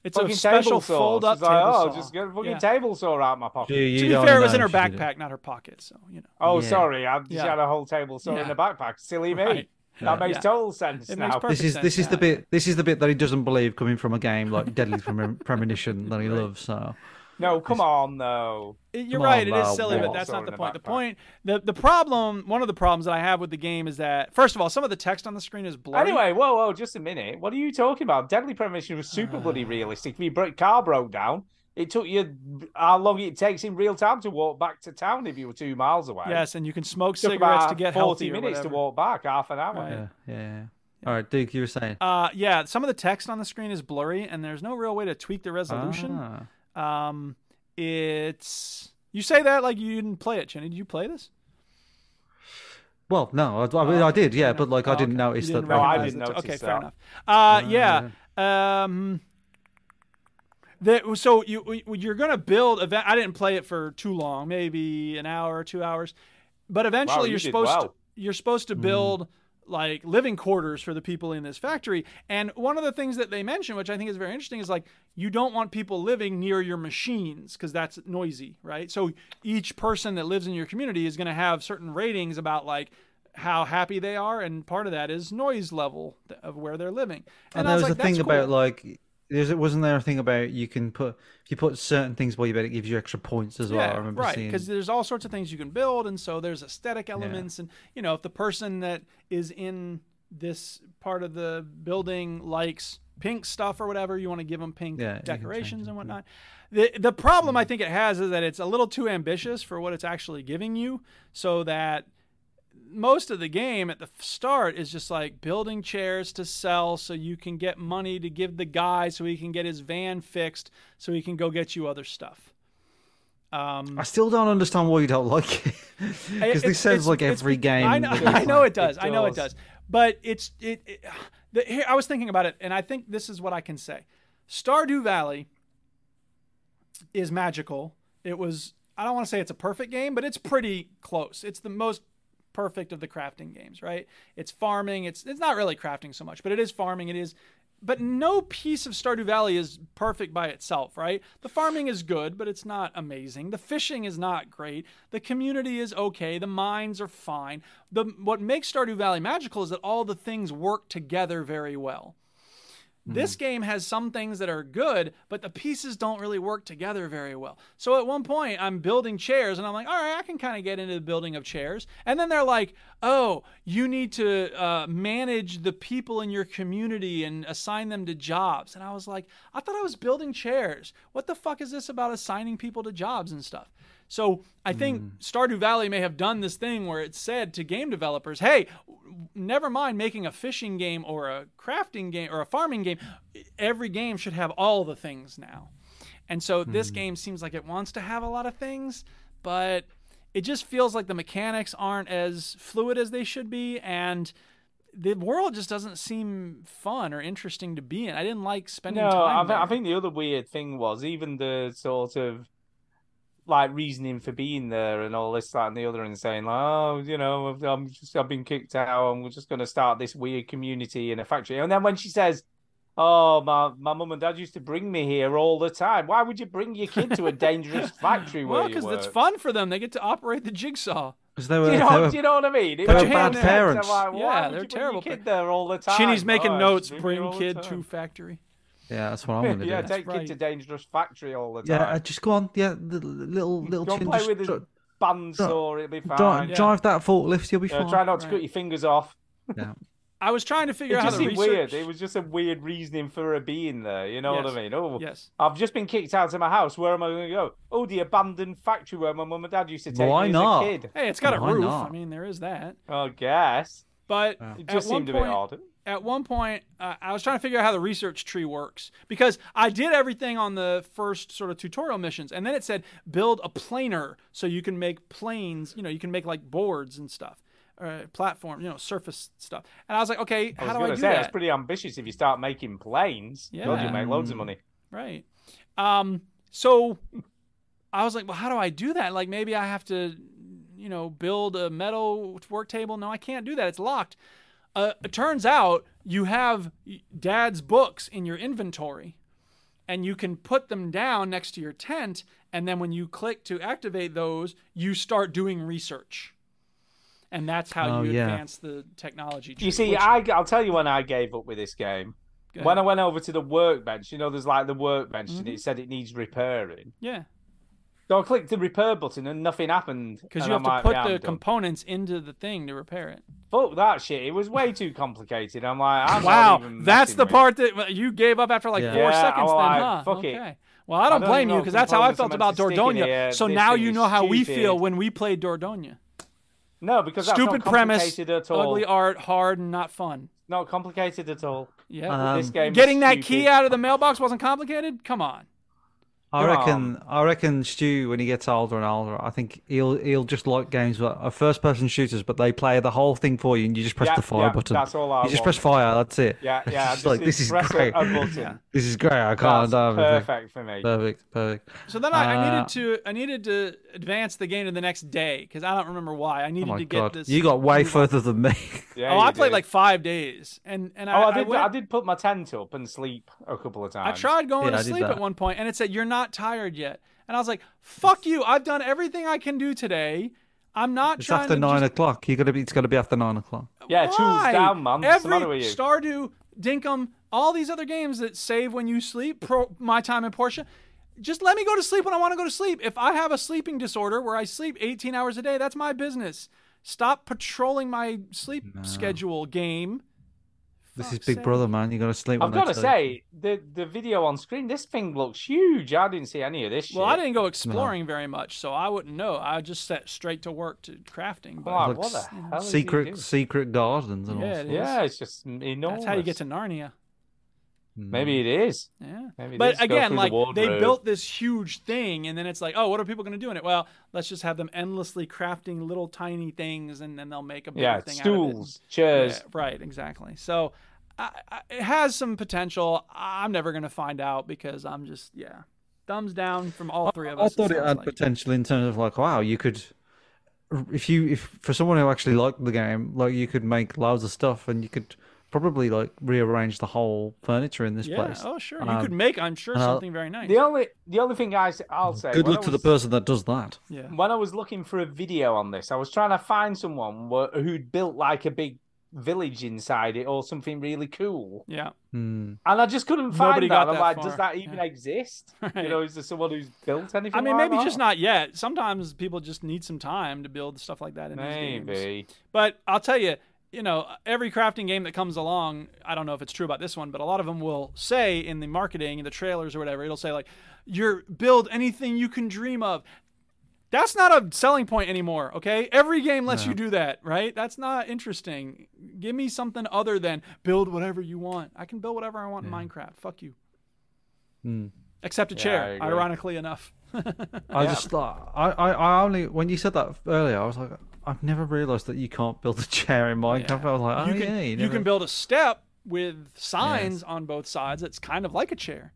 Speaker 1: It's a
Speaker 5: Fucking
Speaker 1: special
Speaker 5: table saw.
Speaker 1: fold up
Speaker 5: She's like,
Speaker 1: table
Speaker 5: oh,
Speaker 1: saw.
Speaker 5: just get a fucking
Speaker 1: Yeah.
Speaker 5: table saw out my pocket.
Speaker 4: you- you
Speaker 1: to be
Speaker 4: don't
Speaker 1: fair, it was
Speaker 4: know
Speaker 1: in her
Speaker 4: if she did it.
Speaker 1: backpack, not her pocket. So you know,
Speaker 5: Oh,
Speaker 4: Yeah.
Speaker 5: sorry, I just
Speaker 1: Yeah.
Speaker 5: had a whole table saw in
Speaker 1: Yeah.
Speaker 5: the backpack. Silly me.
Speaker 1: Right.
Speaker 5: That makes
Speaker 1: Yeah.
Speaker 5: total sense
Speaker 1: It
Speaker 5: now.
Speaker 1: makes
Speaker 4: this
Speaker 1: perfect
Speaker 4: is this
Speaker 1: sense,
Speaker 4: is the
Speaker 1: yeah.
Speaker 4: bit this is the bit that he doesn't believe coming from a game like Deadly Premon- Premonition that he loves. So
Speaker 5: No, come on though.
Speaker 1: It- you're
Speaker 4: Come
Speaker 1: right.
Speaker 4: on,
Speaker 1: It is
Speaker 4: Lau,
Speaker 1: silly, but
Speaker 4: walk.
Speaker 1: that's
Speaker 5: Saw
Speaker 1: not
Speaker 5: in
Speaker 1: the
Speaker 5: the
Speaker 1: point. The
Speaker 5: backpack.
Speaker 1: point, the the problem, one of the problems that I have with the game is that first of all, some of the text on the screen is blurry.
Speaker 5: Anyway, whoa, whoa, just a minute. What are you talking about? Deadly Premonition was super bloody realistic. If your bro- car broke down, it took you how long it takes in real time to walk back to town if you were two miles away.
Speaker 1: yes, and you can smoke
Speaker 5: It took
Speaker 1: cigarettes to
Speaker 5: about
Speaker 1: get
Speaker 5: 40
Speaker 1: healthy or
Speaker 5: minutes to
Speaker 1: whatever.
Speaker 5: walk back, half an hour.
Speaker 1: Right.
Speaker 4: yeah, yeah. All right, Duke, you were saying.
Speaker 1: Uh, yeah, some of the text on the screen is blurry, and there's no real way to tweak the
Speaker 4: Ah.
Speaker 1: resolution. Um, it's you say that like you didn't play it, Chinny. Did you play this?
Speaker 4: Well, no, I, I mean,
Speaker 1: Uh,
Speaker 4: I did, yeah, but like I didn't notice
Speaker 1: Oh, You
Speaker 4: that. Ah,
Speaker 1: didn't recognize the t- Okay, fair enough. Uh, yeah. Um, that so you you're gonna build. Event. I didn't play it for too long, maybe an hour, two hours, but eventually
Speaker 5: Wow, you
Speaker 1: you're
Speaker 5: did
Speaker 1: supposed to,
Speaker 5: well.
Speaker 1: you're supposed to
Speaker 4: Mm-hmm.
Speaker 1: build like living quarters for the people in this factory. And one of the things that they mention, which I think is very interesting, is like you don't want people living near your machines because that's noisy, right? So each person that lives in your community is going to have certain ratings about like how happy they are, and part of that is noise level th- of where they're living.
Speaker 4: And,
Speaker 1: I
Speaker 4: there was a
Speaker 1: like,
Speaker 4: thing
Speaker 1: "That's
Speaker 4: about
Speaker 1: cool."
Speaker 4: like, there's, wasn't there a thing about you can put if you put certain things by your bed, it gives you extra points as well. I remember
Speaker 1: right.
Speaker 4: seeing.
Speaker 1: Because there's all sorts of things you can build, and so there's aesthetic elements, and you know, if the person that is in this part of the building likes pink stuff or whatever, you want to give them pink
Speaker 4: Yeah, Hmm. you can change
Speaker 1: decorations and whatnot. The the problem I think it has is that it's a little too ambitious for what it's actually giving you, so that most of the game at the f- start is just like building chairs to sell so you can get money to give the guy so he can get his van fixed so he can go get you other stuff. Um,
Speaker 4: I still don't understand why you don't like it because
Speaker 1: it's-
Speaker 4: this sounds
Speaker 1: it's-
Speaker 4: like
Speaker 1: it's
Speaker 4: every
Speaker 1: be-
Speaker 4: game.
Speaker 1: I know,
Speaker 4: that
Speaker 1: I
Speaker 4: it's
Speaker 1: know
Speaker 4: like-
Speaker 1: it does. I know it does. But it's it. it the, here, I was thinking about it, and I think this is what I can say. Stardew Valley is magical. It was. I don't want to say it's a perfect game, but it's pretty close. It's the most perfect of the crafting games, right? It's farming. It's it's not really crafting so much, but it is farming. It is. But no piece of Stardew Valley is perfect by itself, right? The farming is good, but it's not amazing. The fishing is not great. The community is okay. The mines are fine. The what makes Stardew Valley magical is that all the things work together very well. This game has some things that are good, but the pieces don't really work together very well. So at one point, I'm building chairs, and I'm like, all right, I can kind of get into the building of chairs. And then they're like, oh, you need to uh, manage the people in your community and assign them to jobs. And I was like, I thought I was building chairs. What the fuck is this about assigning people to jobs and stuff? So I think
Speaker 5: Hmm.
Speaker 1: Stardew Valley may have done this thing where it said to game developers, "Hey, w- never mind making a fishing game or a crafting game or a farming game. Every game should have all the things now." And so
Speaker 5: Hmm.
Speaker 1: this game seems like it wants to have a lot of things, but it just feels like the mechanics aren't as fluid as they should be and the world just doesn't seem fun or interesting to be in. I didn't like spending
Speaker 5: No,
Speaker 1: time
Speaker 5: I, thi-
Speaker 1: there.
Speaker 5: I think the other weird thing was even the sort of like reasoning for being there and all this, that, and the other, and saying like, oh, you know, I've- I'm just I've been kicked out, and we're just going to start this weird community in a factory. And then when she says, "Oh, my my mum and dad used to bring me here all the time," why would you bring your kid to a dangerous factory where
Speaker 1: well,
Speaker 5: you
Speaker 1: because
Speaker 5: work?
Speaker 1: it's fun for them. They get to operate the jigsaw.
Speaker 4: 'Cause they
Speaker 5: Do
Speaker 4: were,
Speaker 5: you,
Speaker 4: they
Speaker 5: know,
Speaker 4: were-
Speaker 5: do you know what I mean?
Speaker 4: they
Speaker 5: It
Speaker 4: were
Speaker 5: made
Speaker 4: bad
Speaker 5: sense. I'm
Speaker 4: parents.
Speaker 5: like, why
Speaker 1: Yeah,
Speaker 5: would
Speaker 1: they're
Speaker 5: you bring your
Speaker 1: terrible
Speaker 5: kid there all the time.
Speaker 1: Chinny's making
Speaker 5: Oh, I
Speaker 1: notes.
Speaker 5: just bring you
Speaker 1: Bring
Speaker 5: all the
Speaker 1: kid
Speaker 5: time."
Speaker 1: to factory.
Speaker 4: Yeah, that's what I'm gonna do.
Speaker 5: yeah, take
Speaker 1: right.
Speaker 5: kid to dangerous factory all the time.
Speaker 4: Yeah, uh, just go on. Yeah, the little little
Speaker 5: Go
Speaker 4: chin.
Speaker 5: play
Speaker 4: just
Speaker 5: with his
Speaker 4: dri-
Speaker 5: bandsaw, it'll be fine.
Speaker 4: dri- Drive that forklift, you'll be
Speaker 5: Yeah,
Speaker 4: fine.
Speaker 5: try not to cut your fingers off.
Speaker 4: Yeah.
Speaker 1: I was trying to
Speaker 5: It
Speaker 1: figure out how
Speaker 5: just
Speaker 1: to
Speaker 5: seemed
Speaker 1: research.
Speaker 5: weird. It was just a weird reasoning for her being there. You know
Speaker 1: Yes.
Speaker 5: what I mean? Oh,
Speaker 1: Yes.
Speaker 5: I've just been kicked out of my house. Where am I going to go? Oh, the abandoned factory where my mum and dad used to take
Speaker 4: Why
Speaker 5: me
Speaker 4: not?
Speaker 5: as a kid.
Speaker 1: Hey, it's got
Speaker 4: Why
Speaker 1: a roof.
Speaker 4: not?
Speaker 1: I mean, there is that.
Speaker 5: I guess.
Speaker 1: But
Speaker 5: It
Speaker 1: at
Speaker 5: just
Speaker 1: one
Speaker 5: seemed a
Speaker 1: point,
Speaker 5: bit odd.
Speaker 1: At one point, uh, I was trying to figure out how the research tree works because I did everything on the first sort of tutorial missions, and then it said build a planer so you can make planes. You know, you can make like boards and stuff, uh, platform, you know, surface stuff. And I was like, okay,
Speaker 5: I
Speaker 1: how
Speaker 5: was
Speaker 1: do I
Speaker 5: going
Speaker 1: do
Speaker 5: to say,
Speaker 1: that?
Speaker 5: that's pretty ambitious if you start making planes. God,
Speaker 1: Yeah. Mm.
Speaker 5: you make loads of money.
Speaker 1: Right. Um, so I was like, well, how do I do that? Like, maybe I have to, you know, build a metal work table. No, I can't do that. It's locked. Uh, it turns out you have dad's books in your inventory and you can put them down next to your tent. And then when you click to activate those, you start doing research. And that's how
Speaker 4: Oh,
Speaker 1: you
Speaker 4: yeah.
Speaker 1: advance the technology. tree,
Speaker 5: You see,
Speaker 1: which-
Speaker 5: I, I'll tell you when I gave up with this game.
Speaker 1: Go
Speaker 5: When
Speaker 1: ahead.
Speaker 5: I
Speaker 1: Mm-hmm.
Speaker 5: went over to the workbench, you know, there's like the workbench and it said it needs repairing.
Speaker 1: yeah,
Speaker 5: So I clicked the repair button and nothing happened.
Speaker 1: because
Speaker 5: and
Speaker 1: you
Speaker 5: I
Speaker 1: have to
Speaker 5: might
Speaker 1: put
Speaker 5: be
Speaker 1: the
Speaker 5: hammered.
Speaker 1: components into the thing to repair it.
Speaker 5: Fuck that shit. It was way too complicated. I'm like, I'm not
Speaker 1: Wow,
Speaker 5: even
Speaker 1: that's
Speaker 5: messing
Speaker 1: the
Speaker 5: with-
Speaker 1: part that you gave up after like
Speaker 5: Yeah.
Speaker 1: four
Speaker 5: Yeah,
Speaker 1: seconds,
Speaker 5: well, I-
Speaker 1: then, huh?
Speaker 5: fuck it.
Speaker 1: okay. Well, I don't,
Speaker 5: I don't
Speaker 1: blame
Speaker 5: know
Speaker 1: you
Speaker 5: if
Speaker 1: because that's how I
Speaker 5: components are
Speaker 1: felt
Speaker 5: meant
Speaker 1: about
Speaker 5: to stick in
Speaker 1: Dordogne.
Speaker 5: here.
Speaker 1: So
Speaker 5: This
Speaker 1: now
Speaker 5: thing
Speaker 1: you
Speaker 5: is
Speaker 1: know how we
Speaker 5: stupid.
Speaker 1: feel when we played Dordogne.
Speaker 5: No, because that's
Speaker 1: Stupid
Speaker 5: not
Speaker 1: premise,
Speaker 5: complicated at all.
Speaker 1: ugly art, hard and not fun.
Speaker 5: Not complicated at all.
Speaker 1: Yeah,
Speaker 4: Um,
Speaker 5: this game. is
Speaker 1: Getting that key
Speaker 5: stupid.
Speaker 1: out of the mailbox wasn't complicated. Come on.
Speaker 4: I
Speaker 5: Come
Speaker 4: reckon. I reckon Stu, when he gets older and older, I think he'll he'll just like games that are first-person shooters, but they play the whole thing for you, and you just press
Speaker 5: Yeah,
Speaker 4: the fire
Speaker 5: yeah,
Speaker 4: button.
Speaker 5: that's all I
Speaker 4: you just
Speaker 5: want.
Speaker 4: press fire. That's it.
Speaker 5: Yeah,
Speaker 4: It's
Speaker 5: yeah,
Speaker 4: just
Speaker 5: just
Speaker 4: like
Speaker 5: need
Speaker 4: this
Speaker 5: to
Speaker 4: is
Speaker 5: press a-
Speaker 4: great.
Speaker 5: a button.
Speaker 4: This is great. I can't.
Speaker 5: That's
Speaker 4: have uh, everything.
Speaker 5: perfect for me.
Speaker 4: Perfect. Perfect.
Speaker 1: So then I, I
Speaker 4: Uh,
Speaker 1: needed to I needed to advance the game to the next day because I don't remember why. I
Speaker 4: Oh
Speaker 1: needed
Speaker 4: my
Speaker 1: to get
Speaker 4: god!
Speaker 1: this.
Speaker 4: You got way further than me.
Speaker 5: Yeah,
Speaker 1: oh, I
Speaker 5: you
Speaker 1: played
Speaker 5: did.
Speaker 1: like five days, and and I,
Speaker 5: oh, I did. I,
Speaker 1: went-
Speaker 5: did put my tent up and sleep a couple of
Speaker 1: I
Speaker 5: times.
Speaker 1: tried going
Speaker 4: Yeah, I
Speaker 1: to
Speaker 4: did
Speaker 1: sleep at
Speaker 4: that.
Speaker 1: one point, and it said you're not tired yet, and I was like, "Fuck you! I've done everything I can do today. I'm not
Speaker 4: It's
Speaker 1: trying
Speaker 4: after
Speaker 1: to
Speaker 4: nine
Speaker 1: just-
Speaker 4: o'clock. You gotta be. It's gotta be after nine o'clock.
Speaker 5: Yeah, tools
Speaker 1: Why?
Speaker 5: down, man. What's the
Speaker 1: Every
Speaker 5: matter with you?
Speaker 1: Stardew, Dinkum, all these other games that save when you sleep, pro, my time in Porsche. Just let me go to sleep when I want to go to sleep. If I have a sleeping disorder where I sleep 18 hours a day, that's my business. Stop patrolling my sleep schedule game.
Speaker 4: This is
Speaker 1: Fuck's
Speaker 4: Big
Speaker 1: sake.
Speaker 4: Brother, man. You gotta sleep.
Speaker 5: I've
Speaker 4: when
Speaker 5: got
Speaker 4: they
Speaker 5: to
Speaker 4: tell you.
Speaker 5: say, the the video on screen, this thing looks huge. I didn't see any of this shit.
Speaker 1: Well, I didn't go exploring very much, so I wouldn't know. I just set straight to work to crafting. But
Speaker 5: Well,
Speaker 4: Like
Speaker 5: what the
Speaker 4: s-
Speaker 5: hell is he doing?
Speaker 4: secret secret gardens and all.
Speaker 1: Yeah, it
Speaker 4: sorts.
Speaker 1: is.
Speaker 5: Yeah, it's just enormous.
Speaker 1: that's how you get to Narnia.
Speaker 4: Hmm.
Speaker 5: Maybe it is.
Speaker 1: Yeah.
Speaker 5: Maybe it
Speaker 1: but
Speaker 5: is. Go
Speaker 1: again,
Speaker 5: through the
Speaker 1: like they
Speaker 5: wardrobe.
Speaker 1: built this huge thing, and then it's like, oh, what are people going to do in it? Well, let's just have them endlessly crafting little tiny things, and then they'll make a bigger
Speaker 5: yeah
Speaker 1: thing out of
Speaker 5: stools,
Speaker 1: it.
Speaker 5: chairs.
Speaker 1: Yeah, right, exactly. So I, I, it has some potential. I'm never going to find out because I'm just yeah, thumbs down from all three of
Speaker 4: I
Speaker 1: us.
Speaker 4: thought it
Speaker 1: sounds
Speaker 4: had
Speaker 1: like.
Speaker 4: potential in terms of like, wow, you could, if you if for someone who actually liked the game, like you could make loads of stuff, and you could probably like rearrange the whole furniture in this
Speaker 1: yeah.
Speaker 4: place.
Speaker 1: Oh sure, you
Speaker 4: Um,
Speaker 1: could make I'm sure
Speaker 4: and I'll-
Speaker 1: something very nice.
Speaker 5: The only the only thing I, will say.
Speaker 4: Good
Speaker 5: when
Speaker 4: luck
Speaker 5: I
Speaker 4: to the
Speaker 5: was-
Speaker 4: person that does that.
Speaker 1: yeah.
Speaker 5: when I was looking for a video on this, I was trying to find someone wha- who'd built like a big village inside it or something really cool,
Speaker 1: Yeah.
Speaker 4: Hmm.
Speaker 5: and I just couldn't find
Speaker 1: Nobody
Speaker 5: that.
Speaker 1: got
Speaker 5: I'm
Speaker 1: that
Speaker 5: like,
Speaker 1: far.
Speaker 5: does that even
Speaker 1: Yeah.
Speaker 5: exist?
Speaker 1: Right.
Speaker 5: You know, is there someone who's built anything?
Speaker 1: I mean,
Speaker 5: like
Speaker 1: maybe
Speaker 5: that?
Speaker 1: just not yet. Sometimes people just need some time to build stuff like that in these games.
Speaker 5: Maybe.
Speaker 1: But I'll tell you, you know, every crafting game that comes along, I don't know if it's true about this one, but a lot of them will say in the marketing, in the trailers or whatever, it'll say like, "Your build anything you can dream of." That's not a selling point anymore, okay? Every game lets you do that, right? That's not interesting. Give me something other than build whatever you want. I can build whatever I want in Minecraft. Fuck you.
Speaker 4: Hmm.
Speaker 1: Except a
Speaker 5: Yeah, I
Speaker 1: chair,
Speaker 5: agree.
Speaker 1: ironically enough.
Speaker 4: I just like I, I I only when you said that earlier, I was like, I've never realised that you can't build a chair in Minecraft. I was like, oh
Speaker 1: you can,
Speaker 4: yeah,
Speaker 1: you
Speaker 4: never-
Speaker 1: can build a step with signs on both sides that's kind of like a chair.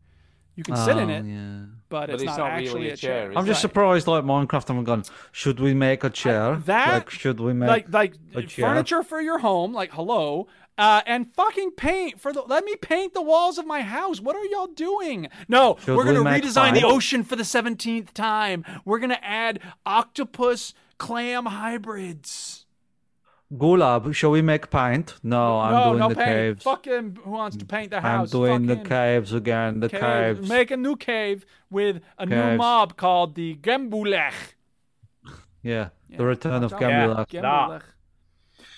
Speaker 1: You can sit in
Speaker 4: Oh,
Speaker 1: it,
Speaker 4: Yeah.
Speaker 1: but, it's, not,
Speaker 5: really
Speaker 1: actually
Speaker 5: a
Speaker 1: a chair.
Speaker 5: chair, is
Speaker 1: I'm
Speaker 4: I'm
Speaker 1: just
Speaker 4: just surprised, like Minecraft, haven't gone. Should we make a chair?
Speaker 1: that-
Speaker 4: like, should we make
Speaker 1: like like uh,
Speaker 4: a chair?
Speaker 1: furniture for your home, like hello, uh, and fucking paint for the. Let me paint the walls of my house. What are y'all doing? No,
Speaker 4: Should
Speaker 1: we're gonna
Speaker 4: we make
Speaker 1: redesign the
Speaker 4: five?
Speaker 1: ocean for the seventeenth time. We're gonna add octopus clam hybrids.
Speaker 4: Gulab, shall we make paint? No, I'm
Speaker 1: no,
Speaker 4: doing
Speaker 1: no
Speaker 4: the
Speaker 1: paint.
Speaker 4: caves.
Speaker 1: Fucking who wants to paint their
Speaker 4: I'm
Speaker 1: house?
Speaker 4: doing the
Speaker 1: Fucking-
Speaker 4: caves again. The
Speaker 1: cave.
Speaker 4: caves.
Speaker 1: Make a new cave with a new
Speaker 4: Caves.
Speaker 1: mob called the Gembulech.
Speaker 4: Yeah, the return
Speaker 1: Watch
Speaker 4: of
Speaker 1: out.
Speaker 4: Gambula.
Speaker 5: Yeah.
Speaker 1: Gembulech.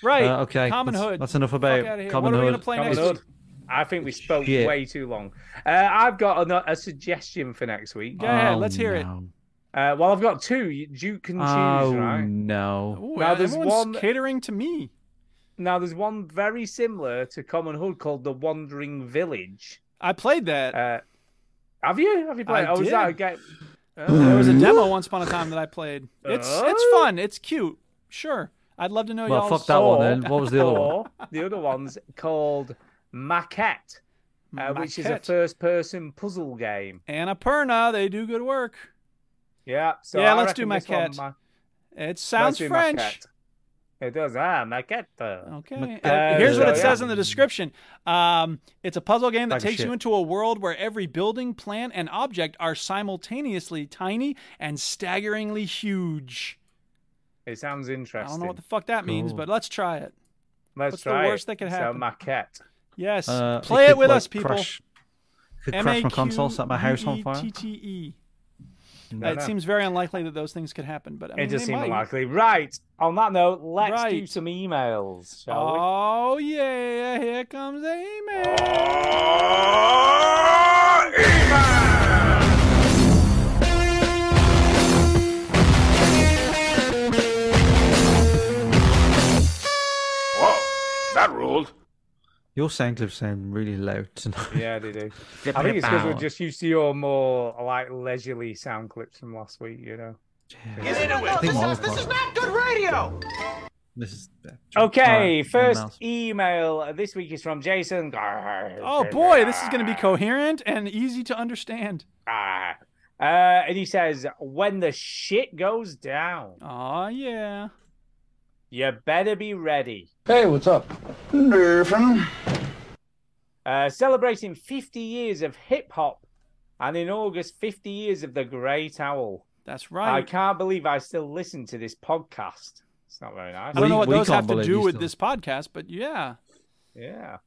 Speaker 1: Right.
Speaker 4: Uh, okay,
Speaker 1: Common
Speaker 4: that's-
Speaker 1: Hood.
Speaker 4: that's enough
Speaker 1: Fuck
Speaker 4: about
Speaker 1: outta here.
Speaker 4: Common
Speaker 1: What are we
Speaker 4: Hood.
Speaker 1: gonna play
Speaker 5: Come
Speaker 1: next
Speaker 5: on,
Speaker 1: week?
Speaker 5: Hood. I think we spoke
Speaker 4: Shit.
Speaker 5: way too long. Uh, I've got a, a suggestion for next week.
Speaker 1: Go ahead.
Speaker 4: Oh,
Speaker 1: Let's hear it.
Speaker 4: no.
Speaker 5: Uh, well, I've got two. You- You can choose,
Speaker 4: Oh
Speaker 5: right?
Speaker 4: no!
Speaker 1: Ooh,
Speaker 5: Now, there's
Speaker 1: everyone's
Speaker 5: one-
Speaker 1: catering to me.
Speaker 5: Now, there's one very similar to Common Hood called The Wandering Village.
Speaker 1: I played that.
Speaker 5: Uh, have you? Have you played?
Speaker 1: I
Speaker 5: oh, is that a
Speaker 1: did.
Speaker 5: game?
Speaker 1: there was a demo once upon a time that I played. It's it's
Speaker 5: Oh.
Speaker 1: fun. It's cute. Sure. I'd love to know
Speaker 4: Well,
Speaker 1: y'all's
Speaker 4: fuck that one then.
Speaker 1: soul.
Speaker 4: What was the other one?
Speaker 5: Or the other one's called Maquette, uh, which is a
Speaker 1: Maquette.
Speaker 5: first-person puzzle game.
Speaker 1: Annapurna, they do good work.
Speaker 5: Yeah. So
Speaker 1: Yeah,
Speaker 5: I
Speaker 1: let's do
Speaker 5: reckon this one
Speaker 1: Maquette.
Speaker 5: might-
Speaker 1: It sounds
Speaker 5: let's do
Speaker 1: French.
Speaker 5: Maquette. It does. Ah, Maquette.
Speaker 1: Okay.
Speaker 5: Uh,
Speaker 1: Uh, here's what it
Speaker 5: so,
Speaker 1: says
Speaker 5: yeah.
Speaker 1: in the description. Um, it's a puzzle game that
Speaker 4: Like
Speaker 1: takes
Speaker 4: shit.
Speaker 1: you into a world where every building, plant, and object are simultaneously tiny and staggeringly huge.
Speaker 5: It sounds
Speaker 1: I
Speaker 5: interesting.
Speaker 1: don't know what the fuck that means,
Speaker 4: Cool.
Speaker 1: but let's try it.
Speaker 5: Let's
Speaker 1: what's the
Speaker 5: try
Speaker 1: worst
Speaker 5: it.
Speaker 1: that could
Speaker 5: So
Speaker 1: happen?
Speaker 5: Maquette.
Speaker 1: Yes.
Speaker 4: Uh,
Speaker 1: Play it
Speaker 4: could,
Speaker 1: with
Speaker 4: like,
Speaker 1: us, people.
Speaker 4: Crash, could crash my console, set my house on fire.
Speaker 1: MAQUETTE.
Speaker 5: No,
Speaker 1: It
Speaker 5: no.
Speaker 1: seems very unlikely that those things could happen, but I mean,
Speaker 5: it does
Speaker 1: they
Speaker 5: seem
Speaker 1: might.
Speaker 5: unlikely. Right. On that note, let's do
Speaker 1: Right.
Speaker 5: some emails, shall we?
Speaker 1: Oh yeah! Here comes the email.
Speaker 9: Whoa, that ruled.
Speaker 4: Your sound clips sound really loud tonight.
Speaker 5: Yeah, they do. I think it's because we're just used to your more like leisurely sound clips from last week. You know.
Speaker 9: Get into
Speaker 4: I think
Speaker 9: it. This
Speaker 4: mine was
Speaker 9: is, this is
Speaker 4: like-
Speaker 9: not good radio.
Speaker 4: This is bad.
Speaker 5: Okay,
Speaker 4: Alright,
Speaker 5: first E
Speaker 4: mouse.
Speaker 5: email this week is from Jason. Oh
Speaker 1: Oh boy, this is going to be coherent and easy to understand.
Speaker 5: Uh, and he says, "When the shit goes down,
Speaker 1: oh yeah,
Speaker 5: you better be ready."
Speaker 13: Hey, what's up? Nerfing.
Speaker 5: Uh, celebrating 50 years of hip hop, and in August, 50 years of the Great Owl.
Speaker 1: That's
Speaker 5: I
Speaker 1: right.
Speaker 5: can't believe I still listen to this podcast. It's not very nice.
Speaker 1: I don't know what those have to do with this podcast, but yeah.
Speaker 5: Yeah.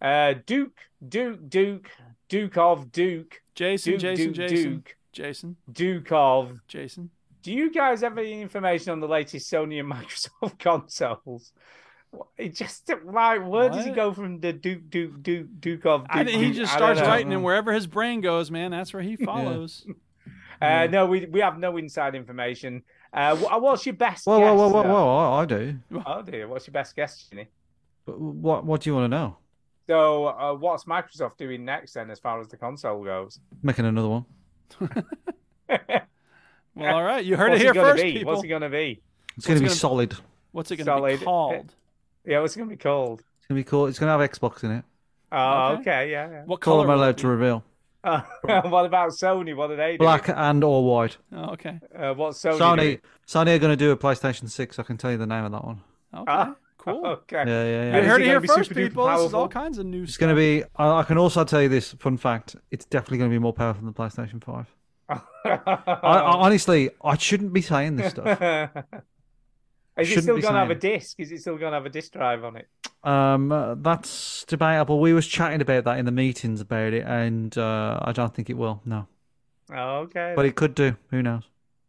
Speaker 5: Uh, Duke, Duke, Duke, Duke of Duke,
Speaker 1: Jason,
Speaker 5: Duke,
Speaker 1: Jason,
Speaker 5: Duke,
Speaker 1: Jason,
Speaker 5: Duke,
Speaker 1: Jason,
Speaker 5: Duke of
Speaker 1: Jason.
Speaker 5: Do you guys have any information on the latest Sony and Microsoft consoles? What- It just like where does he
Speaker 1: What?
Speaker 5: go from the Duke, Duke, Duke, Duke of? Duke,
Speaker 1: I, think he
Speaker 5: Duke?
Speaker 1: just
Speaker 5: I don't
Speaker 1: starts
Speaker 5: know.
Speaker 1: writing, and wherever his brain goes, man, that's where he follows.
Speaker 5: Uh, no, we we have no inside information. Uh, wh- what's your best?
Speaker 4: Whoa, whoa,
Speaker 5: guess,
Speaker 4: whoa, whoa,
Speaker 5: though?
Speaker 4: whoa! I, I do.
Speaker 5: Oh dear, what's your best guess, Ginny?
Speaker 4: But what What do you want to know?
Speaker 5: So, uh, what's Microsoft doing next then, as far as the console goes?
Speaker 4: Making another one.
Speaker 1: Well, all right, you heard
Speaker 5: What's
Speaker 1: it here
Speaker 5: gonna
Speaker 1: first,
Speaker 5: be?
Speaker 1: people.
Speaker 5: What's it going to be?
Speaker 4: It's going to be
Speaker 1: gonna-
Speaker 4: solid. It's
Speaker 1: What's it going to
Speaker 5: Solid.
Speaker 1: be called?
Speaker 5: Yeah, what's it going to be called?
Speaker 4: going to be cool. It's going to have Xbox in it.
Speaker 5: Oh,
Speaker 1: Okay.
Speaker 5: okay, yeah. yeah.
Speaker 1: What
Speaker 4: Call
Speaker 1: color?
Speaker 4: them
Speaker 1: will it
Speaker 4: allowed
Speaker 1: be?
Speaker 4: to reveal.
Speaker 5: Uh, what about Sony? What are they doing?
Speaker 4: Black and or white.
Speaker 1: Oh, okay.
Speaker 5: Uh, what's Sony? doing?
Speaker 4: Sony, Sony are going to do a PlayStation Six. I can tell you the name of that one.
Speaker 1: Okay.
Speaker 5: Ah,
Speaker 1: cool.
Speaker 4: Yeah,
Speaker 5: Okay.
Speaker 4: yeah, yeah.
Speaker 1: You
Speaker 4: Is
Speaker 1: heard
Speaker 5: it
Speaker 1: it
Speaker 5: gonna
Speaker 1: here
Speaker 5: be
Speaker 1: first,
Speaker 5: super-duper
Speaker 1: people. This is all
Speaker 5: powerful?
Speaker 1: kinds of new
Speaker 4: It's
Speaker 1: stuff.
Speaker 4: going to be. I, I can also tell you this fun fact. It's definitely going to be more powerful than the PlayStation Five. I, I,
Speaker 5: Um,
Speaker 4: honestly, I shouldn't be saying this stuff.
Speaker 5: Is it
Speaker 4: Shouldn't
Speaker 5: still
Speaker 4: be
Speaker 5: going to have a
Speaker 4: saying.
Speaker 5: disc? Is it still going to have a disc drive on it?
Speaker 4: Um, uh, that's debatable. We was chatting about that in the meetings about it, and uh, I don't think it will. No,
Speaker 5: Oh, okay.
Speaker 4: but it could do. Who knows?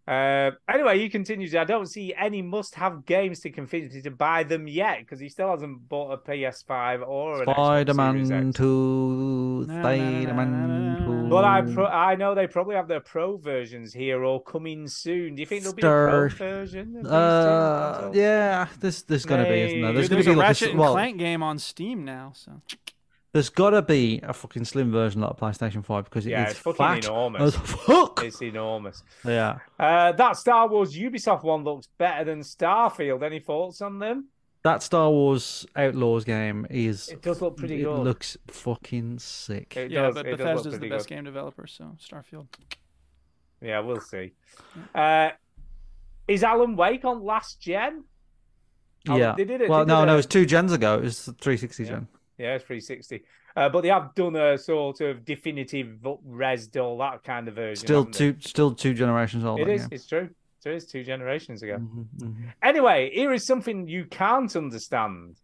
Speaker 5: Uh, anyway, you continues. I don't see any must-have games to convince me to buy them yet because he still hasn't bought a PS5 or an Xbox
Speaker 4: Spider
Speaker 5: Series
Speaker 4: Man
Speaker 5: X.
Speaker 4: Two, Spider Man Two.
Speaker 5: But I pro- I know they probably have their pro versions here or coming soon. Do you think there'll be a
Speaker 4: Star-
Speaker 5: pro version? of these two
Speaker 4: Uh,
Speaker 5: consoles?
Speaker 4: yeah, this there's gonna be, isn't there?
Speaker 5: Hey,
Speaker 1: Dude,
Speaker 4: There's gonna
Speaker 1: there's
Speaker 4: be
Speaker 1: a
Speaker 4: like
Speaker 1: Ratchet
Speaker 4: a, s-
Speaker 1: and
Speaker 4: well,
Speaker 1: Clank game on Steam now. So
Speaker 4: there's gotta be a fucking slim version of that PlayStation Five because
Speaker 5: Yeah,
Speaker 4: it's
Speaker 5: it's fucking
Speaker 4: fat as
Speaker 5: enormous.
Speaker 4: fuck.
Speaker 5: It's enormous.
Speaker 4: Yeah,
Speaker 5: Uh, that Star Wars Ubisoft one looks better than Starfield. Any thoughts on them?
Speaker 4: that Star Wars Outlaws game is.
Speaker 5: It does look pretty
Speaker 4: It
Speaker 5: good.
Speaker 4: looks fucking sick.
Speaker 5: It
Speaker 1: yeah,
Speaker 5: does-
Speaker 1: but
Speaker 5: it does look
Speaker 1: Bethesda's the
Speaker 5: pretty
Speaker 1: best
Speaker 5: good.
Speaker 1: game developer, so Starfield.
Speaker 5: Yeah, we'll see. Uh, is Alan Wake on last gen? Oh,
Speaker 4: yeah.
Speaker 5: they did it-
Speaker 4: well,
Speaker 5: they did
Speaker 4: no, no,
Speaker 5: a-
Speaker 4: it was two gens ago. It was the 360 gen.
Speaker 5: Yeah, it's 360. Uh, but they have done a sort of definitive res all that kind of version.
Speaker 4: Still
Speaker 5: haven't they?
Speaker 4: two, still two generations old.
Speaker 5: It
Speaker 4: that
Speaker 5: is.
Speaker 4: game.
Speaker 5: It's true. It is two generations ago.
Speaker 4: mhm.
Speaker 5: Anyway, here is something you can't understand.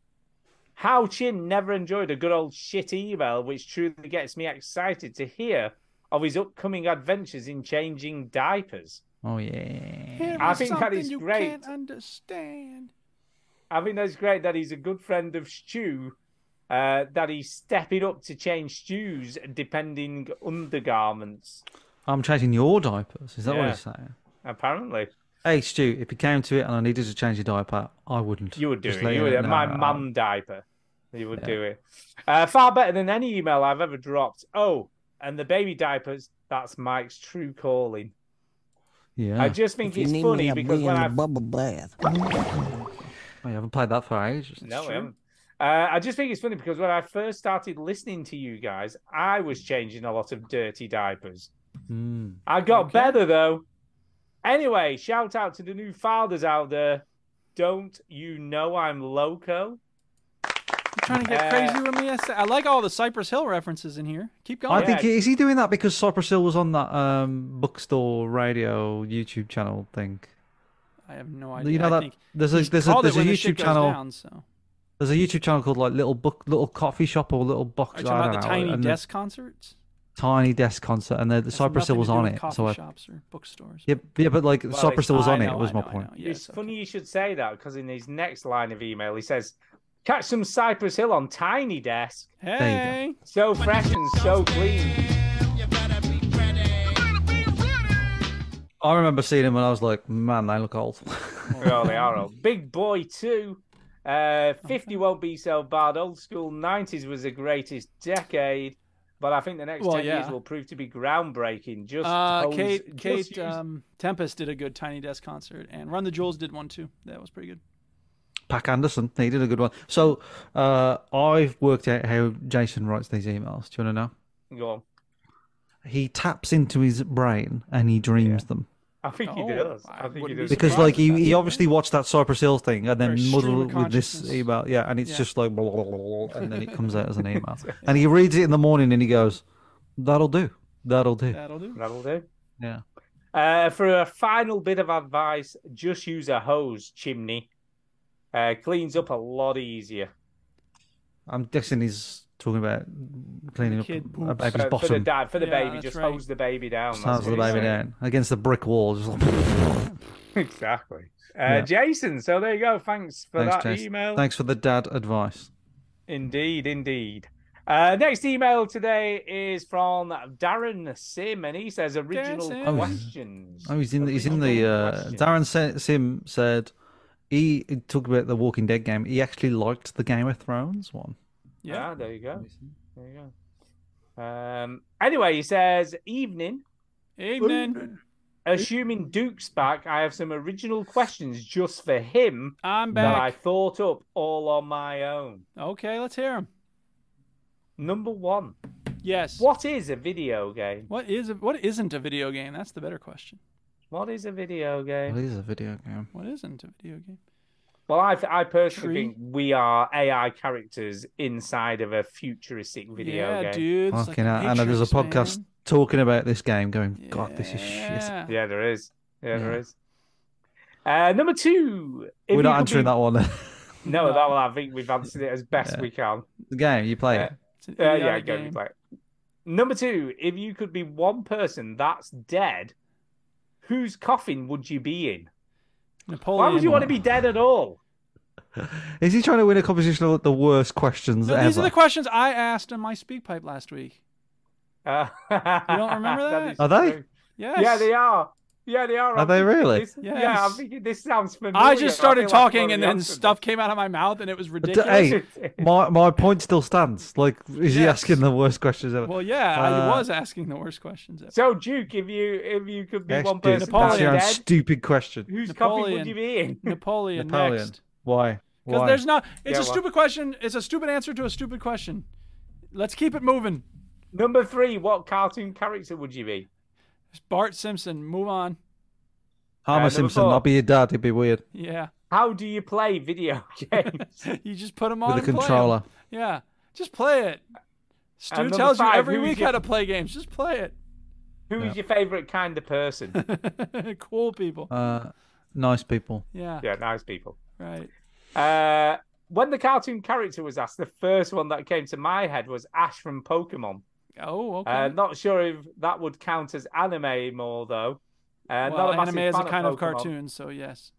Speaker 5: How Chin never enjoyed a good old shit email, which truly gets me excited to hear of his upcoming adventures in changing diapers.
Speaker 4: Oh yeah.
Speaker 5: I think that is
Speaker 1: you
Speaker 5: great.
Speaker 1: can't understand.
Speaker 5: I think that's great that he's a good friend of Stew, uh, that he's stepping up to change Stew's depending undergarments,
Speaker 4: I'm changing your diapers. Is that what
Speaker 5: Yeah.
Speaker 4: he's saying?
Speaker 5: apparently.
Speaker 4: Hey Stu, if it came to it and I needed to change your diaper, I wouldn't.
Speaker 5: You would do
Speaker 4: Just
Speaker 5: it.
Speaker 4: let
Speaker 5: You would,
Speaker 4: know.
Speaker 5: my mum diaper. You would do it. Uh, far better than any email I've ever dropped. Oh, and the baby diapers. That's Mike's true calling.
Speaker 4: Yeah.
Speaker 5: I just think it's funny because when I
Speaker 7: bubble bath.
Speaker 4: Oh, you haven't played that for ages.
Speaker 5: no, I haven't. Uh, I just think it's funny because when I first started listening to you guys, I was changing a lot of dirty diapers.
Speaker 4: Mm.
Speaker 5: I got better though. Anyway, shout out to the new fathers out there. Don't you know I'm loco?
Speaker 1: You trying to get
Speaker 5: Uh,
Speaker 1: crazy with me? I say- I like all the Cypress Hill references in here. Keep
Speaker 5: Oh,
Speaker 1: going.
Speaker 4: I think is he doing that because Cypress Hill was on that um, bookstore radio YouTube channel thing.
Speaker 1: I have no
Speaker 4: You
Speaker 1: idea.
Speaker 4: know
Speaker 1: I
Speaker 4: that-
Speaker 1: think
Speaker 4: there's a-
Speaker 1: he
Speaker 4: there's a-
Speaker 1: called it
Speaker 4: there's a
Speaker 1: when the
Speaker 4: YouTube
Speaker 1: shit goes
Speaker 4: channel-
Speaker 1: Down, so.
Speaker 4: There's a YouTube channel called like Little Book, Little Coffee Shop, or Little Box.
Speaker 1: Are you talking
Speaker 4: I
Speaker 1: about
Speaker 4: don't
Speaker 1: the
Speaker 4: know,
Speaker 1: tiny
Speaker 4: and the
Speaker 1: desk concerts?
Speaker 4: Tiny Desk concert, and the, the
Speaker 1: Has
Speaker 4: Cypress Hill
Speaker 1: nothing
Speaker 4: was
Speaker 1: to do
Speaker 4: on
Speaker 1: with
Speaker 4: it.
Speaker 1: Coffee
Speaker 4: So I,
Speaker 1: shops or bookstores.
Speaker 4: yeah, yeah, but like
Speaker 5: Well,
Speaker 4: Cypress Hill was
Speaker 1: I
Speaker 4: on
Speaker 1: know,
Speaker 4: it. Was
Speaker 1: I
Speaker 4: my
Speaker 1: know, I
Speaker 4: point.
Speaker 1: know. Yes,
Speaker 5: it's funny you should say that because in his next line of email, he says, Catch some Cypress Hill on Tiny Desk.
Speaker 4: There
Speaker 1: Hey,
Speaker 5: So fresh and so clean.
Speaker 4: I remember seeing him when I was like, man, they look old.
Speaker 5: Oh, they are old. Big Boy 2. Uh, 50 won't be so bad. Old school 90s was the greatest decade, but I think the next
Speaker 1: Well,
Speaker 5: 10
Speaker 1: yeah.
Speaker 5: years will prove to be groundbreaking. Just
Speaker 1: Uh,
Speaker 5: hose-
Speaker 1: Kate,
Speaker 5: just
Speaker 1: Kate,
Speaker 5: use-
Speaker 1: um, Tempest did a good Tiny Desk concert, and Run the Jewels did one too. That was pretty good.
Speaker 4: Pack Anderson, he did a good one. So uh, I've worked out how Jason writes these emails. Do you want to know?
Speaker 5: Go on.
Speaker 4: He taps into his brain and he dreams them.
Speaker 5: I think he
Speaker 1: Oh,
Speaker 5: does. I think he does.
Speaker 4: Because like he, he obviously watched that Cypress Hill thing and then
Speaker 5: Or a stream
Speaker 4: muddled
Speaker 5: of
Speaker 4: it with this
Speaker 5: consciousness.
Speaker 4: email, yeah, and it's
Speaker 5: Yeah.
Speaker 4: just like blah, blah, blah, blah, and then it comes out as an email, and he reads it in the morning and he goes, "That'll do, that'll do."
Speaker 1: That'll do.
Speaker 5: That'll do.
Speaker 4: Yeah.
Speaker 5: Uh, for a final bit of advice, just use a hose chimney. Uh, cleans up a lot easier.
Speaker 4: I'm guessing he's talking about cleaning up
Speaker 5: Kid
Speaker 4: a
Speaker 5: poops.
Speaker 4: baby's
Speaker 5: for, for the
Speaker 4: bottom,
Speaker 5: dad, for the
Speaker 1: Yeah,
Speaker 5: baby,
Speaker 1: that's
Speaker 5: just
Speaker 1: right.
Speaker 5: hose the baby down.
Speaker 4: Just
Speaker 5: that's
Speaker 4: slams the
Speaker 5: what he's
Speaker 4: baby
Speaker 5: saying.
Speaker 4: down against the brick wall. Just like,
Speaker 5: exactly. Uh,
Speaker 4: Yeah.
Speaker 5: Jason, so there you go. Thanks for
Speaker 4: thanks,
Speaker 5: that
Speaker 4: Jason.
Speaker 5: email.
Speaker 4: Thanks for the dad advice.
Speaker 5: Indeed, indeed. Uh, next email today is from Darren Sim, and he says original
Speaker 4: Sim. Oh, yeah.
Speaker 5: questions.
Speaker 4: Oh, he's in. The, he's in the. Uh, Darren Sa- Sim said he talked about the Walking Dead game. He actually liked the Game of Thrones one.
Speaker 5: Yeah, Ah, there you go. There you go. Um, anyway, he says, Evening.
Speaker 1: Evening.
Speaker 5: Assuming Duke's back, I have some original questions just for him.
Speaker 1: I'm
Speaker 5: That
Speaker 1: back.
Speaker 5: I thought up all on my own.
Speaker 1: Okay, let's hear him.
Speaker 5: Number one.
Speaker 1: Yes.
Speaker 5: What is a video game?
Speaker 1: What is a, what isn't a video game? That's the better question.
Speaker 5: What is a video game?
Speaker 4: What is a video game?
Speaker 1: What isn't a video game?
Speaker 5: Well, I, I personally
Speaker 1: Tree?
Speaker 5: think we are AI characters inside of a futuristic video
Speaker 1: Yeah,
Speaker 5: game.
Speaker 1: dude. It's
Speaker 4: Fucking hell. and there's a podcast talking about this game, going, "God, this is shit."
Speaker 5: Yeah, there is. Yeah, there is. Uh, number two. if
Speaker 4: We're
Speaker 5: you
Speaker 4: not
Speaker 5: could
Speaker 4: answering
Speaker 5: be-
Speaker 4: that one.
Speaker 5: No, that one, I think we've answered it as best we can.
Speaker 4: the game you play. it.
Speaker 5: Uh,
Speaker 1: E
Speaker 5: yeah, go you play. it. Number two. If you could be one person that's dead, whose coffin would you be in?
Speaker 1: Napoleon.
Speaker 5: Why would you want to be dead at all?
Speaker 4: Is he trying to win a competition of the worst questions
Speaker 1: No,
Speaker 4: ever?
Speaker 1: these are the questions I asked on my speak pipe last week.
Speaker 5: Uh, you
Speaker 1: don't remember that?
Speaker 4: Are they?
Speaker 1: Yes.
Speaker 5: Yeah, they are. Yeah, they are.
Speaker 4: Are they
Speaker 5: thinking
Speaker 4: really?
Speaker 5: This, Yeah, I'm
Speaker 1: Yes.
Speaker 5: thinking this sounds familiar.
Speaker 1: I just started
Speaker 5: feel like I've
Speaker 1: talking
Speaker 5: already
Speaker 1: and then
Speaker 5: answered
Speaker 1: stuff came out of my mouth and it was
Speaker 4: D-
Speaker 1: ridiculous.
Speaker 4: uh, Hey, my my point still stands. Like, is he
Speaker 1: Yes.
Speaker 4: asking the worst questions ever?
Speaker 1: Well, yeah, I
Speaker 4: Uh,
Speaker 1: was asking the worst questions ever.
Speaker 5: this. So, Duke, if you if you could be
Speaker 4: yes,
Speaker 5: one
Speaker 4: dude,
Speaker 5: person
Speaker 4: That's your own
Speaker 5: that's dead,
Speaker 4: stupid question.
Speaker 5: whose coffee would
Speaker 1: Napoleon.
Speaker 5: you be in?
Speaker 1: Napoleon,
Speaker 4: Napoleon.
Speaker 1: next.
Speaker 4: Why?
Speaker 1: Because
Speaker 4: Why?
Speaker 1: there's not. It's a
Speaker 5: Yeah, why?
Speaker 1: stupid question. It's a stupid answer to a stupid question. Let's keep it moving.
Speaker 5: Number three, what cartoon character would you be?
Speaker 1: Bart Simpson. Move on.
Speaker 4: Homer
Speaker 5: number
Speaker 4: Simpson,
Speaker 5: four.
Speaker 4: not be your dad. It'd be weird.
Speaker 1: Yeah.
Speaker 5: How do you play video games?
Speaker 1: You just put them
Speaker 4: With
Speaker 1: on
Speaker 4: a
Speaker 1: and play 'em.
Speaker 4: controller.
Speaker 1: Yeah. Just play it. Stu
Speaker 5: number
Speaker 1: tells
Speaker 5: five,
Speaker 1: you every
Speaker 5: who is
Speaker 1: week
Speaker 5: your-
Speaker 1: how to play games. Just play it.
Speaker 5: Who is
Speaker 4: Yeah.
Speaker 5: your favorite kind of person?
Speaker 1: cool people.
Speaker 4: Uh, nice people.
Speaker 1: yeah.
Speaker 5: yeah, nice people.
Speaker 1: Right.
Speaker 5: Uh, when the cartoon character was asked, the first one that came to my head was Ash from Pokemon.
Speaker 1: Oh, okay.
Speaker 5: Uh, not sure if that would count as anime more though. Uh,
Speaker 1: well,
Speaker 5: not massive
Speaker 1: anime is a
Speaker 5: fan
Speaker 1: kind of
Speaker 5: Pokemon.
Speaker 1: cartoon, so yes.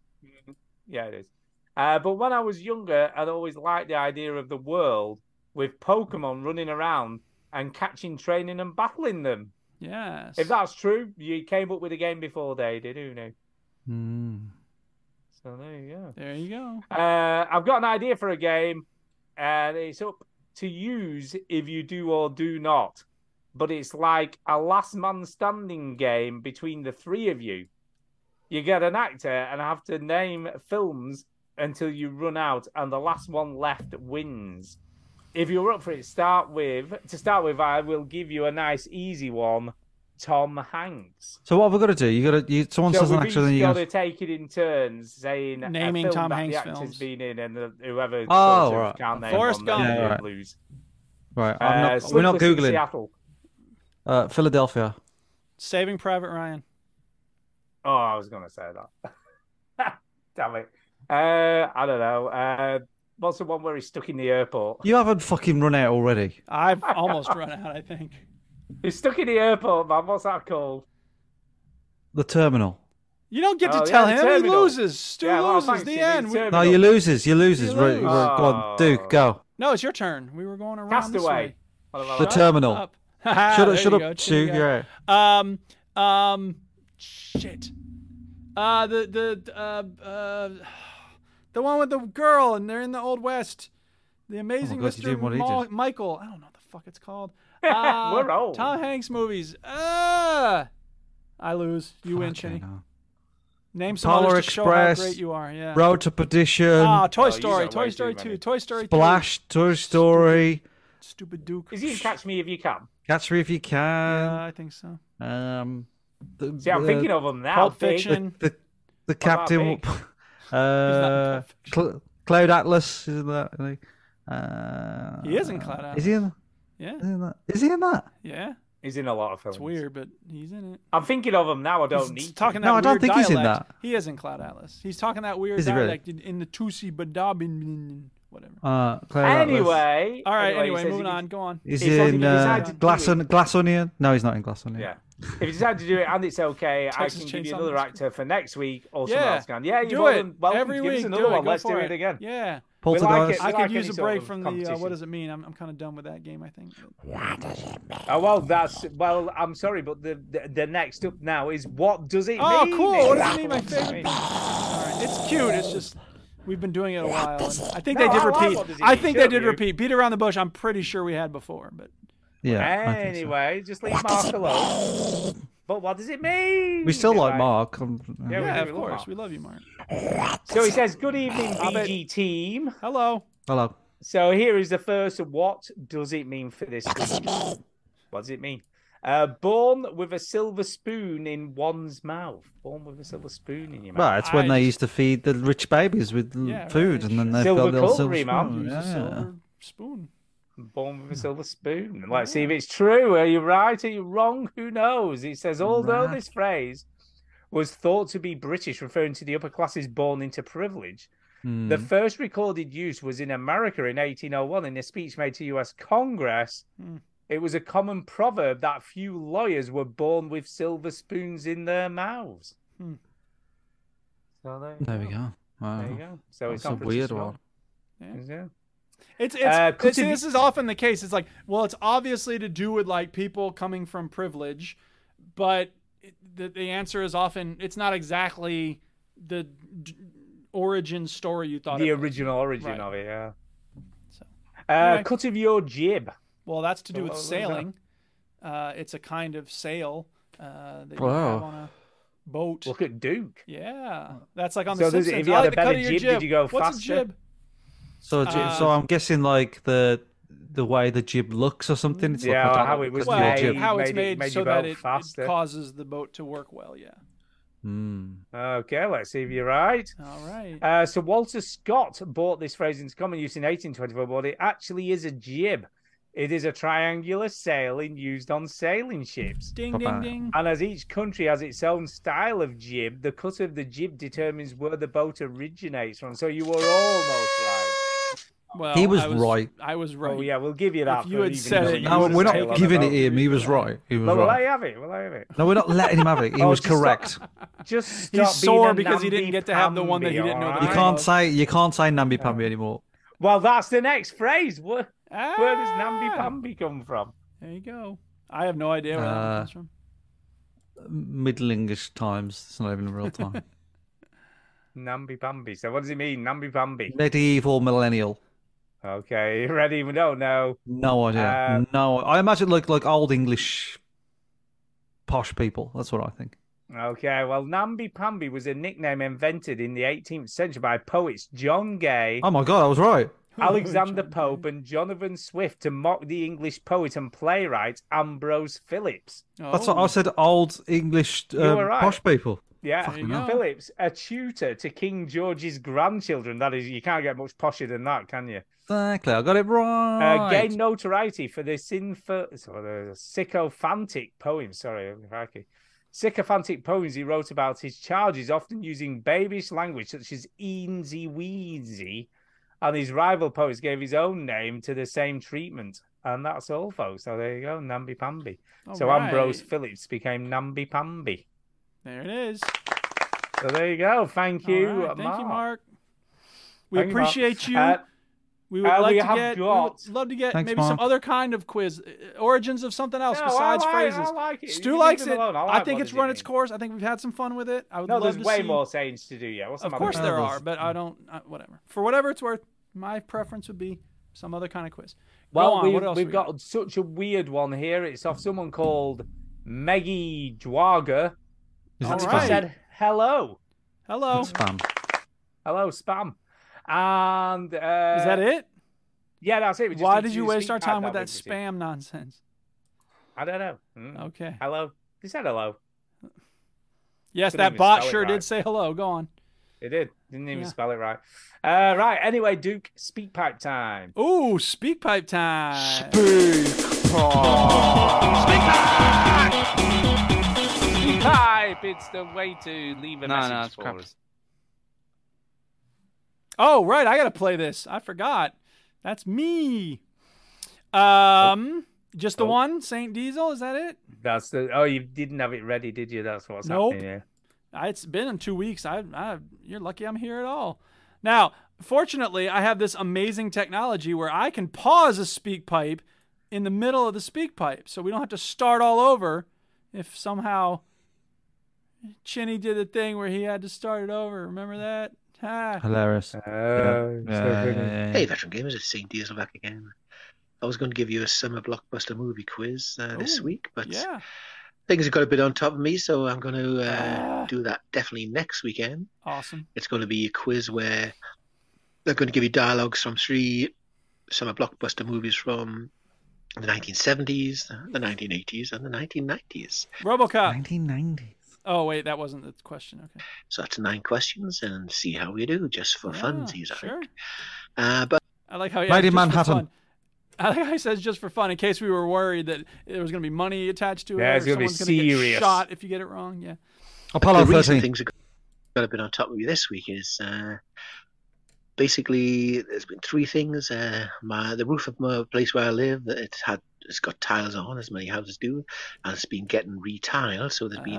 Speaker 5: Yeah, it is. Uh, but when I was younger, I'd always liked the idea of the world with Pokemon running around and catching, training, and battling them.
Speaker 1: Yes.
Speaker 5: If that's true, you came up with a game before they did, who knew?
Speaker 4: Hmm.
Speaker 5: So there you go.
Speaker 1: There you go.
Speaker 5: Uh, I've got an idea for a game, and it's up to use if you do or do not. But it's like a last man standing game between the three of you. You get an actor and have to name films until you run out, and the last one left wins. If you're up for it, start with to start with. I will give you a nice easy one. Tom Hanks.
Speaker 4: So what have we got to do? You got to. You, someone
Speaker 5: So
Speaker 4: says an
Speaker 5: we've
Speaker 4: actor, then
Speaker 5: each
Speaker 4: you
Speaker 5: got
Speaker 4: go.
Speaker 5: to take it in turns, saying a
Speaker 1: Naming
Speaker 5: film
Speaker 1: Tom
Speaker 5: that
Speaker 1: Hanks
Speaker 5: the actor's
Speaker 1: films.
Speaker 5: been in, and the, whoever
Speaker 4: Oh,
Speaker 5: sort of
Speaker 4: right.
Speaker 5: can't name
Speaker 1: Forrest
Speaker 5: one,
Speaker 1: Gump.
Speaker 5: then
Speaker 4: Yeah,
Speaker 5: they
Speaker 4: right.
Speaker 5: lose.
Speaker 4: Right. I'm
Speaker 5: Uh,
Speaker 4: not, we're not
Speaker 5: Sleepless in
Speaker 4: googling.
Speaker 5: Seattle.
Speaker 4: Uh, Philadelphia.
Speaker 1: Saving Private Ryan.
Speaker 5: Oh, I was going to say that. Damn it. Uh, I don't know. Uh, what's the one where he's stuck in the airport?
Speaker 4: You haven't fucking run out already.
Speaker 1: I've almost run out, I think.
Speaker 5: He's stuck in the airport, man. What's that called?
Speaker 1: Oh,
Speaker 4: The terminal.
Speaker 1: You don't get to
Speaker 5: Oh,
Speaker 1: tell
Speaker 5: yeah,
Speaker 1: him.
Speaker 5: Terminal.
Speaker 1: He loses. Stu
Speaker 5: Yeah, well,
Speaker 1: loses.
Speaker 5: thanks,
Speaker 1: The
Speaker 5: you
Speaker 1: end.
Speaker 5: mean
Speaker 1: We-
Speaker 5: Terminal.
Speaker 4: No, you loses. You loses. Right,
Speaker 1: lose.
Speaker 4: right, Go on, Duke. Go.
Speaker 1: No, it's your turn. We were going around this
Speaker 5: Castaway.
Speaker 1: way.
Speaker 4: The
Speaker 5: Shut
Speaker 4: terminal.
Speaker 1: up. Ah,
Speaker 4: Shut
Speaker 1: There
Speaker 4: up. Shut
Speaker 1: you
Speaker 4: up.
Speaker 1: go,
Speaker 4: Stu.
Speaker 1: cheating
Speaker 4: You're out.
Speaker 1: Um, um, shit. Uh, the the uh, uh, The one with the girl, and they're in the Old West. The Amazing
Speaker 4: Oh God, you
Speaker 1: Mr.
Speaker 4: did what he
Speaker 1: Ma-
Speaker 4: did.
Speaker 1: Michael. I don't know what the fuck it's called. Uh,
Speaker 5: We're old.
Speaker 1: Tom Hanks movies. Uh, I lose. You win, Shinny. Name some
Speaker 4: Polar
Speaker 1: others to show how
Speaker 4: Express,
Speaker 1: great you are. Yeah.
Speaker 4: Road to Perdition,
Speaker 1: Ah, Toy
Speaker 5: Oh, these
Speaker 1: Story.
Speaker 5: are
Speaker 1: Toy
Speaker 5: way
Speaker 1: Story
Speaker 5: too
Speaker 1: 2.
Speaker 5: many.
Speaker 1: Toy Story 3.
Speaker 4: Splash, Toy Story,
Speaker 1: Stupid Duke.
Speaker 5: Is he in Catch Me If You Can?
Speaker 4: Catch Me If You
Speaker 1: Yeah,
Speaker 4: Can.
Speaker 1: I think so.
Speaker 4: Um, the,
Speaker 5: See, I'm
Speaker 4: uh,
Speaker 5: thinking of him now.
Speaker 1: Pulp
Speaker 5: big.
Speaker 1: Fiction.
Speaker 4: the, the
Speaker 5: What about
Speaker 4: Captain.
Speaker 5: me?
Speaker 4: Uh,
Speaker 1: Pulp
Speaker 4: Cl- Cloud Atlas is in that. I think. Uh,
Speaker 1: He is in Cloud
Speaker 4: Is he in?
Speaker 1: Yeah.
Speaker 4: Is he in that? Is he in that?
Speaker 1: Yeah.
Speaker 5: He's in a lot of films.
Speaker 1: It's weird, but he's in it.
Speaker 5: I'm thinking of him now. I don't
Speaker 1: He's
Speaker 5: need.
Speaker 1: talking
Speaker 5: to.
Speaker 1: that
Speaker 4: No, I don't
Speaker 1: weird
Speaker 4: think he's in
Speaker 1: dialect.
Speaker 4: that.
Speaker 1: He is in Cloud Atlas. He's talking that weird
Speaker 4: Is he really?
Speaker 1: dialect in, in the Tusi Badabin, whatever.
Speaker 4: Uh, Cloud Atlas.
Speaker 5: Anyway.
Speaker 1: All right,
Speaker 5: he
Speaker 1: anyway,
Speaker 5: says
Speaker 1: moving
Speaker 5: he-
Speaker 1: on. Go on.
Speaker 4: Is
Speaker 5: If
Speaker 4: he in
Speaker 5: you decide
Speaker 4: uh,
Speaker 5: to do
Speaker 4: Glass,
Speaker 5: it-
Speaker 4: on, Glass Onion? No, he's not in Glass Onion.
Speaker 5: Yeah. If you decide to do it and it's okay, I
Speaker 1: Texas
Speaker 5: can give you
Speaker 1: Chainsaw
Speaker 5: another
Speaker 1: Massacre.
Speaker 5: actor for next week or someone
Speaker 1: Yeah.
Speaker 5: else can. Yeah, you're
Speaker 1: do
Speaker 5: more
Speaker 1: it.
Speaker 5: than welcome
Speaker 1: Every
Speaker 5: to give
Speaker 1: week.
Speaker 5: us another
Speaker 1: do it.
Speaker 5: one.
Speaker 1: Go
Speaker 5: Let's do
Speaker 1: for
Speaker 5: it again.
Speaker 1: Yeah.
Speaker 5: We like
Speaker 4: Poltergeist.
Speaker 5: it.
Speaker 1: I
Speaker 5: like
Speaker 1: could use
Speaker 5: any
Speaker 1: a
Speaker 5: sort
Speaker 1: break
Speaker 5: of
Speaker 1: from the. Uh, what
Speaker 5: competition.
Speaker 1: does it mean? I'm, I'm kind of done with that game. I think.
Speaker 5: Oh, well, that's well. I'm sorry, but the the, the next up now is what does it
Speaker 1: Oh,
Speaker 5: mean?
Speaker 1: cool. What does it mean? My favorite. All right. It's cute. It's just we've been doing it a while. and I think
Speaker 5: No,
Speaker 1: they did
Speaker 5: I like
Speaker 1: repeat.
Speaker 5: what does it
Speaker 1: I
Speaker 5: mean,
Speaker 1: think they
Speaker 5: shouldn't
Speaker 1: did
Speaker 5: you?
Speaker 1: repeat. Beat around the bush. I'm pretty sure we had before, but
Speaker 4: Yeah. I think so.
Speaker 5: Anyway, just leave Mark alone. But what does it mean?
Speaker 4: We still like
Speaker 5: Right.
Speaker 4: Mark. um,
Speaker 5: Yeah,
Speaker 1: yeah,
Speaker 5: we
Speaker 1: of
Speaker 5: really love
Speaker 1: course.
Speaker 5: Mark.
Speaker 1: We love you, Mark.
Speaker 5: So he says, "Good evening,
Speaker 1: I bet-
Speaker 5: BG team."
Speaker 1: Hello.
Speaker 4: Hello.
Speaker 5: So here is the first. What does it mean for this week? What does it mean? Uh, born with a silver spoon in one's mouth. Born with a silver spoon in your mouth.
Speaker 4: Well, it's when
Speaker 1: I
Speaker 4: they
Speaker 1: just-
Speaker 4: used to feed the rich babies with l-
Speaker 1: Yeah,
Speaker 4: food,
Speaker 1: right,
Speaker 4: and then
Speaker 1: sure.
Speaker 4: they've
Speaker 5: Silver
Speaker 4: got little silver
Speaker 5: cutlery, man.
Speaker 4: spoon,
Speaker 1: Use a
Speaker 4: Yeah.
Speaker 1: silver spoon.
Speaker 5: Born with a silver spoon. Let's see if it's true. Are you right? Are you wrong? Who knows? He says, although
Speaker 4: Right.
Speaker 5: this phrase was thought to be British, referring to the upper classes born into privilege, the
Speaker 4: Mm.
Speaker 5: first recorded use was in America in 1801 in a speech made to US Congress.
Speaker 1: Hmm.
Speaker 5: It was a common proverb that few lawyers were born with silver spoons in their mouths.
Speaker 1: Hmm.
Speaker 5: So there, you
Speaker 4: There we go. Wow.
Speaker 5: There you go. So it's
Speaker 4: That's a
Speaker 5: not
Speaker 4: weird
Speaker 5: British at all.
Speaker 4: one.
Speaker 5: Yeah.
Speaker 1: It's it's
Speaker 5: Uh,
Speaker 1: this,
Speaker 5: cooking-
Speaker 1: this is often the case. It's like, well, it's obviously to do with like people coming from privilege, but it, the, the answer is often it's not exactly the d- origin story you thought.
Speaker 5: The
Speaker 1: it was.
Speaker 5: original origin
Speaker 1: Right.
Speaker 5: of it, yeah.
Speaker 1: So.
Speaker 5: Uh,
Speaker 1: Anyway.
Speaker 5: Cut of your jib.
Speaker 1: Well, that's to do with
Speaker 5: Well, there we go.
Speaker 1: sailing. Uh, it's a kind of sail uh, that you
Speaker 4: Wow.
Speaker 1: have on a boat.
Speaker 5: Look at Duke.
Speaker 1: Yeah, that's like on the
Speaker 5: So does it-
Speaker 1: Simpsons.
Speaker 5: if you
Speaker 1: I
Speaker 5: had
Speaker 1: like
Speaker 5: a
Speaker 1: the cut
Speaker 5: better
Speaker 1: of your
Speaker 5: jib, did you go
Speaker 1: What's
Speaker 5: faster?
Speaker 1: a jib?
Speaker 4: So, j-
Speaker 1: Uh,
Speaker 5: Um,
Speaker 4: so I'm guessing like the the way the jib looks or something. It's
Speaker 5: Yeah,
Speaker 4: like a
Speaker 5: how
Speaker 4: dog
Speaker 5: it was
Speaker 4: because of your
Speaker 5: made.
Speaker 1: Well,
Speaker 4: jib.
Speaker 1: how it's
Speaker 5: made it-
Speaker 1: made,
Speaker 5: made
Speaker 1: so
Speaker 5: your
Speaker 1: that
Speaker 5: boat
Speaker 1: it,
Speaker 5: faster.
Speaker 1: it causes the boat to work well. Yeah.
Speaker 4: Mm.
Speaker 5: Okay, let's see if you're right.
Speaker 1: All right.
Speaker 5: Uh, so Walter Scott brought this phrase into common use in 1824, but it actually is a jib. It is a triangular sailing used on sailing ships.
Speaker 1: Ding ding
Speaker 4: Bye-bye.
Speaker 1: ding.
Speaker 5: And as each country has its own style of jib, the cut of the jib determines where the boat originates from. So you were almost right.
Speaker 1: Well,
Speaker 4: He was
Speaker 1: I
Speaker 4: right.
Speaker 1: I was right.
Speaker 5: Oh yeah, we'll give you that.
Speaker 1: If you
Speaker 5: for
Speaker 1: had
Speaker 5: even
Speaker 1: said
Speaker 5: though
Speaker 1: it,
Speaker 5: you
Speaker 1: you
Speaker 4: No,
Speaker 1: would've
Speaker 5: was
Speaker 4: we're
Speaker 5: a
Speaker 4: not
Speaker 1: taken
Speaker 5: sailor,
Speaker 4: giving
Speaker 5: though.
Speaker 4: it him. He was right. He was
Speaker 5: But will I
Speaker 4: right.
Speaker 5: have it? Will I have it?
Speaker 4: No, we're not letting him have it. He
Speaker 5: Oh,
Speaker 4: was
Speaker 5: just stop.
Speaker 4: correct.
Speaker 5: Just stop being
Speaker 1: He's sore
Speaker 5: a
Speaker 1: because he didn't get to have the one that he
Speaker 5: namby-pamby,
Speaker 1: didn't know that
Speaker 5: all
Speaker 1: he
Speaker 4: You
Speaker 1: I
Speaker 5: right?
Speaker 4: can't
Speaker 1: know.
Speaker 4: say you can't say namby pamby anymore.
Speaker 5: Well, that's the next phrase. Where,
Speaker 1: Ah,
Speaker 5: where does namby pamby come from?
Speaker 1: There you go. I have no idea where that one
Speaker 4: Uh,
Speaker 1: comes from.
Speaker 4: Middlingish times. It's not even a real time.
Speaker 5: Namby pamby. So what does it mean? Namby pamby.
Speaker 4: Medieval millennial.
Speaker 5: Okay, you ready? We don't know.
Speaker 4: No idea. no, I imagine like like old English posh people. That's what I think.
Speaker 5: Okay, well, namby pamby was a nickname invented in the 18th century by poets John Gay,
Speaker 4: Oh my god, I was right.
Speaker 5: Alexander Pope, and Jonathan Swift to mock the English poet and playwright Ambrose Phillips.
Speaker 4: That's
Speaker 1: Oh.
Speaker 4: what I said. Old English um,
Speaker 5: were right.
Speaker 4: posh people.
Speaker 5: Yeah,
Speaker 1: There you go.
Speaker 5: Phillips, a tutor to King George's grandchildren. That is, you can't get much posher than that, can you?
Speaker 4: Exactly. I got it right.
Speaker 5: Uh, gained notoriety for the, sinfo- sorry, the uh, sycophantic poems. Sorry, uh, crikey. sycophantic poems he wrote about his charges, often using babyish language such as eensy weensy, and his rival poets gave his own name to the same treatment. And that's all, folks. So there you go, namby pamby. So Ambrose Phillips became namby pamby.
Speaker 1: There it is.
Speaker 5: So there you go. Thank you,
Speaker 1: All right. Thank you, Mark. We
Speaker 5: Thank you, Mark.
Speaker 1: appreciate you.
Speaker 5: Uh,
Speaker 1: We would
Speaker 5: Uh,
Speaker 1: like
Speaker 5: we
Speaker 1: to
Speaker 5: have
Speaker 1: get. we
Speaker 5: got-
Speaker 1: would love to get
Speaker 5: Thanks,
Speaker 1: maybe some
Speaker 5: Mark.
Speaker 1: other kind of quiz, uh, origins of something else
Speaker 5: No, I
Speaker 1: besides
Speaker 5: like- I
Speaker 1: phrases.
Speaker 5: like it. You
Speaker 1: Stu
Speaker 5: leave
Speaker 1: likes
Speaker 5: it
Speaker 1: it.
Speaker 5: alone. I
Speaker 1: I
Speaker 5: like
Speaker 1: think
Speaker 5: what
Speaker 1: it's
Speaker 5: does it
Speaker 1: run its course. I think we've had some fun with it. I would
Speaker 5: No,
Speaker 1: love
Speaker 5: there's
Speaker 1: to
Speaker 5: way
Speaker 1: see.
Speaker 5: more sayings to do. Yeah, what's the
Speaker 1: Of
Speaker 5: matter?
Speaker 1: course there are, but I don't. Uh, whatever. For whatever it's worth, my preference would be some other kind of quiz.
Speaker 5: Well,
Speaker 1: Go on.
Speaker 5: we've,
Speaker 1: what else
Speaker 5: we've
Speaker 1: we
Speaker 5: got, such a weird one here. It's off someone called Maggie Dwager.
Speaker 4: Is
Speaker 5: And
Speaker 4: it
Speaker 5: she
Speaker 4: spam?
Speaker 5: said hello.
Speaker 1: Hello.
Speaker 4: Spam.
Speaker 5: Hello, spam. And uh,
Speaker 1: Is that it?
Speaker 5: Yeah, that's it. We just
Speaker 1: Why
Speaker 5: need
Speaker 1: did
Speaker 5: to
Speaker 1: you
Speaker 5: do the
Speaker 1: waste our
Speaker 5: speak
Speaker 1: time
Speaker 5: pad
Speaker 1: with that
Speaker 5: we've received.
Speaker 1: spam nonsense?
Speaker 5: I don't know. Mm.
Speaker 1: Okay.
Speaker 5: Hello. He said hello.
Speaker 1: Yes,
Speaker 5: Couldn't
Speaker 1: that
Speaker 5: even
Speaker 1: bot
Speaker 5: spell it
Speaker 1: sure
Speaker 5: right.
Speaker 1: did say hello. Go on.
Speaker 5: It did. Didn't even
Speaker 1: Yeah.
Speaker 5: spell it right. Uh, right. Anyway, Duke, speak pipe time.
Speaker 1: Ooh, speak pipe time.
Speaker 5: Speak Speak pipe. It's the way to leave a
Speaker 14: No,
Speaker 5: message
Speaker 14: no, it's
Speaker 5: for
Speaker 14: crap.
Speaker 5: us.
Speaker 1: Oh, right. I got to play this. I forgot. That's me.
Speaker 5: Oh.
Speaker 1: Um, just the
Speaker 5: Nope.
Speaker 1: one, Saint Diesel. Is that it?
Speaker 5: That's the. Oh, you didn't have it ready, did you? That's what's
Speaker 1: Nope.
Speaker 5: happening here.
Speaker 1: I- It's been in two weeks. I, I, you're lucky I'm here at all. Now, fortunately, I have this amazing technology where I can pause a speak pipe in the middle of the speak pipe, so we don't have to start all over. If somehow Chinny did a thing where he had to start it over, remember that? Ha.
Speaker 4: Hilarious.
Speaker 5: Uh,
Speaker 1: Oh,
Speaker 15: Hey, veteran gamers, it's St. Diesel back again. I was going to give you a summer blockbuster movie quiz uh, this
Speaker 13: Oh,
Speaker 1: Ooh,
Speaker 15: week, but
Speaker 1: yeah.
Speaker 15: things have got a bit on top of me, so I'm going to uh, do that definitely next weekend.
Speaker 1: Awesome.
Speaker 15: It's going to be a quiz where they're going to give you dialogues from three summer blockbuster movies from the 1970s, the 1980s, and the 1990s.
Speaker 1: RoboCop.
Speaker 15: 1990.
Speaker 1: Oh wait, that wasn't the question. Okay.
Speaker 15: So that's nine questions, and see how we do, just for funsies. I
Speaker 1: Sure.
Speaker 15: think. Uh, but
Speaker 1: I like how he
Speaker 15: Made
Speaker 1: asked just
Speaker 15: in
Speaker 1: for
Speaker 15: Manhattan.
Speaker 1: fun. I like how he says just for fun, in case we were worried that there was going to be money attached to it.
Speaker 5: Yeah, it's
Speaker 1: going
Speaker 5: gonna
Speaker 1: to
Speaker 5: be serious.
Speaker 1: Get shot if you get it wrong. Yeah.
Speaker 4: Apollo
Speaker 15: the reason
Speaker 4: 13.
Speaker 15: things have got a bit on top of you this week is uh, basically there's been three things. Uh, my the roof of my place where I live it's had it's got tiles on as many houses do, and it's been getting retiled. So there's been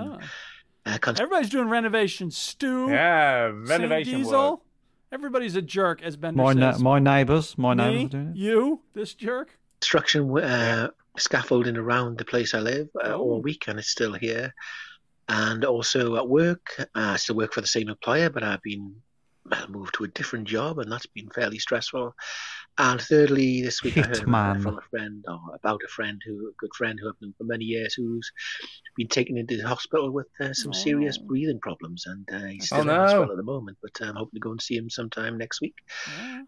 Speaker 15: uh, constant
Speaker 1: Ah. Everybody's doing renovations. Stu.
Speaker 5: Yeah,
Speaker 1: Saint
Speaker 5: renovation
Speaker 1: Diesel.
Speaker 5: work.
Speaker 1: Everybody's a jerk, as Bender
Speaker 4: My, na-
Speaker 1: says.
Speaker 4: my neighbours. My
Speaker 1: Me,
Speaker 4: neighbours are doing it.
Speaker 1: You, this jerk.
Speaker 15: construction uh, scaffolding around the place I live uh,
Speaker 5: Oh.
Speaker 15: all week, and it's still here. And also at work, uh, I still work for the same employer, but I've been well, moved to a different job, and that's been fairly stressful. And thirdly, this week I heard about-
Speaker 4: Hitman.
Speaker 15: from a friend or about a friend who, a good friend who I've known for many years, who's been taken into the hospital with uh, some serious breathing problems, and uh, he's
Speaker 5: Oh,
Speaker 15: still in
Speaker 5: no.
Speaker 15: hospital at the moment. But I'm hoping to go and see him sometime next week.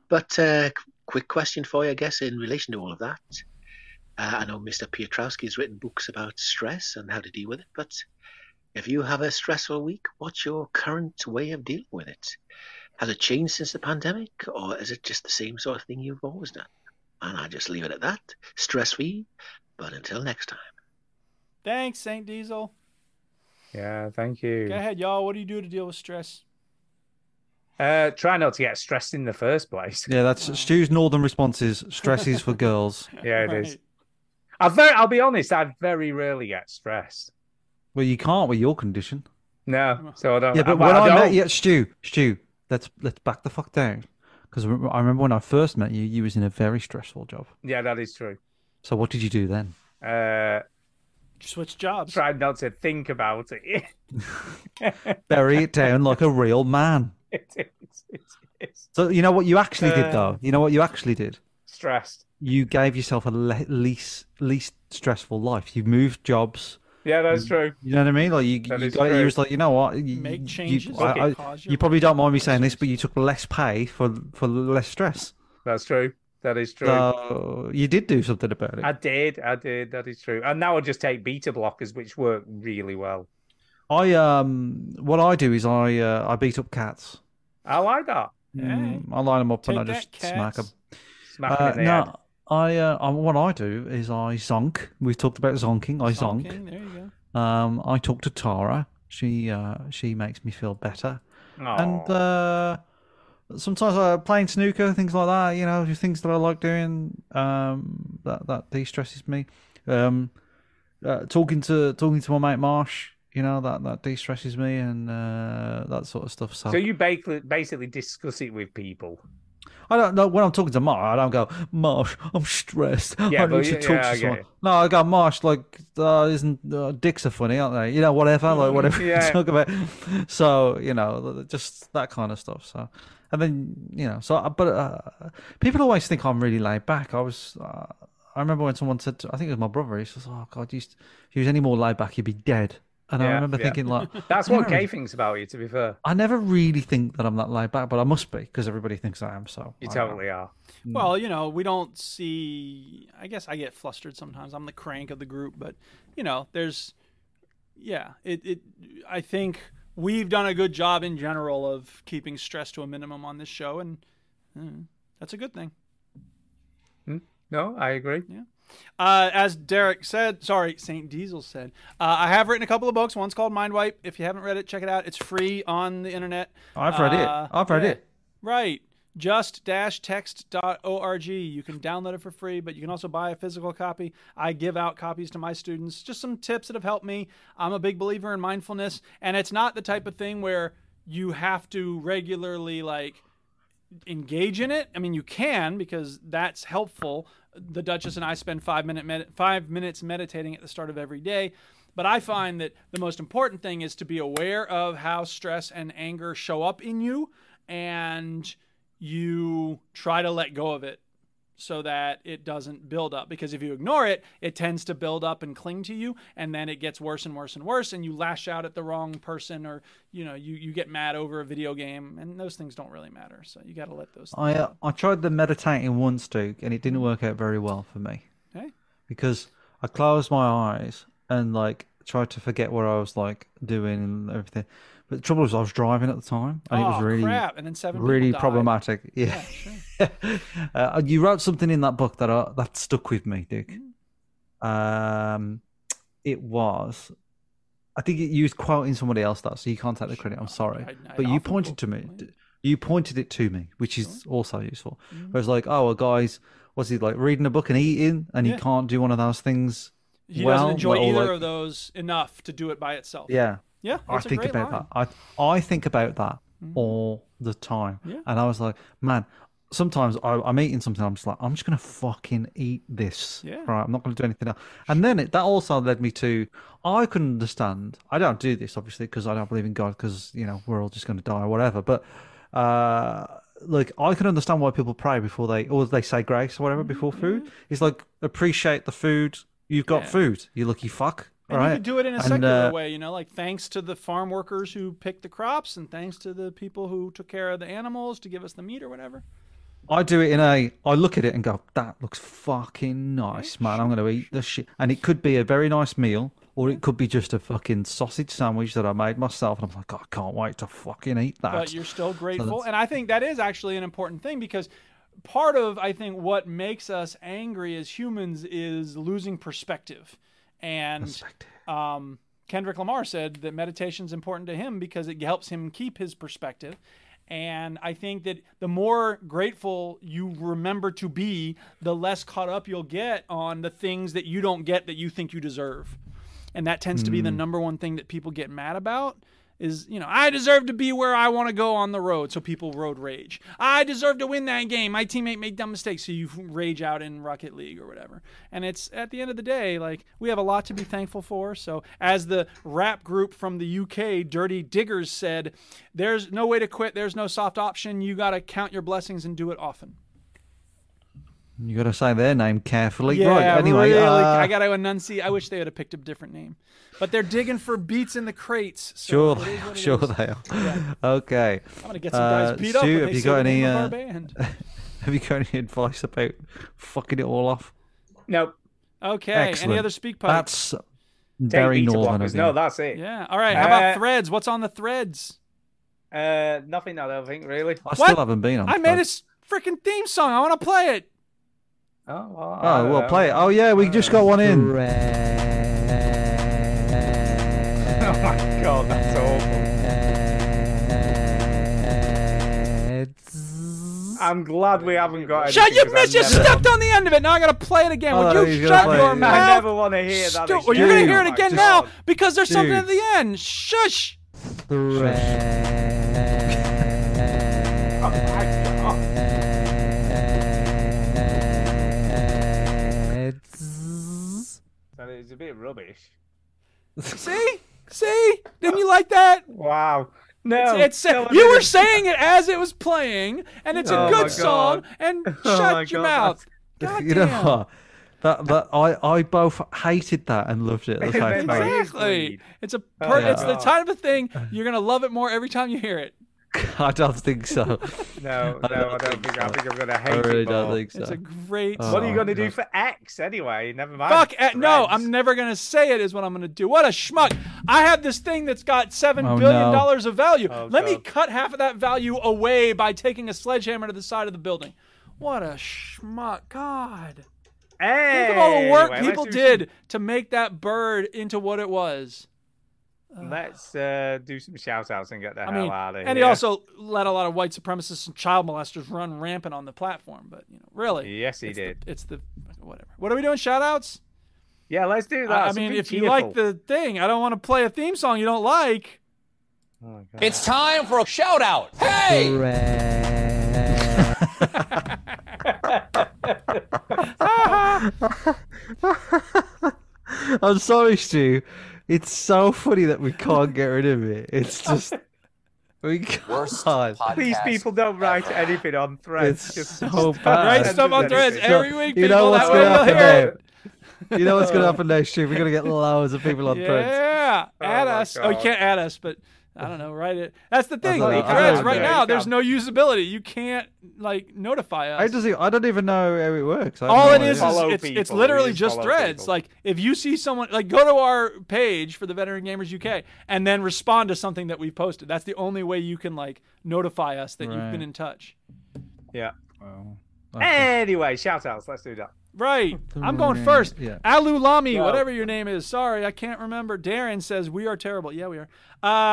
Speaker 15: But uh, qu- quick question for you, I guess, in relation to all of that. Uh, I know Mr. Piotrowski has written books about stress and how to deal with it, but if you have a stressful week, what's your current way of dealing with it? Has it changed since the pandemic, or is it just the same sort of thing you've always done? And I just leave it at that. Stress free, but until next time.
Speaker 1: Thanks, Saint Diesel.
Speaker 5: Yeah, thank you.
Speaker 1: Go ahead, y'all. What do you do to deal with stress?
Speaker 5: Uh, try not to get stressed in the first place.
Speaker 4: Yeah, that's Stu's northern responses. Stresses for girls.
Speaker 5: Yeah, it is. I very, I'll be honest. I very rarely get stressed.
Speaker 4: Well, you can't with your condition.
Speaker 5: No, so I don't.
Speaker 4: Yeah, but
Speaker 5: well,
Speaker 4: when I,
Speaker 5: don't.
Speaker 4: met you, Stu, Stu, let's let's back the fuck down. Because I remember when I first met you, you was in a very stressful job.
Speaker 5: yeah, that is true.
Speaker 4: So what did you do then?
Speaker 5: Uh,
Speaker 1: switch jobs.
Speaker 5: Try not to think about it.
Speaker 4: Bury it down like a real man.
Speaker 5: it is, it is.
Speaker 4: So you know what you actually
Speaker 5: Uh,
Speaker 4: did though. You know what you actually did.
Speaker 5: Stressed.
Speaker 4: You gave yourself a le- least least stressful life. You moved jobs.
Speaker 5: Yeah,
Speaker 4: Mm.
Speaker 5: that's true.
Speaker 4: You know what I mean? Like you,
Speaker 5: That
Speaker 4: you
Speaker 5: is
Speaker 4: got it.
Speaker 5: true.
Speaker 4: You was like, you know what? You,
Speaker 1: Make
Speaker 4: you-
Speaker 1: changes
Speaker 4: I-
Speaker 1: that
Speaker 4: I-
Speaker 1: cause
Speaker 4: you probably don't mind me saying this, but you took less pay for for less stress.
Speaker 5: That's true. That is true.
Speaker 4: Uh, So you did do something about it.
Speaker 5: I did. I did. That is true. And now I just take beta blockers, which work really well.
Speaker 4: I um, what I do is I uh, I beat up cats.
Speaker 5: I like that.
Speaker 4: Mm, I line them up and I
Speaker 5: Take that,
Speaker 4: just smack them.
Speaker 5: cats. Smack 'em in the
Speaker 4: no,
Speaker 5: head.
Speaker 4: I, uh, I what I do is I zonk. We've talked about zonking. I zonk.
Speaker 1: Zonking, there you
Speaker 4: Um, I talk to Tara. She uh, she makes me feel better. And
Speaker 1: Aw.
Speaker 4: uh, sometimes I playing snooker, things like that. You know, things that I like doing. Um, that that de-stresses me. Um, uh, talking to talking to my mate Marsh. You know that that de-stresses me and uh, that sort of stuff. So,
Speaker 5: So you basically basically discuss it with people.
Speaker 4: I don't know when I'm talking to Marsh. I don't go, Marsh, I'm stressed.
Speaker 5: Yeah,
Speaker 4: I
Speaker 5: but
Speaker 4: need to
Speaker 5: yeah,
Speaker 4: talk
Speaker 5: yeah, I
Speaker 4: to
Speaker 5: get
Speaker 4: someone.
Speaker 5: it.
Speaker 4: No, I go, Marsh, like, uh, isn't uh, dicks are funny, aren't they? You know, whatever, like, whatever you
Speaker 5: Mm, Yeah.
Speaker 4: talk about. So, you know, th- just that kind of stuff. So, and then, you know, so, I- but uh, people always think I'm really laid back. I was, uh, I remember when someone said, to, I think it was my brother, he says, Oh, God, you, if you was any more laid back, you'd be dead. And I
Speaker 5: Yeah,
Speaker 4: remember
Speaker 5: yeah.
Speaker 4: thinking, like,
Speaker 5: that's
Speaker 4: "I
Speaker 5: what
Speaker 4: don't
Speaker 5: Kay thinks about you. To be fair,
Speaker 4: I never really think that I'm that laid back, but I must be because everybody thinks I am. So
Speaker 5: you
Speaker 4: I don't know.
Speaker 5: totally are.
Speaker 1: Well, you know, we don't see. I guess I get flustered sometimes. I'm the crank of the group, but you know, there's, yeah, it. it I think we've done a good job in general of keeping stress to a minimum on this show, and mm, that's a good thing.
Speaker 5: No, I agree.
Speaker 1: Yeah. Uh, as Derek said, sorry, Saint Diesel said, uh, I have written a couple of books. One's called Mind Wipe. If you haven't read it, check it out. It's free on the internet.
Speaker 4: I've read it.
Speaker 1: Uh,
Speaker 4: I've read
Speaker 1: yeah.
Speaker 4: it.
Speaker 1: Right. Just text.org. You can download it for free, but you can also buy a physical copy. I give out copies to my students. Just some tips that have helped me. I'm a big believer in mindfulness, and it's not the type of thing where you have to regularly like engage in it. I mean, you can because that's helpful. The Duchess and I spend five minute med- five minutes meditating at the start of every day. But I find that the most important thing is to be aware of how stress and anger show up in you, and you try to let go of it so that it doesn't build up. Because if you ignore it, it tends to build up and cling to you, and then it gets worse and worse and worse, and you lash out at the wrong person, or you know, you you get mad over a video game, and those things don't really matter. So you got to let those. Things
Speaker 4: I uh, I tried the meditating once, Duke, and it didn't
Speaker 1: Hmm.
Speaker 4: work out very well for me
Speaker 1: Okay.
Speaker 4: because I closed my eyes and like tried to forget what I was like doing and everything. But the trouble was, I was driving at the time, and it was
Speaker 1: Oh,
Speaker 4: really
Speaker 1: crap, and then seven people
Speaker 4: really
Speaker 1: died.
Speaker 4: problematic. Yeah. uh, you wrote something in that book that uh, that stuck with me, Duke.
Speaker 1: Mm.
Speaker 4: Um, it was. I think it, you was quoting somebody else that, so you can't take the credit. I'm sorry,
Speaker 1: I
Speaker 4: but you
Speaker 1: often
Speaker 4: pointed to me. You pointed it to me, which is also useful.
Speaker 1: Mm.
Speaker 4: Whereas, like, oh, a guy's was he like reading a book and eating, and
Speaker 1: Yeah.
Speaker 4: he can't do one of those things.
Speaker 1: He
Speaker 4: well,
Speaker 1: doesn't enjoy
Speaker 4: or,
Speaker 1: either
Speaker 4: like-
Speaker 1: of those enough to do it by itself.
Speaker 4: yeah.
Speaker 1: Yeah.
Speaker 4: I
Speaker 1: That's a
Speaker 4: think
Speaker 1: great
Speaker 4: about
Speaker 1: line. Mm.
Speaker 4: that. I I think about that all the time.
Speaker 1: Yeah.
Speaker 4: And I was like, man, sometimes I, I'm eating something. I'm just like, I'm just gonna fucking eat this.
Speaker 1: Yeah.
Speaker 4: Right. I'm not gonna do anything else. And then it, that also led me to I can understand. I don't do this obviously because I don't believe in God. Because you know we're all just gonna die or whatever. But uh, like I can understand why people pray before they or they say grace
Speaker 1: Mm-hmm,
Speaker 4: or whatever before food. It's like appreciate the food. You've got
Speaker 1: Yeah.
Speaker 4: food. You lucky fuck.
Speaker 1: And
Speaker 4: right?
Speaker 1: you could do it in a
Speaker 4: And,
Speaker 1: secular
Speaker 4: uh,
Speaker 1: way, you know, like thanks to the farm workers who picked the crops and thanks to the people who took care of the animals to give us the meat or whatever.
Speaker 4: I do it in a. I look at it and go, "That looks fucking nice, man. I'm going to eat the shit." And it could be a very nice meal, or it could be just a fucking sausage sandwich that I made myself. And I'm like, "I can't wait to fucking eat that."
Speaker 1: But you're still grateful.
Speaker 4: that's-
Speaker 1: and I think that is actually an important thing because part of I think what makes us angry as humans is losing perspective. And um, Kendrick Lamar said that meditation's important to him because it helps him keep his perspective. And I think that the more grateful you remember to be, the less caught up you'll get on the things that you don't get that you think you deserve. And that tends to be the
Speaker 2: Mm.
Speaker 1: number one thing that people get mad about is, you know, I deserve to be where I want to go on the road. So people road rage. I deserve to win that game. My teammate made dumb mistakes. So you rage out in Rocket League or whatever. And it's at the end of the day, like, we have a lot to be thankful for. So as the rap group from the UK, Dirty Diggers, said, there's no way to quit. There's no soft option. You got to count your blessings and do it often.
Speaker 4: you got to say their name carefully,
Speaker 1: Yeah,
Speaker 4: right? Anyway,
Speaker 1: really,
Speaker 4: uh,
Speaker 1: I gotta enunciate. I wish they would have picked a different name, but they're digging for beats in the crates. So
Speaker 4: sure,
Speaker 1: it is
Speaker 4: they
Speaker 1: what
Speaker 4: are,
Speaker 1: it
Speaker 4: sure
Speaker 1: is.
Speaker 4: they are.
Speaker 1: Yeah.
Speaker 4: Okay.
Speaker 1: I'm gonna get some guys
Speaker 4: Uh,
Speaker 1: beat
Speaker 4: Stu,
Speaker 1: up. when
Speaker 4: have
Speaker 1: they
Speaker 4: you
Speaker 1: see
Speaker 4: got
Speaker 1: the
Speaker 4: any?
Speaker 1: name of
Speaker 4: Uh,
Speaker 1: our band.
Speaker 4: have you got any advice about fucking it all off?
Speaker 5: Nope.
Speaker 1: Okay.
Speaker 4: Excellent.
Speaker 1: Any other speak pipe?
Speaker 4: That's very northern of you.
Speaker 5: No, that's it.
Speaker 1: Yeah. All right. How about threads? What's on the threads?
Speaker 5: Uh, nothing. I don't think really.
Speaker 4: I still haven't been on.
Speaker 1: I made a s- freaking theme song. I want to play it.
Speaker 5: Oh,
Speaker 4: Oh, well, play it. Oh yeah, we just got one in.
Speaker 5: Oh my god, that's awful. I'm glad we haven't got.
Speaker 1: Shut
Speaker 5: anything
Speaker 1: you
Speaker 5: 'cause I
Speaker 1: miss. You
Speaker 5: never-
Speaker 1: stepped on the end of it. Now I gotta play it again.
Speaker 5: Oh,
Speaker 1: Would
Speaker 5: he's
Speaker 1: you
Speaker 5: gonna
Speaker 1: shut
Speaker 5: play
Speaker 1: your
Speaker 5: it, yeah.
Speaker 1: mouth?
Speaker 5: I never wanna hear that Oh
Speaker 1: Stu-
Speaker 5: excuse.
Speaker 1: You're gonna
Speaker 5: Dude.
Speaker 1: hear it again
Speaker 5: Dude.
Speaker 1: now because there's something
Speaker 5: Dude.
Speaker 1: at the end. Shush.
Speaker 5: Oh my God. a bit rubbish.
Speaker 1: See? See? Didn't you like that?
Speaker 5: Wow. No,
Speaker 1: It's, it's
Speaker 5: no, I
Speaker 1: you were
Speaker 5: didn't.
Speaker 1: saying it as it was playing, and it's
Speaker 4: Oh
Speaker 1: a
Speaker 4: my
Speaker 1: good
Speaker 4: God.
Speaker 1: song. And
Speaker 4: Oh my
Speaker 1: shut your
Speaker 4: God,
Speaker 1: mouth.
Speaker 4: you know what? That that I I both hated that and loved it at the same time.
Speaker 1: Exactly. It's a
Speaker 4: Oh
Speaker 1: per-
Speaker 4: my
Speaker 1: it's the
Speaker 4: God.
Speaker 1: type of thing you're gonna love it more every time you hear it.
Speaker 4: I don't think so.
Speaker 5: No,
Speaker 4: I
Speaker 5: no, I don't think. I think I'm gonna hate
Speaker 4: I really
Speaker 5: it
Speaker 4: don't
Speaker 5: more.
Speaker 4: think so. It's a
Speaker 1: great
Speaker 5: What are you
Speaker 1: song.
Speaker 5: gonna do for X anyway? Never mind.
Speaker 1: Fuck eh, no! I'm never gonna say it is what I'm gonna do. What a schmuck! I have this thing that's got seven
Speaker 4: Oh,
Speaker 1: billion
Speaker 4: no.
Speaker 1: dollars of value.
Speaker 4: Oh,
Speaker 1: Let me cut half of that value away by taking a sledgehammer to the side of the building. What a schmuck! God. Think of all the work
Speaker 5: Anyway, let's
Speaker 1: people
Speaker 5: do some-
Speaker 1: did to make that bird into what it was.
Speaker 5: Let's uh, do some shout outs and get the
Speaker 1: I
Speaker 5: hell
Speaker 1: mean,
Speaker 5: out of here.
Speaker 1: and he also let a lot of white supremacists and child molesters run rampant on the platform. But you know, really,
Speaker 5: Yes, he
Speaker 1: it's the-
Speaker 5: did.
Speaker 1: it's the whatever. What are we doing? Shout outs?
Speaker 5: Yeah, let's do that.
Speaker 1: I, I
Speaker 5: Something
Speaker 1: mean, if you
Speaker 5: cheerful.
Speaker 1: like the thing, I don't want to play a theme song you don't like.
Speaker 14: It's time for a shout out. Hey!
Speaker 4: I'm sorry, Stu. It's so funny that we can't get rid of it. It's just we can't.
Speaker 5: These people don't write anything on threads.
Speaker 4: It's
Speaker 5: just,
Speaker 4: so
Speaker 5: just
Speaker 4: bad.
Speaker 5: send
Speaker 4: Write stuff
Speaker 5: us
Speaker 4: on Threads
Speaker 5: anything.
Speaker 4: every week, You know people, what's that way gonna you'll hear happen now? You know what's gonna happen next year? We're gonna get loads of people on Threads.
Speaker 1: Yeah,
Speaker 5: Oh
Speaker 1: add
Speaker 5: my
Speaker 1: us. Oh, you
Speaker 5: God.
Speaker 1: can't add us, but I don't know. Write it. That's the thing.
Speaker 4: thought-
Speaker 1: the
Speaker 4: I thought
Speaker 1: threads
Speaker 4: I'd
Speaker 1: right
Speaker 4: do it.
Speaker 1: now, there's no usability. You can't like notify us.
Speaker 4: I just I don't even know how it works. I have
Speaker 1: all
Speaker 4: no
Speaker 1: it is is
Speaker 4: idea.
Speaker 1: it's, it's literally just threads. Like if you see someone, like go to our page for the Veteran Gamers UK and then respond to something that we've posted. That's the only way you can like notify us that you've
Speaker 5: Right.
Speaker 1: been in touch.
Speaker 5: Yeah.
Speaker 1: Okay.
Speaker 5: Anyway, shout outs. Let's do that.
Speaker 1: Right. I'm going
Speaker 5: Right.
Speaker 1: first.
Speaker 5: Yeah.
Speaker 1: Alu Lami,
Speaker 5: No.
Speaker 1: whatever your name is. Sorry, I can't remember. Darren says we are terrible. Yeah, we are.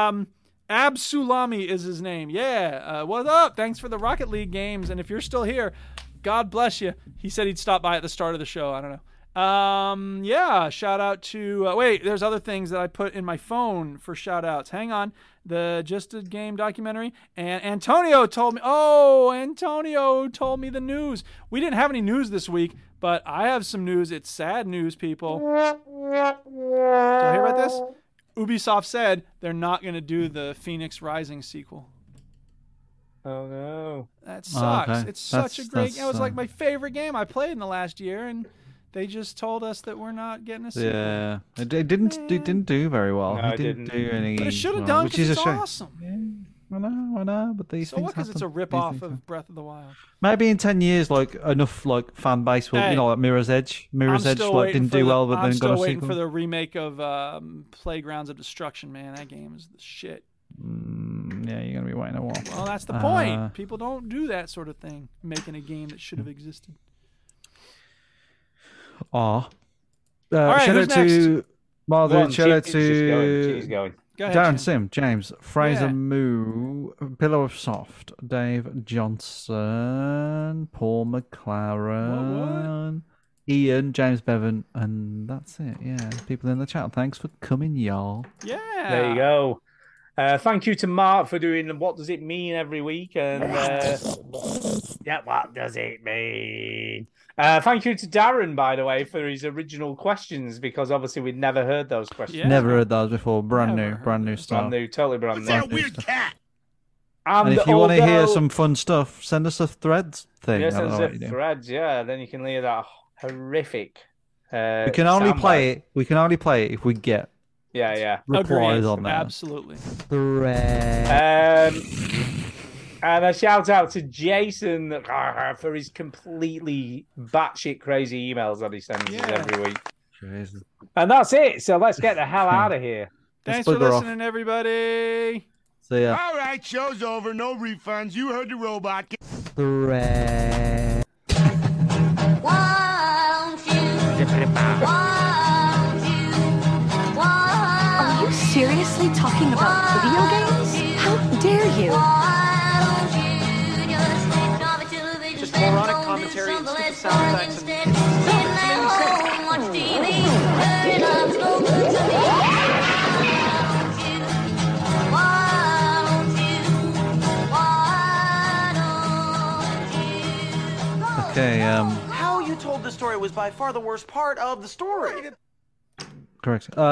Speaker 1: Um, Absulami is his name. Yeah. Uh, what up? Thanks for the Rocket League games. And if you're still here, God bless you. He said he'd stop by at the start of the show. I don't know. Um, yeah. Shout out to. Uh, wait, there's other things that I put in my phone for shout outs. Hang on. The Just a Game documentary. And Antonio told me. Oh, Antonio told me the news. We didn't have any news this week, but I have some news. It's sad news, people. Did I hear about this?
Speaker 4: Uh,
Speaker 1: Ubisoft said they're not going to do the Phoenix Rising sequel.
Speaker 5: Oh no.
Speaker 1: That
Speaker 5: Oh,
Speaker 1: sucks.
Speaker 5: okay.
Speaker 1: It's
Speaker 5: That's-
Speaker 1: such a great.
Speaker 5: that's,
Speaker 1: It was
Speaker 5: uh,
Speaker 1: like my favorite game I played in the last year, and they just told us that we're not getting a sequel.
Speaker 4: Yeah, it, it didn't it didn't do very well.
Speaker 5: No,
Speaker 4: it
Speaker 5: it
Speaker 4: didn't,
Speaker 5: didn't.
Speaker 4: do any.
Speaker 1: But it should have
Speaker 4: well,
Speaker 1: done
Speaker 4: which
Speaker 1: because
Speaker 4: is a
Speaker 1: it's
Speaker 4: shame.
Speaker 1: awesome.
Speaker 4: I know, I know, but these
Speaker 1: so
Speaker 4: things
Speaker 1: what? Because it's a
Speaker 4: happen.
Speaker 1: rip
Speaker 4: These
Speaker 1: off
Speaker 4: things
Speaker 1: of Breath of the Wild.
Speaker 4: Maybe in ten years, like enough like fan base will,
Speaker 1: Hey,
Speaker 4: you know, like Mirror's Edge. Mirror's
Speaker 1: I'm
Speaker 4: Edge
Speaker 1: still
Speaker 4: like
Speaker 1: waiting
Speaker 4: didn't
Speaker 1: for
Speaker 4: do
Speaker 1: the-
Speaker 4: well, but
Speaker 1: I'm
Speaker 4: then
Speaker 1: still
Speaker 4: got a
Speaker 1: waiting
Speaker 4: sequel.
Speaker 1: for the remake of um, Playgrounds of Destruction. Man, that game is the shit.
Speaker 4: Mm, yeah, you're gonna be waiting a while.
Speaker 1: Well, that's the
Speaker 4: Uh,
Speaker 1: point. People don't do that sort of thing, making a game that should have existed.
Speaker 4: Aw. Uh,
Speaker 1: right,
Speaker 4: shout
Speaker 1: who's
Speaker 4: out to Martha.
Speaker 5: Go on,
Speaker 4: shout out
Speaker 5: she's going,
Speaker 4: to
Speaker 5: she's going.
Speaker 1: Go ahead,
Speaker 4: Darren
Speaker 1: Jim.
Speaker 4: Sim, James Fraser
Speaker 1: Yeah.
Speaker 4: Moo, Pillow of Soft, Dave Johnson, Paul McLaren, Ian, James Bevan, and that's it. Yeah, people in the chat. Thanks for coming, y'all.
Speaker 1: Yeah.
Speaker 5: There
Speaker 1: Ah.
Speaker 5: you go. Uh, thank you to Mark for doing what does it mean every week and uh, yeah, what does it mean? Uh, thank you to Darren, by the way, for his original questions because obviously we'd never heard those questions.
Speaker 4: Never heard those before. Brand new, brand new stuff.
Speaker 5: brand new, totally brand new.
Speaker 4: that
Speaker 5: weird
Speaker 6: cat?
Speaker 5: And,
Speaker 4: And if you want to hear
Speaker 5: although-
Speaker 4: some fun stuff, send us a threads thing.
Speaker 5: yes,
Speaker 4: I don't
Speaker 5: and
Speaker 4: know what you
Speaker 5: the
Speaker 4: do.
Speaker 5: threads, yeah, then you can hear that horrific. Uh,
Speaker 4: We can only
Speaker 5: soundbite.
Speaker 4: play it. We can only play it if we get
Speaker 5: Yeah, yeah.
Speaker 4: replies on there.
Speaker 1: Absolutely.
Speaker 4: Thread.
Speaker 5: Um, and a shout out to Jason uh, for his completely batshit crazy emails that he sends us every week. And that's it. So let's get the hell out of here.
Speaker 1: Thanks for listening, everybody.
Speaker 4: See ya.
Speaker 6: All right, show's over. No refunds. You heard the robot.
Speaker 4: Thread.
Speaker 11: Are you seriously talking about video games? How dare you?
Speaker 9: Just moronic commentary and stupid sound effects and doesn't make any sense.
Speaker 4: Okay. Um.
Speaker 10: um,
Speaker 15: um,
Speaker 9: How you told the story was by far the worst part of the story.
Speaker 4: Correct. Uh,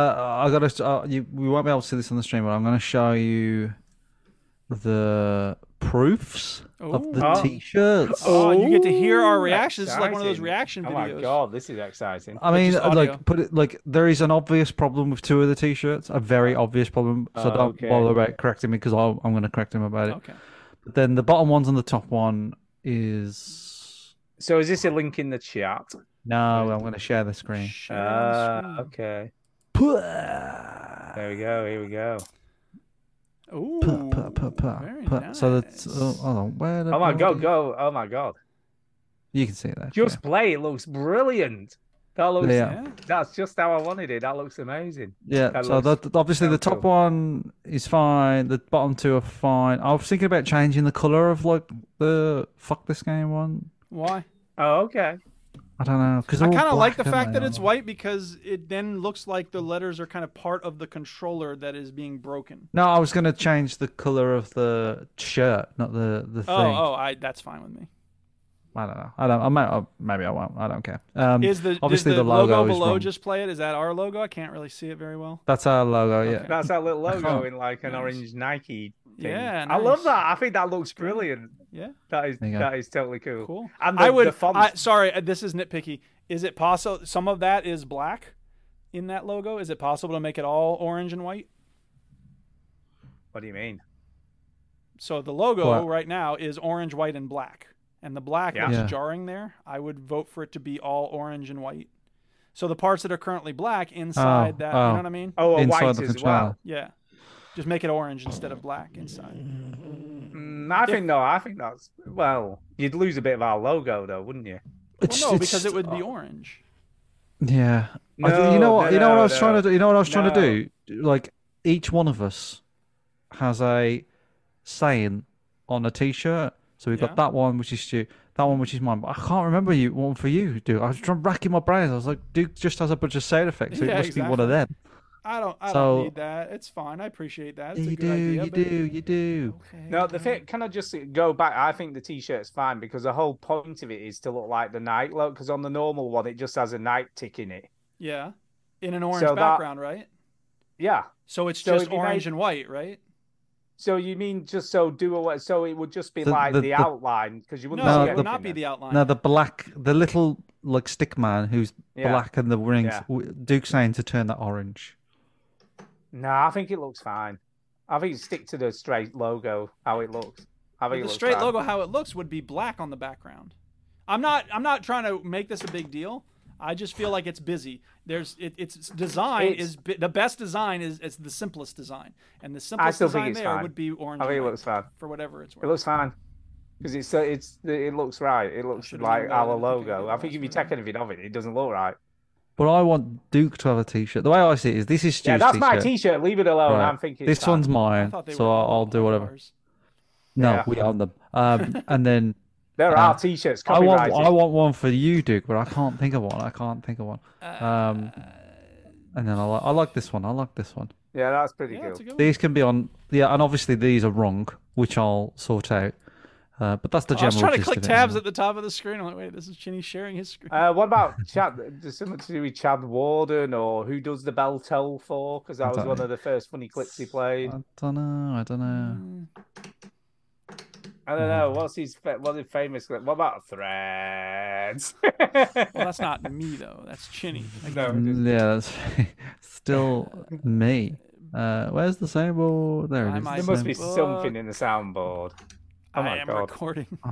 Speaker 4: I got to. Uh, you, we won't be able to see this on the stream, but I'm going to show you the proofs of the
Speaker 1: Oh.
Speaker 4: t-shirts.
Speaker 1: Oh, you get to hear our reactions. This is like one of those
Speaker 5: Exciting.
Speaker 1: reaction
Speaker 5: Oh
Speaker 1: videos.
Speaker 5: my god, this is exciting.
Speaker 4: I mean,
Speaker 1: Just audio.
Speaker 4: like, put it like there is an obvious problem with two of the t-shirts, a very
Speaker 1: Ah.
Speaker 4: obvious problem. So
Speaker 5: Oh,
Speaker 4: don't
Speaker 5: okay.
Speaker 4: bother about correcting me because I'm going to correct him about it.
Speaker 5: Okay.
Speaker 4: But then the bottom ones and the top one is
Speaker 5: So is this a link in the chat?
Speaker 4: no. I'm going to share the screen.
Speaker 5: Ah, okay. There we go. Here we go.
Speaker 1: Ooh.
Speaker 4: Puh, puh, puh, puh, puh. So that's oh, hold on. Where the
Speaker 5: Oh my
Speaker 4: bloody-
Speaker 5: god, go! Oh my god,
Speaker 4: You can see that.
Speaker 5: just play. It looks brilliant. That looks.
Speaker 4: Yeah.
Speaker 5: That's just how I wanted it. That looks amazing.
Speaker 4: Yeah,
Speaker 5: That
Speaker 4: so
Speaker 5: looks-
Speaker 4: that, obviously the
Speaker 5: sounds
Speaker 4: top one is fine. The bottom two are fine. I was thinking about changing the color of like the fuck this game one.
Speaker 1: Why?
Speaker 5: Oh, okay.
Speaker 4: I don't know because
Speaker 1: I kind of like the fact that it's white because it then looks like the letters are kind of part of the controller that is being broken.
Speaker 4: No, I was gonna change the color of the shirt, not the the
Speaker 1: Oh,
Speaker 4: thing.
Speaker 1: oh, I that's fine with me.
Speaker 4: I don't know. I don't. I might. I, maybe I won't. I don't care. Um,
Speaker 1: is the
Speaker 4: obviously
Speaker 1: is the,
Speaker 4: logo, is
Speaker 1: below
Speaker 4: wrong.
Speaker 1: just play it? Is that our logo? I can't really see it very well.
Speaker 4: That's our logo. Yeah.
Speaker 5: That's that little logo
Speaker 1: Oh,
Speaker 5: in like an
Speaker 1: nice.
Speaker 5: orange Nike. Thing.
Speaker 1: Yeah,
Speaker 5: I love
Speaker 1: nice.
Speaker 5: that. I think that looks brilliant.
Speaker 1: Yeah,
Speaker 5: that is
Speaker 4: There you go.
Speaker 5: that is totally cool.
Speaker 1: Cool.
Speaker 5: And the,
Speaker 1: I would.
Speaker 5: the font.
Speaker 1: I, sorry, uh, this is nitpicky. Is it possible? Some of that is black in that logo. Is it possible to make it all orange and white?
Speaker 5: What do you mean?
Speaker 1: So the logo
Speaker 5: What?
Speaker 1: right now is orange, white, and black, and the black
Speaker 5: Yeah.
Speaker 1: looks
Speaker 5: Yeah.
Speaker 1: jarring there. I would vote for it to be all orange and white. So the parts that are currently black inside that, you
Speaker 4: oh.
Speaker 1: know what I mean?
Speaker 4: Oh, a Inside white the as controller. well.
Speaker 1: Yeah, just make it orange instead of black inside.
Speaker 5: Mm, I think no. I think that's well. You'd lose a bit of our logo though, wouldn't you?
Speaker 4: It's-
Speaker 1: well, no, because
Speaker 4: it's-
Speaker 1: it would be orange.
Speaker 4: Yeah. I th- you
Speaker 5: No,
Speaker 4: know what?
Speaker 5: no,
Speaker 4: you know what I
Speaker 5: no,
Speaker 4: was trying to
Speaker 5: no.
Speaker 4: do. You know what I was trying
Speaker 5: No.
Speaker 4: to do. Like each one of us has a saying on a t-shirt. So we've got that one, which is Stu. That one, which is mine. But I can't remember you one for you, dude. I was trying racking my brains. I was like, Duke just has a bunch of sound effects, so it
Speaker 1: Yeah,
Speaker 4: must be one of them.
Speaker 1: I don't. I
Speaker 4: So-
Speaker 1: don't need that. It's fine. I appreciate that. It's
Speaker 4: Yeah,
Speaker 1: a
Speaker 4: you
Speaker 1: good
Speaker 4: do,
Speaker 1: idea.
Speaker 4: you
Speaker 1: but-
Speaker 4: do, you do.
Speaker 5: No, the fit. Can I just go back? I think the t-shirt's fine because the whole point of it is to look like the night look. Because on the normal one, it just has a night tick in it.
Speaker 1: Yeah, in an orange
Speaker 5: So that-
Speaker 1: background, right?
Speaker 5: Yeah.
Speaker 1: So it's
Speaker 5: So
Speaker 1: just
Speaker 5: it'd be nice-
Speaker 1: orange and white, right?
Speaker 5: So you mean just so do away? So it would just be
Speaker 4: The-
Speaker 5: like
Speaker 4: the-
Speaker 5: the,
Speaker 4: the-
Speaker 5: outline because you wouldn't.
Speaker 1: No,
Speaker 5: see
Speaker 1: it
Speaker 5: it
Speaker 1: would not be the
Speaker 5: Oh
Speaker 1: outline.
Speaker 4: No, the black, the little like stick man who's
Speaker 5: Yeah.
Speaker 4: black and the rings.
Speaker 5: Yeah.
Speaker 4: w Duke's saying to turn that orange.
Speaker 5: No, I think it looks fine. I think stick to the straight logo how it looks. I think it
Speaker 1: the
Speaker 5: looks
Speaker 1: straight
Speaker 5: fine.
Speaker 1: logo, how it looks, would be black on the background. I'm not. I'm not trying to make this a big deal. I just feel like it's busy. There's it, its design
Speaker 5: It's-
Speaker 1: is bi- the best design is it's the simplest design, and the
Speaker 5: I
Speaker 1: simplest
Speaker 5: still
Speaker 1: design
Speaker 5: think it's
Speaker 1: there
Speaker 5: fine.
Speaker 1: would be orange.
Speaker 5: I
Speaker 1: and
Speaker 5: think it
Speaker 1: white,
Speaker 5: looks fine.
Speaker 1: for whatever it's worth.
Speaker 5: It looks fine because it's uh, it's it looks right. It looks
Speaker 1: should've
Speaker 5: like
Speaker 1: known better
Speaker 5: our
Speaker 1: than to think I
Speaker 5: logo. I think if you take anything of it, it doesn't look right.
Speaker 4: But I want Duke to have a t-shirt. The way I see it is, this is Stu's
Speaker 5: Yeah, that's
Speaker 4: t-shirt.
Speaker 5: my t-shirt. Leave it alone.
Speaker 4: Right.
Speaker 5: Oh, I'm thinking
Speaker 4: this
Speaker 5: it's fine.
Speaker 4: one's mine, so I'll, I'll do whatever. No,
Speaker 5: Yeah.
Speaker 4: we own them. Um, and then
Speaker 5: There
Speaker 4: uh,
Speaker 5: are t-shirts.
Speaker 4: I want
Speaker 5: copyrighted.
Speaker 4: I want one for you, Duke, but I can't think of one. I can't think of one.
Speaker 1: Uh,
Speaker 4: Um, and then I like I like this one. I like this one.
Speaker 5: Yeah, that's pretty cool.
Speaker 4: These can be on. Yeah, and obviously these are wrong, which I'll sort out. Uh, but that's the
Speaker 1: I
Speaker 4: general.
Speaker 1: was trying to
Speaker 4: gist
Speaker 1: click
Speaker 4: of it
Speaker 1: tabs
Speaker 4: anyway.
Speaker 1: at the top of the screen. I'm like, wait, this is Chinny sharing his screen.
Speaker 5: Uh, what about Chad? Does something to do with Chad Warden or who does the bell toll for? Because
Speaker 4: I
Speaker 5: that was
Speaker 4: don't
Speaker 5: one
Speaker 4: know.
Speaker 5: of the first funny clips he played.
Speaker 4: don't know. I don't know.
Speaker 5: I don't know. What's his fa- what's his famous clip? What about Threads?
Speaker 1: well, that's not me though. That's Chinny.
Speaker 5: no.
Speaker 4: Mm, Yeah, that's still me. Uh, where's the soundboard? There it
Speaker 1: I
Speaker 4: is.
Speaker 1: might
Speaker 5: There
Speaker 4: the
Speaker 5: must be
Speaker 4: soundboard.
Speaker 5: something in the soundboard. Oh
Speaker 1: I
Speaker 5: my
Speaker 1: am
Speaker 5: god!
Speaker 1: recording.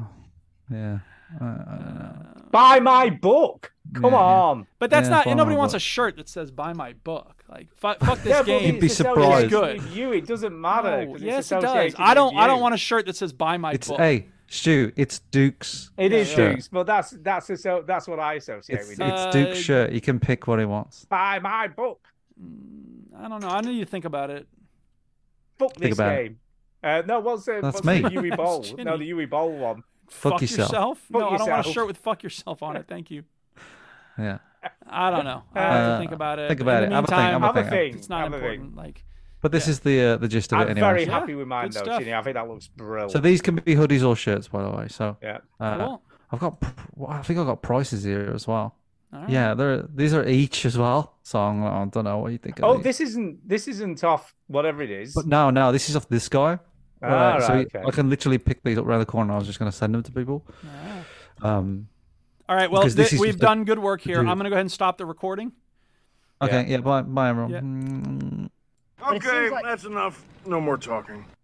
Speaker 4: Yeah. Uh, I, I don't know.
Speaker 5: Buy my book. Come
Speaker 4: Yeah, yeah.
Speaker 5: on.
Speaker 1: But that's
Speaker 4: Yeah,
Speaker 1: not.
Speaker 4: buy
Speaker 1: Nobody
Speaker 4: my
Speaker 1: wants
Speaker 4: book.
Speaker 1: a shirt that says "Buy my book." Like, fuck, fuck this
Speaker 5: Yeah, but
Speaker 1: game.
Speaker 5: it's
Speaker 4: be
Speaker 5: associated
Speaker 4: surprised.
Speaker 5: With you, it doesn't matter.
Speaker 1: No,
Speaker 5: 'cause it's
Speaker 1: yes, it does.
Speaker 5: associated
Speaker 1: I don't.
Speaker 5: with
Speaker 1: I don't
Speaker 5: you.
Speaker 1: want a shirt that says "Buy my
Speaker 4: It's
Speaker 1: book."
Speaker 4: hey Stu. It's Duke's.
Speaker 5: It is
Speaker 4: shirt.
Speaker 5: Duke's, but that's that's a, so that's what I associate
Speaker 4: It's,
Speaker 5: with.
Speaker 4: it's
Speaker 5: it.
Speaker 4: Duke's shirt. He can pick what he wants.
Speaker 5: Buy my book.
Speaker 1: I don't know. I need to think about it.
Speaker 5: Fuck
Speaker 4: Think
Speaker 5: this
Speaker 4: about it.
Speaker 5: game. Uh, no, what's, uh,
Speaker 4: That's
Speaker 5: what's
Speaker 4: me.
Speaker 5: the Yui Bowl?
Speaker 1: That's
Speaker 5: no, the Yui Bowl one.
Speaker 4: Fuck, yourself.
Speaker 1: No,
Speaker 5: Fuck
Speaker 1: I don't want a
Speaker 5: yourself.
Speaker 1: shirt with "fuck yourself" on it. Thank you.
Speaker 4: Yeah.
Speaker 1: I don't know. I have to
Speaker 4: Uh,
Speaker 1: think about it.
Speaker 4: think
Speaker 1: In
Speaker 4: about
Speaker 1: the
Speaker 4: it. Have a think,
Speaker 1: meantime,
Speaker 4: have a Have a
Speaker 5: think.
Speaker 1: It's not
Speaker 5: Have a think.
Speaker 1: important. Like,
Speaker 4: But this is the uh, the gist of
Speaker 5: I'm
Speaker 4: it anyway.
Speaker 5: very
Speaker 4: So-
Speaker 5: happy with mine
Speaker 1: good
Speaker 5: though,
Speaker 1: stuff.
Speaker 5: Chinny. I think that looks brilliant.
Speaker 4: So these can be hoodies or shirts, by the way. So
Speaker 5: Yeah.
Speaker 4: uh,
Speaker 1: Cool.
Speaker 4: I've got. pr- well, I think I've got prices here as well.
Speaker 1: All
Speaker 4: Yeah, they're these are each as well. So I'm, I don't know what you think. of
Speaker 5: Oh,
Speaker 4: these.
Speaker 5: this isn't this isn't off whatever it is.
Speaker 4: But no, no, this is off this guy.
Speaker 5: Ah,
Speaker 4: Uh, so
Speaker 5: right,
Speaker 4: he-
Speaker 5: okay.
Speaker 4: I can literally pick these up around the corner. I was just going to send them to people. Um,
Speaker 1: All right. Well,
Speaker 4: because this
Speaker 1: thi-
Speaker 4: is
Speaker 1: we've
Speaker 4: just a-
Speaker 1: done good work here.
Speaker 4: dude.
Speaker 1: I'm going to go ahead and stop the recording.
Speaker 4: Okay, yeah, bye, bye, everyone.
Speaker 1: Yeah.
Speaker 4: Mm.
Speaker 16: Okay, that's enough. No more talking.